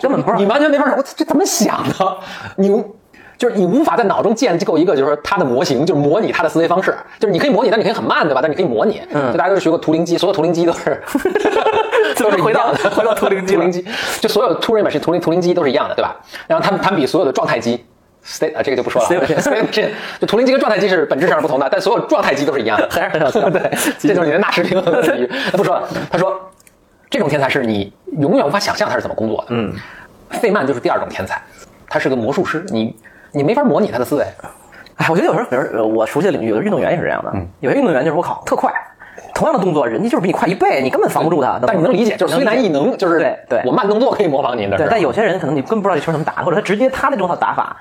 [SPEAKER 1] 根本不知道
[SPEAKER 2] 你完全没法，我这怎么想的？你无就是你无法在脑中建构一个，就是说它的模型，就是模拟它的思维方式。就是你可以模拟，但你可以很慢，对吧？但你可以模拟。嗯，就大家都是学过图灵机，所有图灵机 都是 都是一样的，
[SPEAKER 1] 回到图灵机了
[SPEAKER 2] 图灵机就所有 Turing machine 图灵图灵机都是一样的，对吧？然后他们他们比所有的状态机。state 啊，这个就不说了。
[SPEAKER 1] State machine
[SPEAKER 2] state machine 就图灵机跟状态机是本质上是不同的，但所有状态机都是一 样的。
[SPEAKER 1] 还是很好笑
[SPEAKER 2] 对，这就是你的纳 什平衡的比喻。不说了，他说这种天才是你永远无法想象他是怎么工作的。嗯，费曼就是第二种天才，他是个魔术师，你你没法模拟他的思维。
[SPEAKER 1] 哎，我觉得有时候，比如呃我熟悉的领域，有的运动员也是这样
[SPEAKER 2] 嗯
[SPEAKER 1] 的，有些运动员就是我靠特快，同样的动作，人家就是比你快一倍，你根本防不住他。
[SPEAKER 2] 但你能理解，就是虽难亦
[SPEAKER 1] 能理解
[SPEAKER 2] 能，就是
[SPEAKER 1] 对对
[SPEAKER 2] 我慢动作可以模仿你的，
[SPEAKER 1] 对，但有些人可能你根本不知道这球怎么打的，或者他直接他那种套打法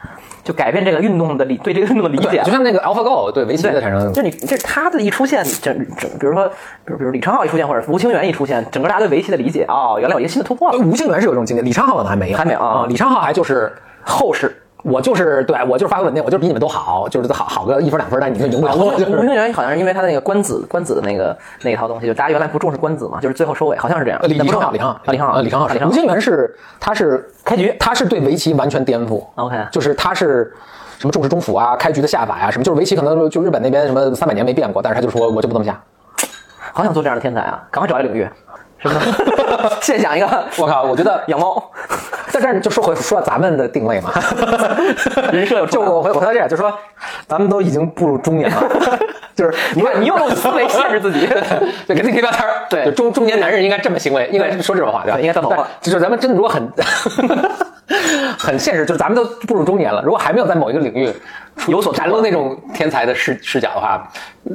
[SPEAKER 1] 就改变这个运动的理对这个运动的理
[SPEAKER 2] 对
[SPEAKER 1] 解
[SPEAKER 2] 就。像那个 AlphaGo 啊对围棋的
[SPEAKER 1] 对
[SPEAKER 2] 产生，，
[SPEAKER 1] 就你这他的一出现，整整，比如说，比如比如李昌镐一出现，或者吴清源一出现，整个大家对围棋的理解，哦，原来有一个新的突破了。
[SPEAKER 8] 吴清源是有这种经历，李昌镐可能还没有，
[SPEAKER 1] 还没有啊
[SPEAKER 2] 李昌镐还就是后世。我就是对我就是发挥稳定，我就是比你们都好，就是好好个一分两分，但你们赢不了
[SPEAKER 1] 吴
[SPEAKER 2] 啊 我。就
[SPEAKER 1] 清吴
[SPEAKER 2] 是
[SPEAKER 1] 清源好像是因为他的那个官子官子的那个那一套东西，就大家原来不重视官子嘛，就是最后收尾，好像是这样。
[SPEAKER 2] 呃李
[SPEAKER 1] 那
[SPEAKER 2] 李
[SPEAKER 1] 不重
[SPEAKER 2] 昌
[SPEAKER 1] 要
[SPEAKER 2] 镐，李昌
[SPEAKER 1] 啊，李昌镐，
[SPEAKER 2] 呃李昌镐
[SPEAKER 1] 李
[SPEAKER 2] 是
[SPEAKER 1] 昌
[SPEAKER 2] 吴
[SPEAKER 1] 镐。
[SPEAKER 2] 清源是他是开局，他是对围棋完全颠覆。
[SPEAKER 1] OK
[SPEAKER 2] 就是他是什么重视中府啊，开局的下法呀、什么就是围棋可能就日本那边什么三百年没变过，但是他就说我就不这么下。
[SPEAKER 1] 好想做这样的天才啊！赶快找一个领域，是不是？ 现想一 个
[SPEAKER 2] 我靠，我觉得
[SPEAKER 1] 养猫，
[SPEAKER 8] 但但是就说回说到咱们的定位 嘛，
[SPEAKER 1] 人设有
[SPEAKER 8] 就我回我回到这样，就说咱们都已经步入中年 了，就是
[SPEAKER 1] 你看你又用思维限制自己，
[SPEAKER 2] 对，给自己贴标签儿。
[SPEAKER 1] 对
[SPEAKER 2] 就中中年男人应该这么行为，应该说这种话，对吧？
[SPEAKER 1] 对应该断头发
[SPEAKER 2] 但就是咱们真的如果很很现实，就是咱们都步入中年了，如果还没有在某一个领域有所展露那种天才的视视角的话，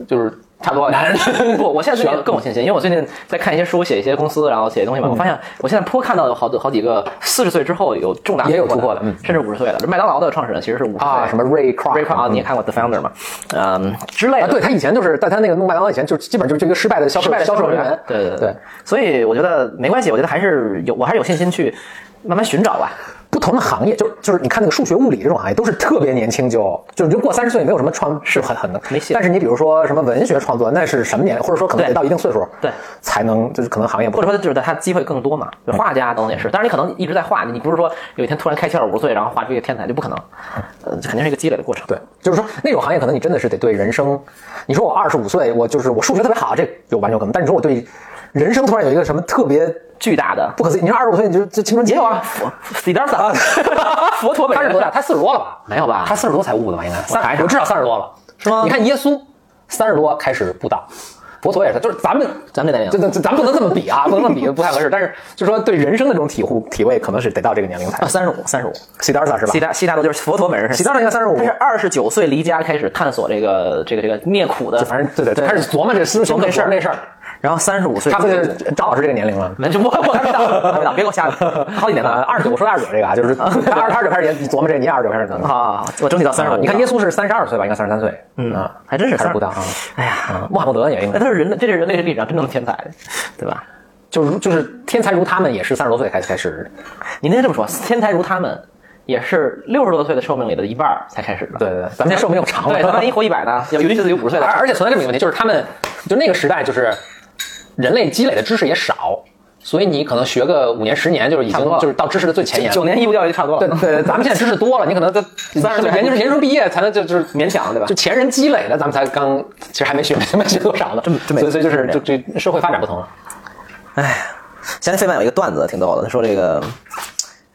[SPEAKER 2] 就是差不多男人
[SPEAKER 1] 不，我现在最近更有信心，因为我最近在看一些书，写一些公司，然后写一些东西嘛。我发现我现在颇看到有好多好几个四十岁之后有重大
[SPEAKER 2] 也有
[SPEAKER 1] 突破的，嗯
[SPEAKER 2] 突破的
[SPEAKER 1] 甚至五十岁的。麦当劳的创始人其实是五十岁
[SPEAKER 2] 啊，什么 Ray Kroc
[SPEAKER 1] Ray Kroc 啊，你也看过 The Founder 嘛？嗯，之类
[SPEAKER 2] 啊，
[SPEAKER 1] 的。
[SPEAKER 2] 对他以前就是，但他那个弄麦当劳以前就基本就是这个失败的销售
[SPEAKER 1] 失败的
[SPEAKER 2] 销售人员，
[SPEAKER 1] 对对
[SPEAKER 2] 对，
[SPEAKER 1] 所以我觉得没关系，我觉得还是有，我还是有信心去慢慢寻找吧。
[SPEAKER 2] 不同的行业，就就是你看那个数学、物理这种行业，都是特别年轻就，就是你就过三十岁，没有什么创是很很能
[SPEAKER 1] 没戏
[SPEAKER 2] 但是你比如说什么文学创作，那是什么年，或者说可能
[SPEAKER 1] 对
[SPEAKER 2] 得到一定岁数，
[SPEAKER 1] 对
[SPEAKER 2] 才能就是可能行业不
[SPEAKER 1] 或者说就是他机会更多嘛，就画家等等也是。当然你可能一直在画，你不是说有一天突然开窍五十岁，然后画出一个天才，就不可能。呃，这肯定是一个积累的过程。
[SPEAKER 2] 对，就是说那种行业，可能你真的是得对人生。你说我二十五岁，我就是我数学特别好，这有完全有可能。但你说我对人生突然有一个什么特别
[SPEAKER 1] 巨大的
[SPEAKER 2] 不可思议，你说二十五岁你就这青春期
[SPEAKER 1] 也有啊，死达萨， 佛陀本
[SPEAKER 9] 他
[SPEAKER 1] 人
[SPEAKER 9] 是多大？？他四十多了吧？
[SPEAKER 1] 没有吧
[SPEAKER 9] 他四十多才悟的吧？应该三，
[SPEAKER 1] 查
[SPEAKER 9] 我至少三十多了，是
[SPEAKER 1] 吗
[SPEAKER 9] 你看耶稣三十多开始布道，佛陀也是，就是咱们
[SPEAKER 1] 咱们这代
[SPEAKER 9] 这
[SPEAKER 1] 人
[SPEAKER 9] 这这咱们不能这么比啊，不能这么比不太合适。但是就说对人生的这种体悟体味，可能是得到这个年龄才
[SPEAKER 1] 啊，。三十五，三十五。
[SPEAKER 2] 西达尔萨是吧
[SPEAKER 1] 悉？达悉达多就是佛陀本人是
[SPEAKER 2] 西达尔萨应该三十五
[SPEAKER 1] 他，是二十九岁离家开始探索这个这个这个灭苦的，
[SPEAKER 2] 反正对对
[SPEAKER 9] 对，开始琢磨这事，琢磨这事儿，这事儿，
[SPEAKER 1] 然后三十五岁，
[SPEAKER 2] 他这个张老师这个年龄了。
[SPEAKER 1] 没我我还没到，我还没到，别给我吓的，好几年
[SPEAKER 2] 啊，
[SPEAKER 1] 了。
[SPEAKER 2] 二十九，我说二十九这个啊，就是他二十九开始研琢磨这，你也二十九开始琢磨。
[SPEAKER 1] 啊，我整体到三十五。
[SPEAKER 2] 你看耶稣是三十二岁吧，应该三十三岁，嗯啊，
[SPEAKER 1] 还真是
[SPEAKER 2] 开始布道啊。
[SPEAKER 1] 哎呀，
[SPEAKER 2] 啊穆罕默德也应
[SPEAKER 1] 那
[SPEAKER 2] 该
[SPEAKER 1] 他是人类，这是人类历史上真正的天才，对吧？
[SPEAKER 9] 就是就是天才如他们也是三十多岁才开始，
[SPEAKER 1] 你应该这么说，天才如他们，也是六十多岁的寿命里的一半儿才开始的。
[SPEAKER 2] 对对对，
[SPEAKER 9] 咱
[SPEAKER 2] 咱们
[SPEAKER 9] 们
[SPEAKER 2] 这
[SPEAKER 9] 这
[SPEAKER 2] 寿
[SPEAKER 9] 寿命
[SPEAKER 2] 命又
[SPEAKER 9] 又
[SPEAKER 2] 长
[SPEAKER 9] 长
[SPEAKER 2] 了
[SPEAKER 1] 对，他
[SPEAKER 9] 了。
[SPEAKER 1] 万一活一百呢？有允许自己五十岁
[SPEAKER 9] 而
[SPEAKER 1] 的。
[SPEAKER 9] 而且存在这么一个问题，就是他们就那个时代就是人类积累的知识也少，所以你可能学个五年十年，就是已
[SPEAKER 1] 差不多
[SPEAKER 9] 经
[SPEAKER 1] 了
[SPEAKER 9] 就是到知识的最前沿了。
[SPEAKER 1] 九年义务教育就差不多
[SPEAKER 9] 对
[SPEAKER 1] 了，
[SPEAKER 9] 对，咱们现在知识多了，你可能在
[SPEAKER 1] 三十岁还
[SPEAKER 9] 研究
[SPEAKER 1] 不
[SPEAKER 9] 研究生毕业才能就就是
[SPEAKER 1] 勉强对吧
[SPEAKER 9] 就？前人积累的，咱们才刚，其实还没学， 没学多少呢。这么
[SPEAKER 1] 这么
[SPEAKER 9] 所以所以就是
[SPEAKER 1] 这
[SPEAKER 9] 就
[SPEAKER 1] 么
[SPEAKER 9] 这社会发展不同了。
[SPEAKER 1] 哎现在费曼有一个段子挺逗的，他说这个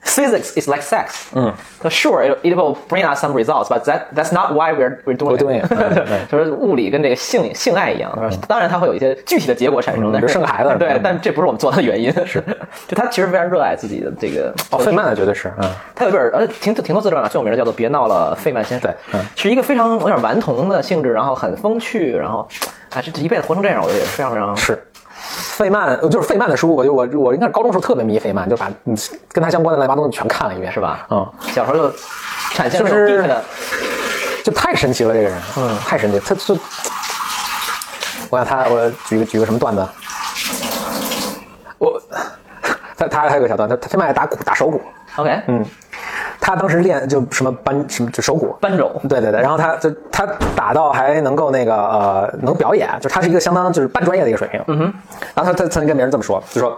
[SPEAKER 1] physics is like sex，嗯，他说 sure it it will bring us some results, but that that's not why we're we're doing
[SPEAKER 2] doing it，嗯对
[SPEAKER 1] 就是物理跟这个性性爱一样，当然它会有一些具体的结果产生，但是
[SPEAKER 2] 比如生个孩子
[SPEAKER 1] 对
[SPEAKER 2] 嗯，
[SPEAKER 1] 但这不是我们做它的原因，是， 就他其实非常热爱自己的这个
[SPEAKER 2] 哦，费曼的绝对是，嗯，
[SPEAKER 1] 他有一本呃挺挺多自传的，最有名的叫做《别闹了，费曼先生》，
[SPEAKER 2] 对嗯
[SPEAKER 1] 是一个非常有点顽童的性质，然后很风趣，然后啊这这一辈子活成这样，我觉得也是非常非常
[SPEAKER 2] 是。费曼呃就是费曼的书，我就我我应该是高中时候特别迷费曼，就把嗯跟他相关的乱七八糟东西全看了一遍，
[SPEAKER 1] 是吧？
[SPEAKER 2] 嗯，
[SPEAKER 1] 小时候就产生这
[SPEAKER 2] 就
[SPEAKER 1] 种
[SPEAKER 2] 是
[SPEAKER 1] geek 的
[SPEAKER 2] 就太神奇了，这个人，嗯，太神奇了，他就，我想他，我举个举个什么段子啊，我他他还有个小段子，他他卖爱打鼓打手鼓，
[SPEAKER 1] OK，嗯，
[SPEAKER 2] 他当时练就什么扳什么就手鼓，
[SPEAKER 1] 扳手
[SPEAKER 2] 对对对，然后他就他打到还能够那个呃能表演，就他是一个相当就是半专业的一个水平，嗯哼，然后他他曾经跟别人这么说，就说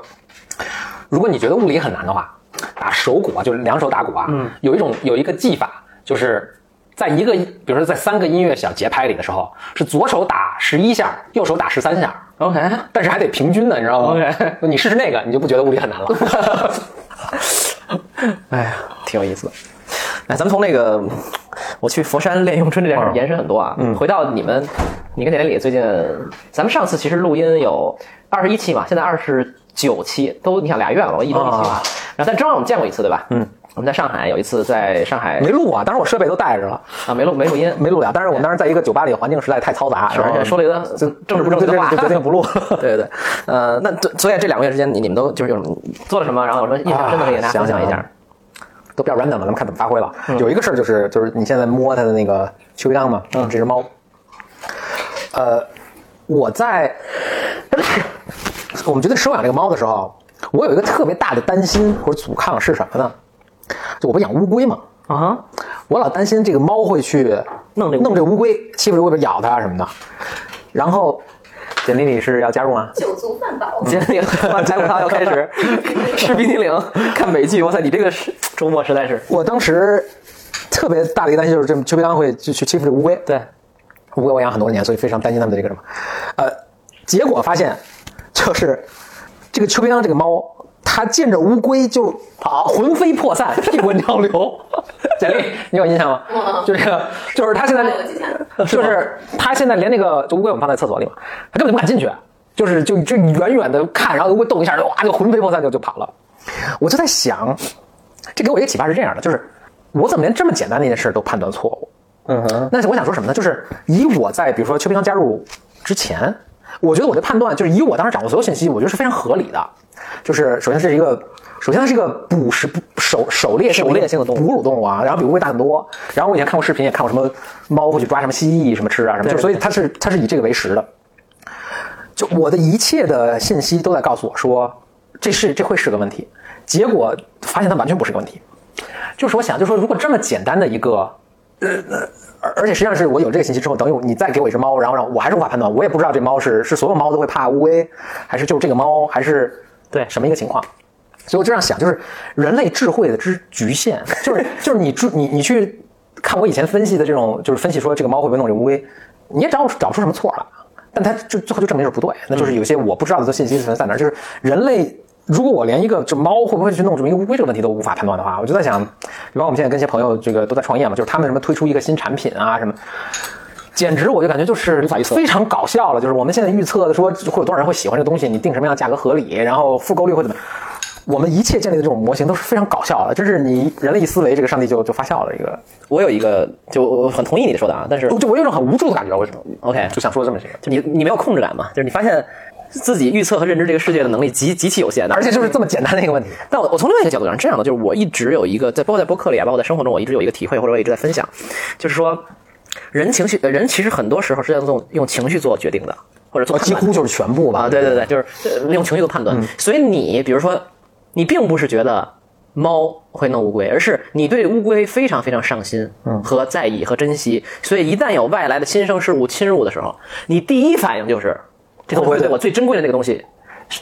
[SPEAKER 9] 如果你觉得物理很难的话，打手鼓啊，就是两手打鼓啊，嗯，有一种有一个技法，就是在一个，比如说在三个音乐小节拍里的时候，是左手打十一下，右手打十三下，
[SPEAKER 1] OK，
[SPEAKER 9] 但是还得平均的，你知道吗
[SPEAKER 1] OK
[SPEAKER 9] 你试试那个，你就不觉得物理很难了。
[SPEAKER 1] 哎呀，挺有意思的。哎，咱们从 那个我去佛山练咏春这件事儿延伸很多啊，嗯，回到你们，你跟典礼最近，咱们上次其实录音有二十一期嘛，现在二十九期，都你想俩月了，我一周一期嘛。然后但正好我们见过一次对吧？嗯，我们在上海有一次在上海
[SPEAKER 2] 没录啊，当时我设备都带着了，
[SPEAKER 1] 啊没录没录音，
[SPEAKER 2] 没录了，但是我们当时在一个酒吧里，环境实在太嘈杂，
[SPEAKER 1] 而且说了一个啊嗯政治不正确的话
[SPEAKER 2] 就，决定不录。
[SPEAKER 1] 对对对，呃，那这所以这两个月之间，你你们都就是有什么做了什么？然后有什么印象深的可以跟大家分享一下
[SPEAKER 2] 啊？都比较 random 了，咱们看怎么发挥了。
[SPEAKER 1] 嗯
[SPEAKER 2] 有一个事儿就是，就是你现在摸它的那个秋衣章嘛，
[SPEAKER 1] 嗯
[SPEAKER 2] 这只猫，呃，我在我们决定收养这个猫的时候，我有一个特别大的担心或者阻抗是什么呢？就我不养乌龟嘛，
[SPEAKER 1] 啊哈，
[SPEAKER 2] 我老担心这个猫会去
[SPEAKER 1] 弄这个
[SPEAKER 2] 弄这乌龟，欺负这乌龟咬它什么的。然后，简历你是要加入吗？
[SPEAKER 10] 酒足饭饱，
[SPEAKER 1] 今天那个排骨汤要开 始吃冰激凌，看美剧。哇塞，你这个是周末实在是
[SPEAKER 2] 我当时特别大的一个担心就是，这邱培刚会就去欺负这乌龟。
[SPEAKER 1] 对，
[SPEAKER 2] 乌龟我养很多年，所以非常担心他们的这个什么，呃，结果发现就是这个邱培刚这个猫，它见着乌龟就跑，魂飞魄散，屁滚尿流。 简历，你有印象吗？就这个，就是它现在
[SPEAKER 10] 我记下了。
[SPEAKER 2] 就是他现在连那个就乌龟，我们放在厕所里嘛，他根本就不敢进去，就是就就远远的看，然后乌龟动一下，就哇就魂飞魄散就就跑了。我就在想，这给我一个启发是这样的，就是我怎么连这么简单的一件事儿都判断错误？嗯哼，那是我想说什么呢？就是以我在比如说邱培刚加入之前，我觉得我的判断就是以我当时掌握所有信息，我觉得是非常合理的。就是首先这是一个，首先它是一个捕食捕狩狩猎
[SPEAKER 1] 狩猎性的动物
[SPEAKER 2] 哺乳动物啊，然后比乌龟大很多。然后我以前看过视频，也看过什么猫会去抓什么蜥蜴什么吃啊什么，就所以它是它是以这个为食的。就我的一切的信息都在告诉我说，这是这会是个问题。结果发现它完全不是个问题，就是我想，就是说，如果这么简单的一个，呃，呃而而且实际上是我有这个信息之后，等于你再给我一只猫，然后让我还是无法判断，我也不知道这猫是是所有猫都会怕乌龟，还是就这个猫，还是
[SPEAKER 1] 对
[SPEAKER 2] 什么一个情况。所以我这样想，就是人类智慧的之局限，就是就是你注你你去看我以前分析的这种，就是分析说这个猫会不会弄这乌龟，你也找找不出什么错来，但它就最后就证明是不对，那就是有些我不知道的信息存在哪儿，就是人类。如果我连一个这猫会不会去弄这么一个乌龟这个问题都无法判断的话，我就在想，比方我们现在跟一些朋友这个都在创业嘛，就是他们什么推出一个新产品啊什么，简直我就感觉就是非常搞笑了。就是我们现在预测的说会有多少人会喜欢这个东西，你定什么样的价格合理，然后复购率会怎么，我们一切建立的这种模型都是非常搞笑的，真是你人类一思维，这个上帝就就发笑了。这个
[SPEAKER 1] 我有一个，就我我很同意你说的啊，但是
[SPEAKER 2] 就我有一种很无助的感觉，为什么？
[SPEAKER 1] OK，
[SPEAKER 2] 就想说这么一个，
[SPEAKER 1] 就你你没有控制感嘛，就是你发现自己预测和认知这个世界的能力极极其有限的，
[SPEAKER 2] 而且就是这么简单的一个问题。
[SPEAKER 1] 但我我从另外一个角度上是这样的，就是我一直有一个在包括在播客里啊，包括在生活中，我一直有一个体会，或者我一直在分享，就是说，人情绪，呃人其实很多时候是要用用情绪做决定的，或者做判
[SPEAKER 2] 几
[SPEAKER 1] 断
[SPEAKER 2] 乎就是全部吧
[SPEAKER 1] 啊，对对对，就是呃用情绪做判断。所以你比如说，你并不是觉得猫会弄乌龟，而是你对乌龟非常非常上心和在意和珍惜。所以一旦有外来的新生事物侵入的时候，你第一反应就是这个
[SPEAKER 2] 会不会
[SPEAKER 1] 会对我最珍贵的那个东西。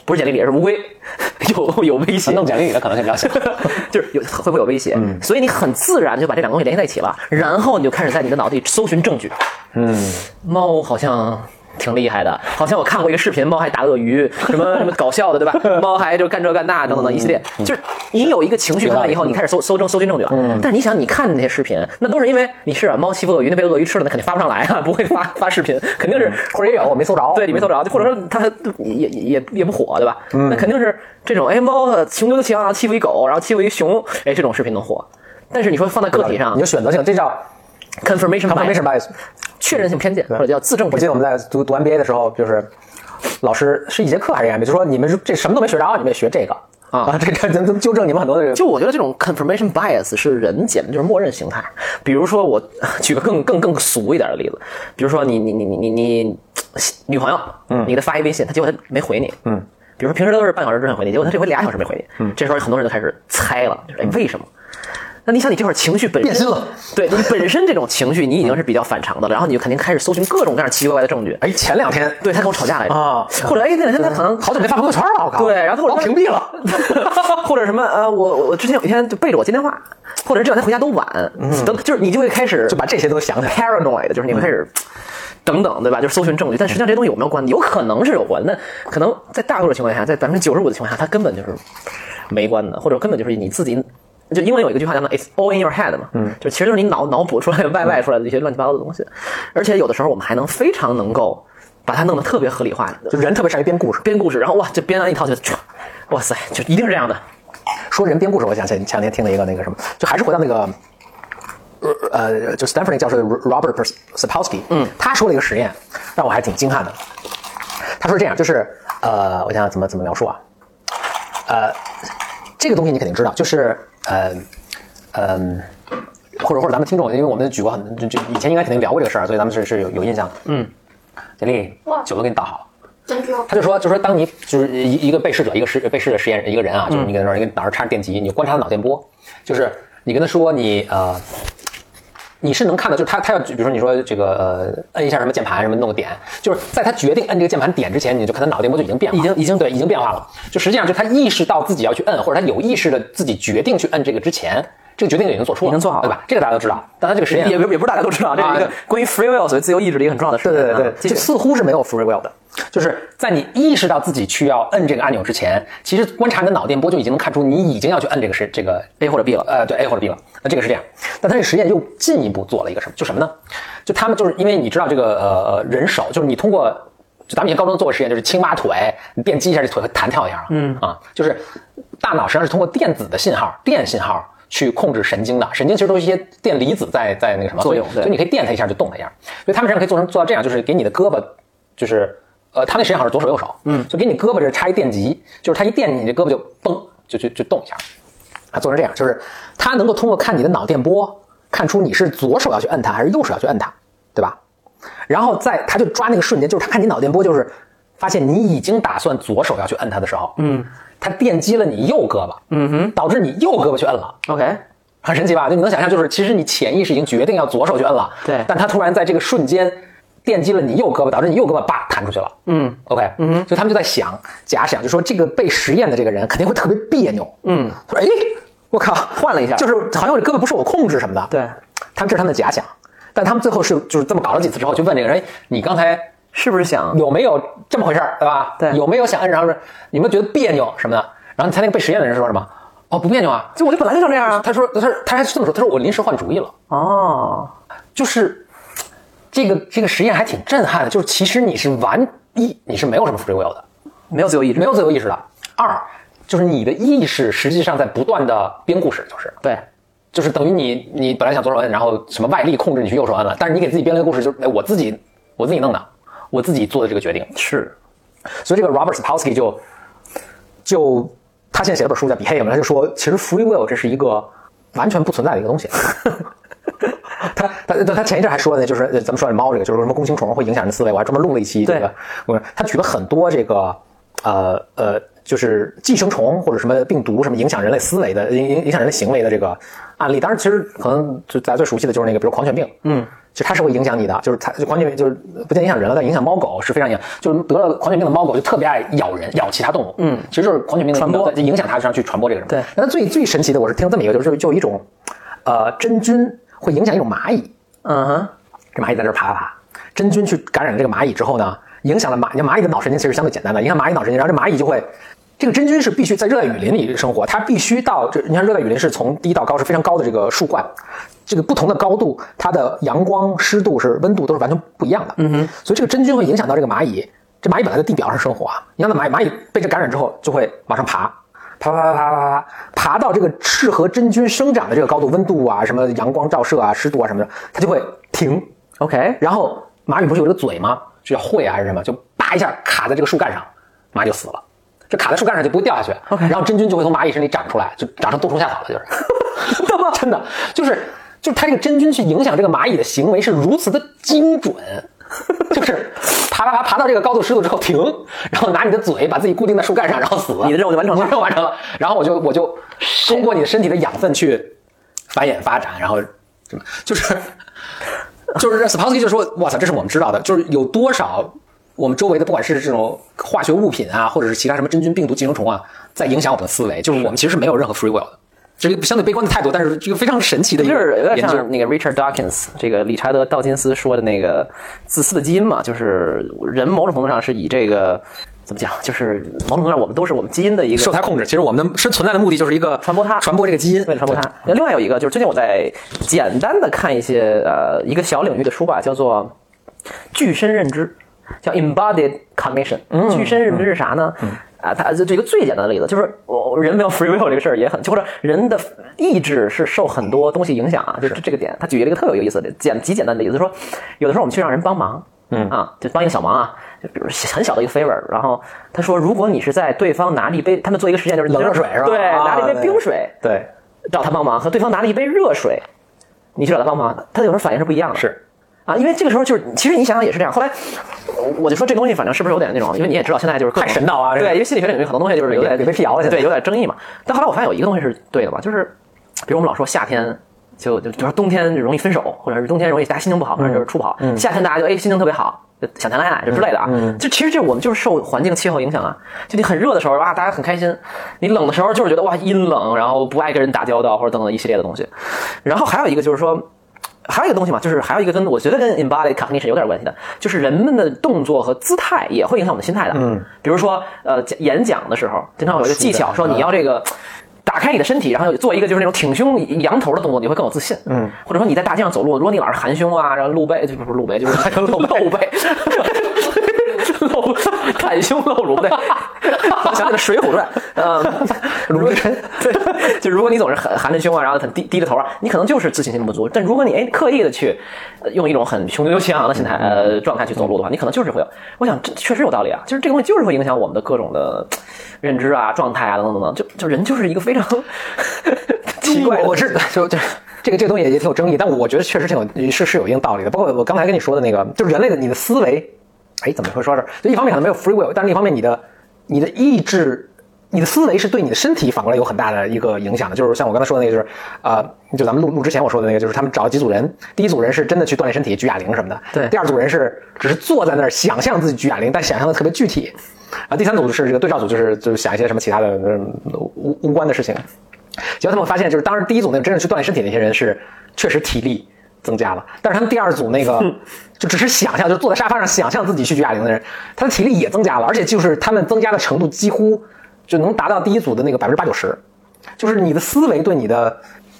[SPEAKER 1] 不是简历里，而是乌龟 有有威胁，
[SPEAKER 2] 弄简历里的可能性比较小。
[SPEAKER 1] 就是有会不会有威胁，所以你很自然就把这两个东西联系在一起了，然后你就开始在你的脑子里搜寻证据。嗯，猫好像挺厉害的，好像我看过一个视频，猫还打鳄鱼，什么什么搞笑的，对吧？猫还就干这干那等等等一系列，嗯就是你有一个情绪出来以后，你开始搜搜证搜寻证据了。但是你想，你看那些视频，那都是因为你是啊，猫欺负鳄鱼，那被鳄鱼吃了，那肯定发不上来啊，不会发发视频，肯定是
[SPEAKER 2] 或者也有我没搜着，
[SPEAKER 1] 对，你没搜着，或者说它也也也不火，对吧？那肯定是这种，哎，猫呃穷丢强，然后欺负一狗，然后欺负一熊，哎，这种视频能火。但是你说放在个体上
[SPEAKER 2] 你就选择性，这叫
[SPEAKER 1] ，confirmation
[SPEAKER 2] confirmation
[SPEAKER 1] bias，
[SPEAKER 2] bias。
[SPEAKER 1] 确认性偏见，或者叫自证
[SPEAKER 2] 我
[SPEAKER 1] 偏
[SPEAKER 2] 记
[SPEAKER 1] 见
[SPEAKER 2] 得我。们在读读 MBA 的时候，就是老师是一节课还是 MBA，就说你们这什么都没学着，你们也学这个
[SPEAKER 1] 啊
[SPEAKER 2] 这个咱们纠正你们很多的这个。
[SPEAKER 1] 就我觉得这种 confirmation bias 是人简直就是默认形态。比如说我 举个更更更俗一点的例子，比如说你你你你你你女朋友，嗯，你给她发一微信，她结果她没回你，嗯，比如说平时都是半小时之内回你，结果她这回俩小时没回你，嗯，这时候很多人就开始猜了，就是哎为什么？那你想，你这会儿情绪本身变心了，对你本身这种情绪，你已经是比较反常的了，然后你就肯定开始搜寻各种各样奇奇怪怪的证据。
[SPEAKER 2] 哎，前两天
[SPEAKER 1] 对他跟我吵架来着
[SPEAKER 2] 啊
[SPEAKER 1] 或者哎那两天他可能
[SPEAKER 2] 好久没发朋友圈了，我靠。
[SPEAKER 1] 对，然后
[SPEAKER 2] 把
[SPEAKER 1] 或
[SPEAKER 2] 我
[SPEAKER 1] 者
[SPEAKER 2] 屏蔽了。
[SPEAKER 1] 或者什么呃，我我我之前有一天就背着我接电话，或者这两天回家都晚，
[SPEAKER 2] 嗯
[SPEAKER 1] 等就是你就会开始
[SPEAKER 2] 就把这些都想起来。
[SPEAKER 1] paranoid，就是你会开始。等等，对吧？就是搜寻证据，但实际上这些东西有没有关系？有可能是有关的，那可能在大多数情况下，在百分之九十五的情况下，它根本就是没关的，或者根本就是你自己。就英文有一个句话叫做 "It's all in your head" 嘛，嗯，就其实就是你脑脑补出来、外外出来的一些乱七八糟的东西，而且有的时候我们还能非常能够把它弄得特别合理化，
[SPEAKER 2] 就人特别善于编故事，
[SPEAKER 1] 编故事，然后哇，这编完一套就，唰哇塞，就一定是这样的。
[SPEAKER 2] 说人编故事，我想起来前两天听了一个那个什么，就还是回到那个，呃，呃就 Stanford 那个教授 Robert Pers- Sapolsky，嗯，他说了一个实验，让我还挺惊叹的。他说这样，就是呃，我想想怎么怎么描述啊，呃，这个东西你肯定知道，就是呃，嗯、或者或者咱们听众，因为我们举过很就就以前应该肯定聊过这个事儿，所以咱们是是有有印象的。嗯，简历
[SPEAKER 11] 哇
[SPEAKER 2] 酒都给你倒好了。
[SPEAKER 11] 真丢。
[SPEAKER 2] 他就说，就说当你就是一一个被试者，一个实被试的实验人，一个人啊，
[SPEAKER 1] 嗯
[SPEAKER 2] 就是你跟他说，你跟脑上插着电极，你就观察他脑电波，就是你跟他说你呃，你是能看到，就是他他要比如说你说这个呃摁一下什么键盘什么弄个点，就是在他决定摁这个键盘点之前，你就看他脑电波就已经变化了，
[SPEAKER 1] 已经已经
[SPEAKER 2] 对已经变化了，就实际上就他意识到自己要去摁，或者他有意识的自己决定去摁这个之前，这个决定已经做出了，
[SPEAKER 1] 已经做好了
[SPEAKER 2] 对吧？这个大家都知道，但他这个实验
[SPEAKER 1] 也也不是大家都知道，这是一个
[SPEAKER 2] 啊
[SPEAKER 1] 关于 free will 所谓自由意志的一个很重要的事情啊。
[SPEAKER 2] 对对对，
[SPEAKER 1] 继
[SPEAKER 2] 就
[SPEAKER 1] 续
[SPEAKER 2] 似乎是没有 free will 的，就是在你意识到自己需要摁这个按钮之前，其实观察你的脑电波就已经能看出你已经要去摁这个是这个
[SPEAKER 1] A 或者 B 了。
[SPEAKER 2] 呃，对 A 或者 B 了。那这个是这样，但他这个实验又进一步做了一个什么？就什么呢？就他们就是因为你知道这个呃呃人手，就是你通过。就咱们以前高中做过实验，就是青蛙腿，你电击一下，这腿会弹跳一下。嗯啊，就是大脑实际上是通过电子的信号、电信号去控制神经的，神经其实都是一些电离子在在那个什么
[SPEAKER 1] 作用
[SPEAKER 2] 所
[SPEAKER 1] 对
[SPEAKER 2] 以所以你可以电它一下就动它一下。所以他们实际上可以做成做到这样，就是给你的胳膊，就是呃，他那实际上好像是左手右手，嗯，就给你胳膊这儿插一电极，就是他一电你，你这胳膊就嘣就就就动一下。啊，做成这样，就是它能够通过看你的脑电波，看出你是左手要去摁它还是右手要去摁它，对吧？然后在他就抓那个瞬间，就是他看你脑电波，就是发现你已经打算左手要去摁它的时候，嗯，他电击了你右胳膊，嗯哼，导致你右胳膊去摁了，
[SPEAKER 1] OK，
[SPEAKER 2] 很神奇吧？就你能想象，就是其实你潜意识已经决定要左手去摁了，
[SPEAKER 1] 对
[SPEAKER 2] 但他突然在这个瞬间电击了你右胳膊，导致你右胳膊叭弹出去了。嗯，OK，嗯，就他们就在想假想，就说这个被实验的这个人肯定会特别别扭。嗯，他说哎，我靠，
[SPEAKER 1] 换了一下
[SPEAKER 2] 就是好像我这胳膊不受我控制什么的。
[SPEAKER 1] 对，
[SPEAKER 2] 他们这是他们的假想，但他们最后是就是这么搞了几次之后，就问这个人，哎你刚才
[SPEAKER 1] 是不是想
[SPEAKER 2] 有没有这么回事儿，对吧？
[SPEAKER 1] 对
[SPEAKER 2] 有没有想摁，然后是你们觉得别扭什么的？然后你猜那个被实验的人说什么？哦，不别扭啊，
[SPEAKER 1] 就我就本来就想这样啊？
[SPEAKER 2] 他说，他他还是这么说，他说我临时换主意了，
[SPEAKER 1] 哦，
[SPEAKER 2] 就是这个这个实验还挺震撼的，就是其实你是完一，你是没有什么 free will 的，
[SPEAKER 1] 没有自由意志，
[SPEAKER 2] 没有自由意识的。二就是你的意识实际上在不断的编故事，就是
[SPEAKER 1] 对，
[SPEAKER 2] 就是等于你你本来想左手摁，然后什么外力控制你去右手摁了，但是你给自己编了一个故事，就是哎我自己我自己弄的，我自己做的这个决定。
[SPEAKER 1] 是
[SPEAKER 2] 所以这个 Robert Sapolsky 就就他现在写了本书叫《Behavior》，他就说其实 free will 这是一个完全不存在的一个东西。 他他他前一阵还说呢，就是呃咱们说这猫这个，就是说什么弓形虫会影响人思维，我还专门录了一期这个
[SPEAKER 1] 对。
[SPEAKER 2] 我他举了很多这个呃呃，就是寄生虫或者什么病毒什么影响人类思维的影影影响人类行为的这个案例。当然，其实可能就大家最熟悉的就是那个，比如狂犬病，嗯，其实它是会影响你的，就是它就狂犬病就是不见影响人了，但影响猫狗是非常影响，就是得了狂犬病的猫狗就特别爱咬人，咬其他动物，嗯，其实就是狂犬病的传播影响它身上去传播这个什么。
[SPEAKER 1] 对
[SPEAKER 2] 那最最神奇的，我是听这么一个，就是就有一种呃真菌会影响一种蚂蚁。
[SPEAKER 1] 嗯哼，
[SPEAKER 2] 这蚂蚁在这儿爬爬爬，真菌去感染了这个蚂蚁之后呢，影响了蚂蚁。蚂蚁的脑神经其实相对简单的，影响蚂蚁脑神经，然后这蚂蚁就会。这个真菌是必须在热带雨林里生活，它必须到这。你看热带雨林是从低到高是非常高的这个树冠，这个不同的高度，它的阳光、湿度是温度都是完全不一样的。嗯哼，所以这个真菌会影响到这个蚂蚁。这蚂蚁本来在地表上生活啊，你看那蚂蚁，蚂蚁被这感染之后就会往上爬，爬爬爬爬爬爬，爬到这个适合真菌生长的这个高度，温度啊，什么阳光照射啊、湿度啊什么的，它就会停。
[SPEAKER 1] ，OK，
[SPEAKER 2] 然后蚂蚁不是有这个嘴吗？就叫喙啊还是什么？就叭一下卡在这个树干上，蚂蚁就死了。这卡在树干上就不会掉下去
[SPEAKER 1] OK
[SPEAKER 2] 然后真菌就会从蚂蚁身体长出来，就长成冬虫夏草了，就 是 真的真的就是就是它这个真菌去影响这个蚂蚁的行为是如此的精准，就是爬爬爬爬到这个高度湿度之后停，然后拿你的嘴把自己固定在树干上，然后死了，
[SPEAKER 1] 你的任务就完成了
[SPEAKER 2] 你的任务完成了，然后我就我就通过你的身体的养分去繁衍发展，然后什么就是。就是 s p o t s k y 就说：“哇塞，这是我们知道的，就是有多少我们周围的，不管是这种化学物品啊，或者是其他什么真菌、病毒、寄生虫啊，在影响我们的思维。就是我们其实是没有任何 free will 的，这是一个相对悲观的态度，但是这个非常神奇的一
[SPEAKER 1] 有点有
[SPEAKER 2] 个
[SPEAKER 1] 点
[SPEAKER 2] 研究。
[SPEAKER 1] 像那个 Richard Dawkins 这个理查德道金斯说的那个自私的基因嘛，就是人某种程度上是以这个怎么讲，就是某种程度上我们都是我们基因的一个
[SPEAKER 2] 受它控制，其实我们的是存在的目的就是一个
[SPEAKER 1] 传播它
[SPEAKER 2] 传播这个基因，
[SPEAKER 1] 为了传播它。那另外有一个就是最近我在简单的看一些呃一个小领域的书吧，叫做具身认知，叫 embodied cognition。具
[SPEAKER 2] 嗯
[SPEAKER 1] 身认知是啥呢？啊，它这这个最简单的例子就是，我人没有 free will 这个事儿也很，就或者人的意志是受很多东西影响啊，就这这个点。他举了一个特有意思的简极简单的例子，说有的时候我们去让人帮忙，嗯啊，就帮一个小忙啊，就比如很小的一个 favor，然后他说，如果你是在对方拿了一杯，他们做一个实验就是
[SPEAKER 2] 冷热水是吧
[SPEAKER 1] 对，
[SPEAKER 2] 啊
[SPEAKER 1] 拿了一杯
[SPEAKER 2] 对
[SPEAKER 1] 冰水，
[SPEAKER 2] 对，
[SPEAKER 1] 找他帮忙，和对方拿了一杯热水，你去找他帮忙，他有时候反应是不一样的。
[SPEAKER 2] 是
[SPEAKER 1] 啊，因为这个时候就是，其实你想想也是这样。后来我我就说这东西反正是不是有点那种，因为你也知道现在就是各种
[SPEAKER 2] 太神道啊这个
[SPEAKER 1] 对，因为心理学领域很多东西就是有点
[SPEAKER 2] 也被辟谣了现在
[SPEAKER 1] 对，有点争议嘛。但后来我发现有一个东西是对的吧，就是比如我们老说夏天。就就比如说冬天容易分手，或者是冬天容易大家心情不好，或者就是处不好。夏天大家就哎心情特别好，就想谈恋爱就之类的啊。就其实这我们就是受环境气候影响啊。就你很热的时候啊，大家很开心；你冷的时候就是觉得哇阴冷，然后不爱跟人打交道或者等等一系列的东西。然后还有一个就是说，还有一个东西嘛，就是还有一个跟我觉得跟 embodied cognition 有点关系的，就是人们的动作和姿态也会影响我们的心态的。嗯，哦比如说呃讲演讲的时候，经常有一个技巧说你要这个。打开你的身体，然后做一个就是那种挺胸扬头的动作，你会更有自信。嗯，或者说你在大街上走路，如果你老是含胸啊，然后露背，就不是露背，就是露 露背，露袒胸露乳，对，我想起了《水浒传》，嗯，鲁智深， 对，就如果你总是含含着胸啊，然后很低低着头啊，你可能就是自信心不足。但如果你哎刻意的去呃用一种很雄赳赳气昂昂的心态呃状态去走路的话，你可能就是会有。我想这确实有道理啊，就是这个东西就是会影响我们的各种的呃认知啊、状态啊等等等等。就就人就是一个非常 奇怪的，
[SPEAKER 2] 我是就就这个这个东西也挺有争议，但我觉得确实挺有是是有一定道理的。包括我刚才跟你说的那个，就是人类的你的思维，哎，怎么会说这？就一方面可能没有 free will，但是另一方面你的你的意志你的思维是对你的身体反过来有很大的一个影响的。就是像我刚才说的那个，就是呃，就咱们录录之前我说的那个，就是他们找几组人，第一组人是真的去锻炼身体，举哑铃什么的；
[SPEAKER 1] 对
[SPEAKER 2] 第二组人是只是坐在那儿想象自己举哑铃，但想象的特别具体。啊，第三组是这个对照组，就是就是想一些什么其他的嗯无无关的事情。结果他们发现，就是当时第一组那个真正去锻炼身体的那些人是确实体力增加了，但是他们第二组那个 就只是想象，就坐在沙发上想象自己去举哑铃的人，他的体力也增加了，而且就是他们增加的程度几乎就能达到第一组的那个百分之八九十，就是你的思维对你的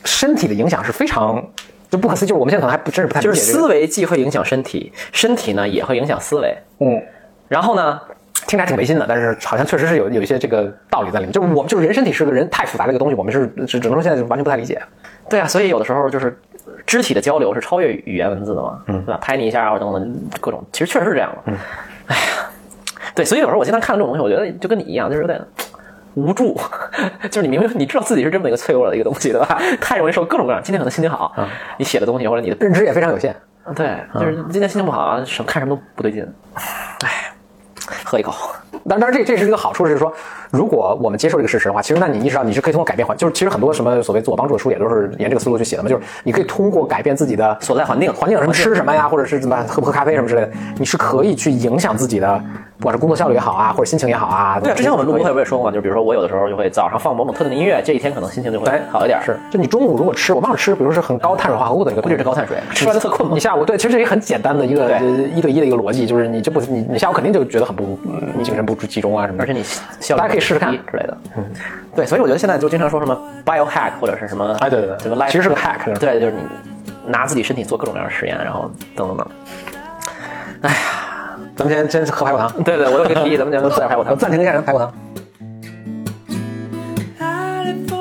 [SPEAKER 2] 身体的影响是非常就不可思议，就是我们现在可能还不真是不太理
[SPEAKER 1] 就
[SPEAKER 2] 解、
[SPEAKER 1] 是
[SPEAKER 2] 这个，
[SPEAKER 1] 思维既会影响身体，身体呢也会影响思维。
[SPEAKER 2] 嗯。
[SPEAKER 1] 然后呢，
[SPEAKER 2] 听着还挺违心的，但是好像确实是有有一些这个道理在里面。就是我们就是人身体是个人太复杂的一个东西，我们是只只能说现在就完全不太理解。
[SPEAKER 1] 对啊，所以有的时候就是肢体的交流是超越语言文字的嘛，嗯，对吧？拍你一下啊，或者等等各种，其实确实是这样的。嗯，哎 呀，对，所以有时候我经常看这种东西，我觉得就跟你一样，就是有点。无助， 就是你明明你知道自己是这么一个脆弱的一个东西，对吧？ 太容易受各种各样。今天可能心情好，你写的东西或者你的
[SPEAKER 2] 认知也非常有限。
[SPEAKER 1] 对，就是今天心情不好啊，什么看什么都不对劲。哎，喝一口。
[SPEAKER 2] 但当然这这是一个好处，是说如果我们接受这个事实的话，其实那你意识到你是可以通过改变环，就是其实很多什么所谓自我帮助的书也都是沿这个思路去写的嘛，就是你可以通过改变自己的
[SPEAKER 1] 所在环境
[SPEAKER 2] 环境有什么吃什么呀，或者是怎么喝不喝咖啡什么之类的，你是可以去影响自己的，不管是工作效率也好啊，或者心情也好啊。
[SPEAKER 1] 对啊，之前我们录播
[SPEAKER 2] 可以
[SPEAKER 1] 会不是也说过嘛，就比如说我有的时候就会早上放某某特定的音乐，这一天可能心情就会
[SPEAKER 2] 哎
[SPEAKER 1] 好一点。
[SPEAKER 2] 是，就你中午如果吃，我忘了吃，比如说是很高碳水化合物的一个东西，
[SPEAKER 1] 估计是高碳水
[SPEAKER 2] 吃完就特困嘛。你下午对，其实这也很简单的一个
[SPEAKER 1] 对
[SPEAKER 2] 呃一对一的一个逻辑，就是你这不你你下午肯定就觉得很不嗯精神不集中啊什么的，
[SPEAKER 1] 而且你效率
[SPEAKER 2] 大家可以试试看
[SPEAKER 1] 很低之类的。嗯，对，所以我觉得现在就经常说什么 biohack 或者是什么，
[SPEAKER 2] 哎对对对
[SPEAKER 1] 什么 life，
[SPEAKER 2] 其实是个 hack 是吧
[SPEAKER 1] 对，就是你拿自己身体做各种各样的实验，然后等等等。
[SPEAKER 2] 咱们先先喝排骨汤，
[SPEAKER 1] 对对， 我有一个提议，咱们就喝点排骨汤。
[SPEAKER 2] 暂停一下，咱们排骨汤。
[SPEAKER 3] I live for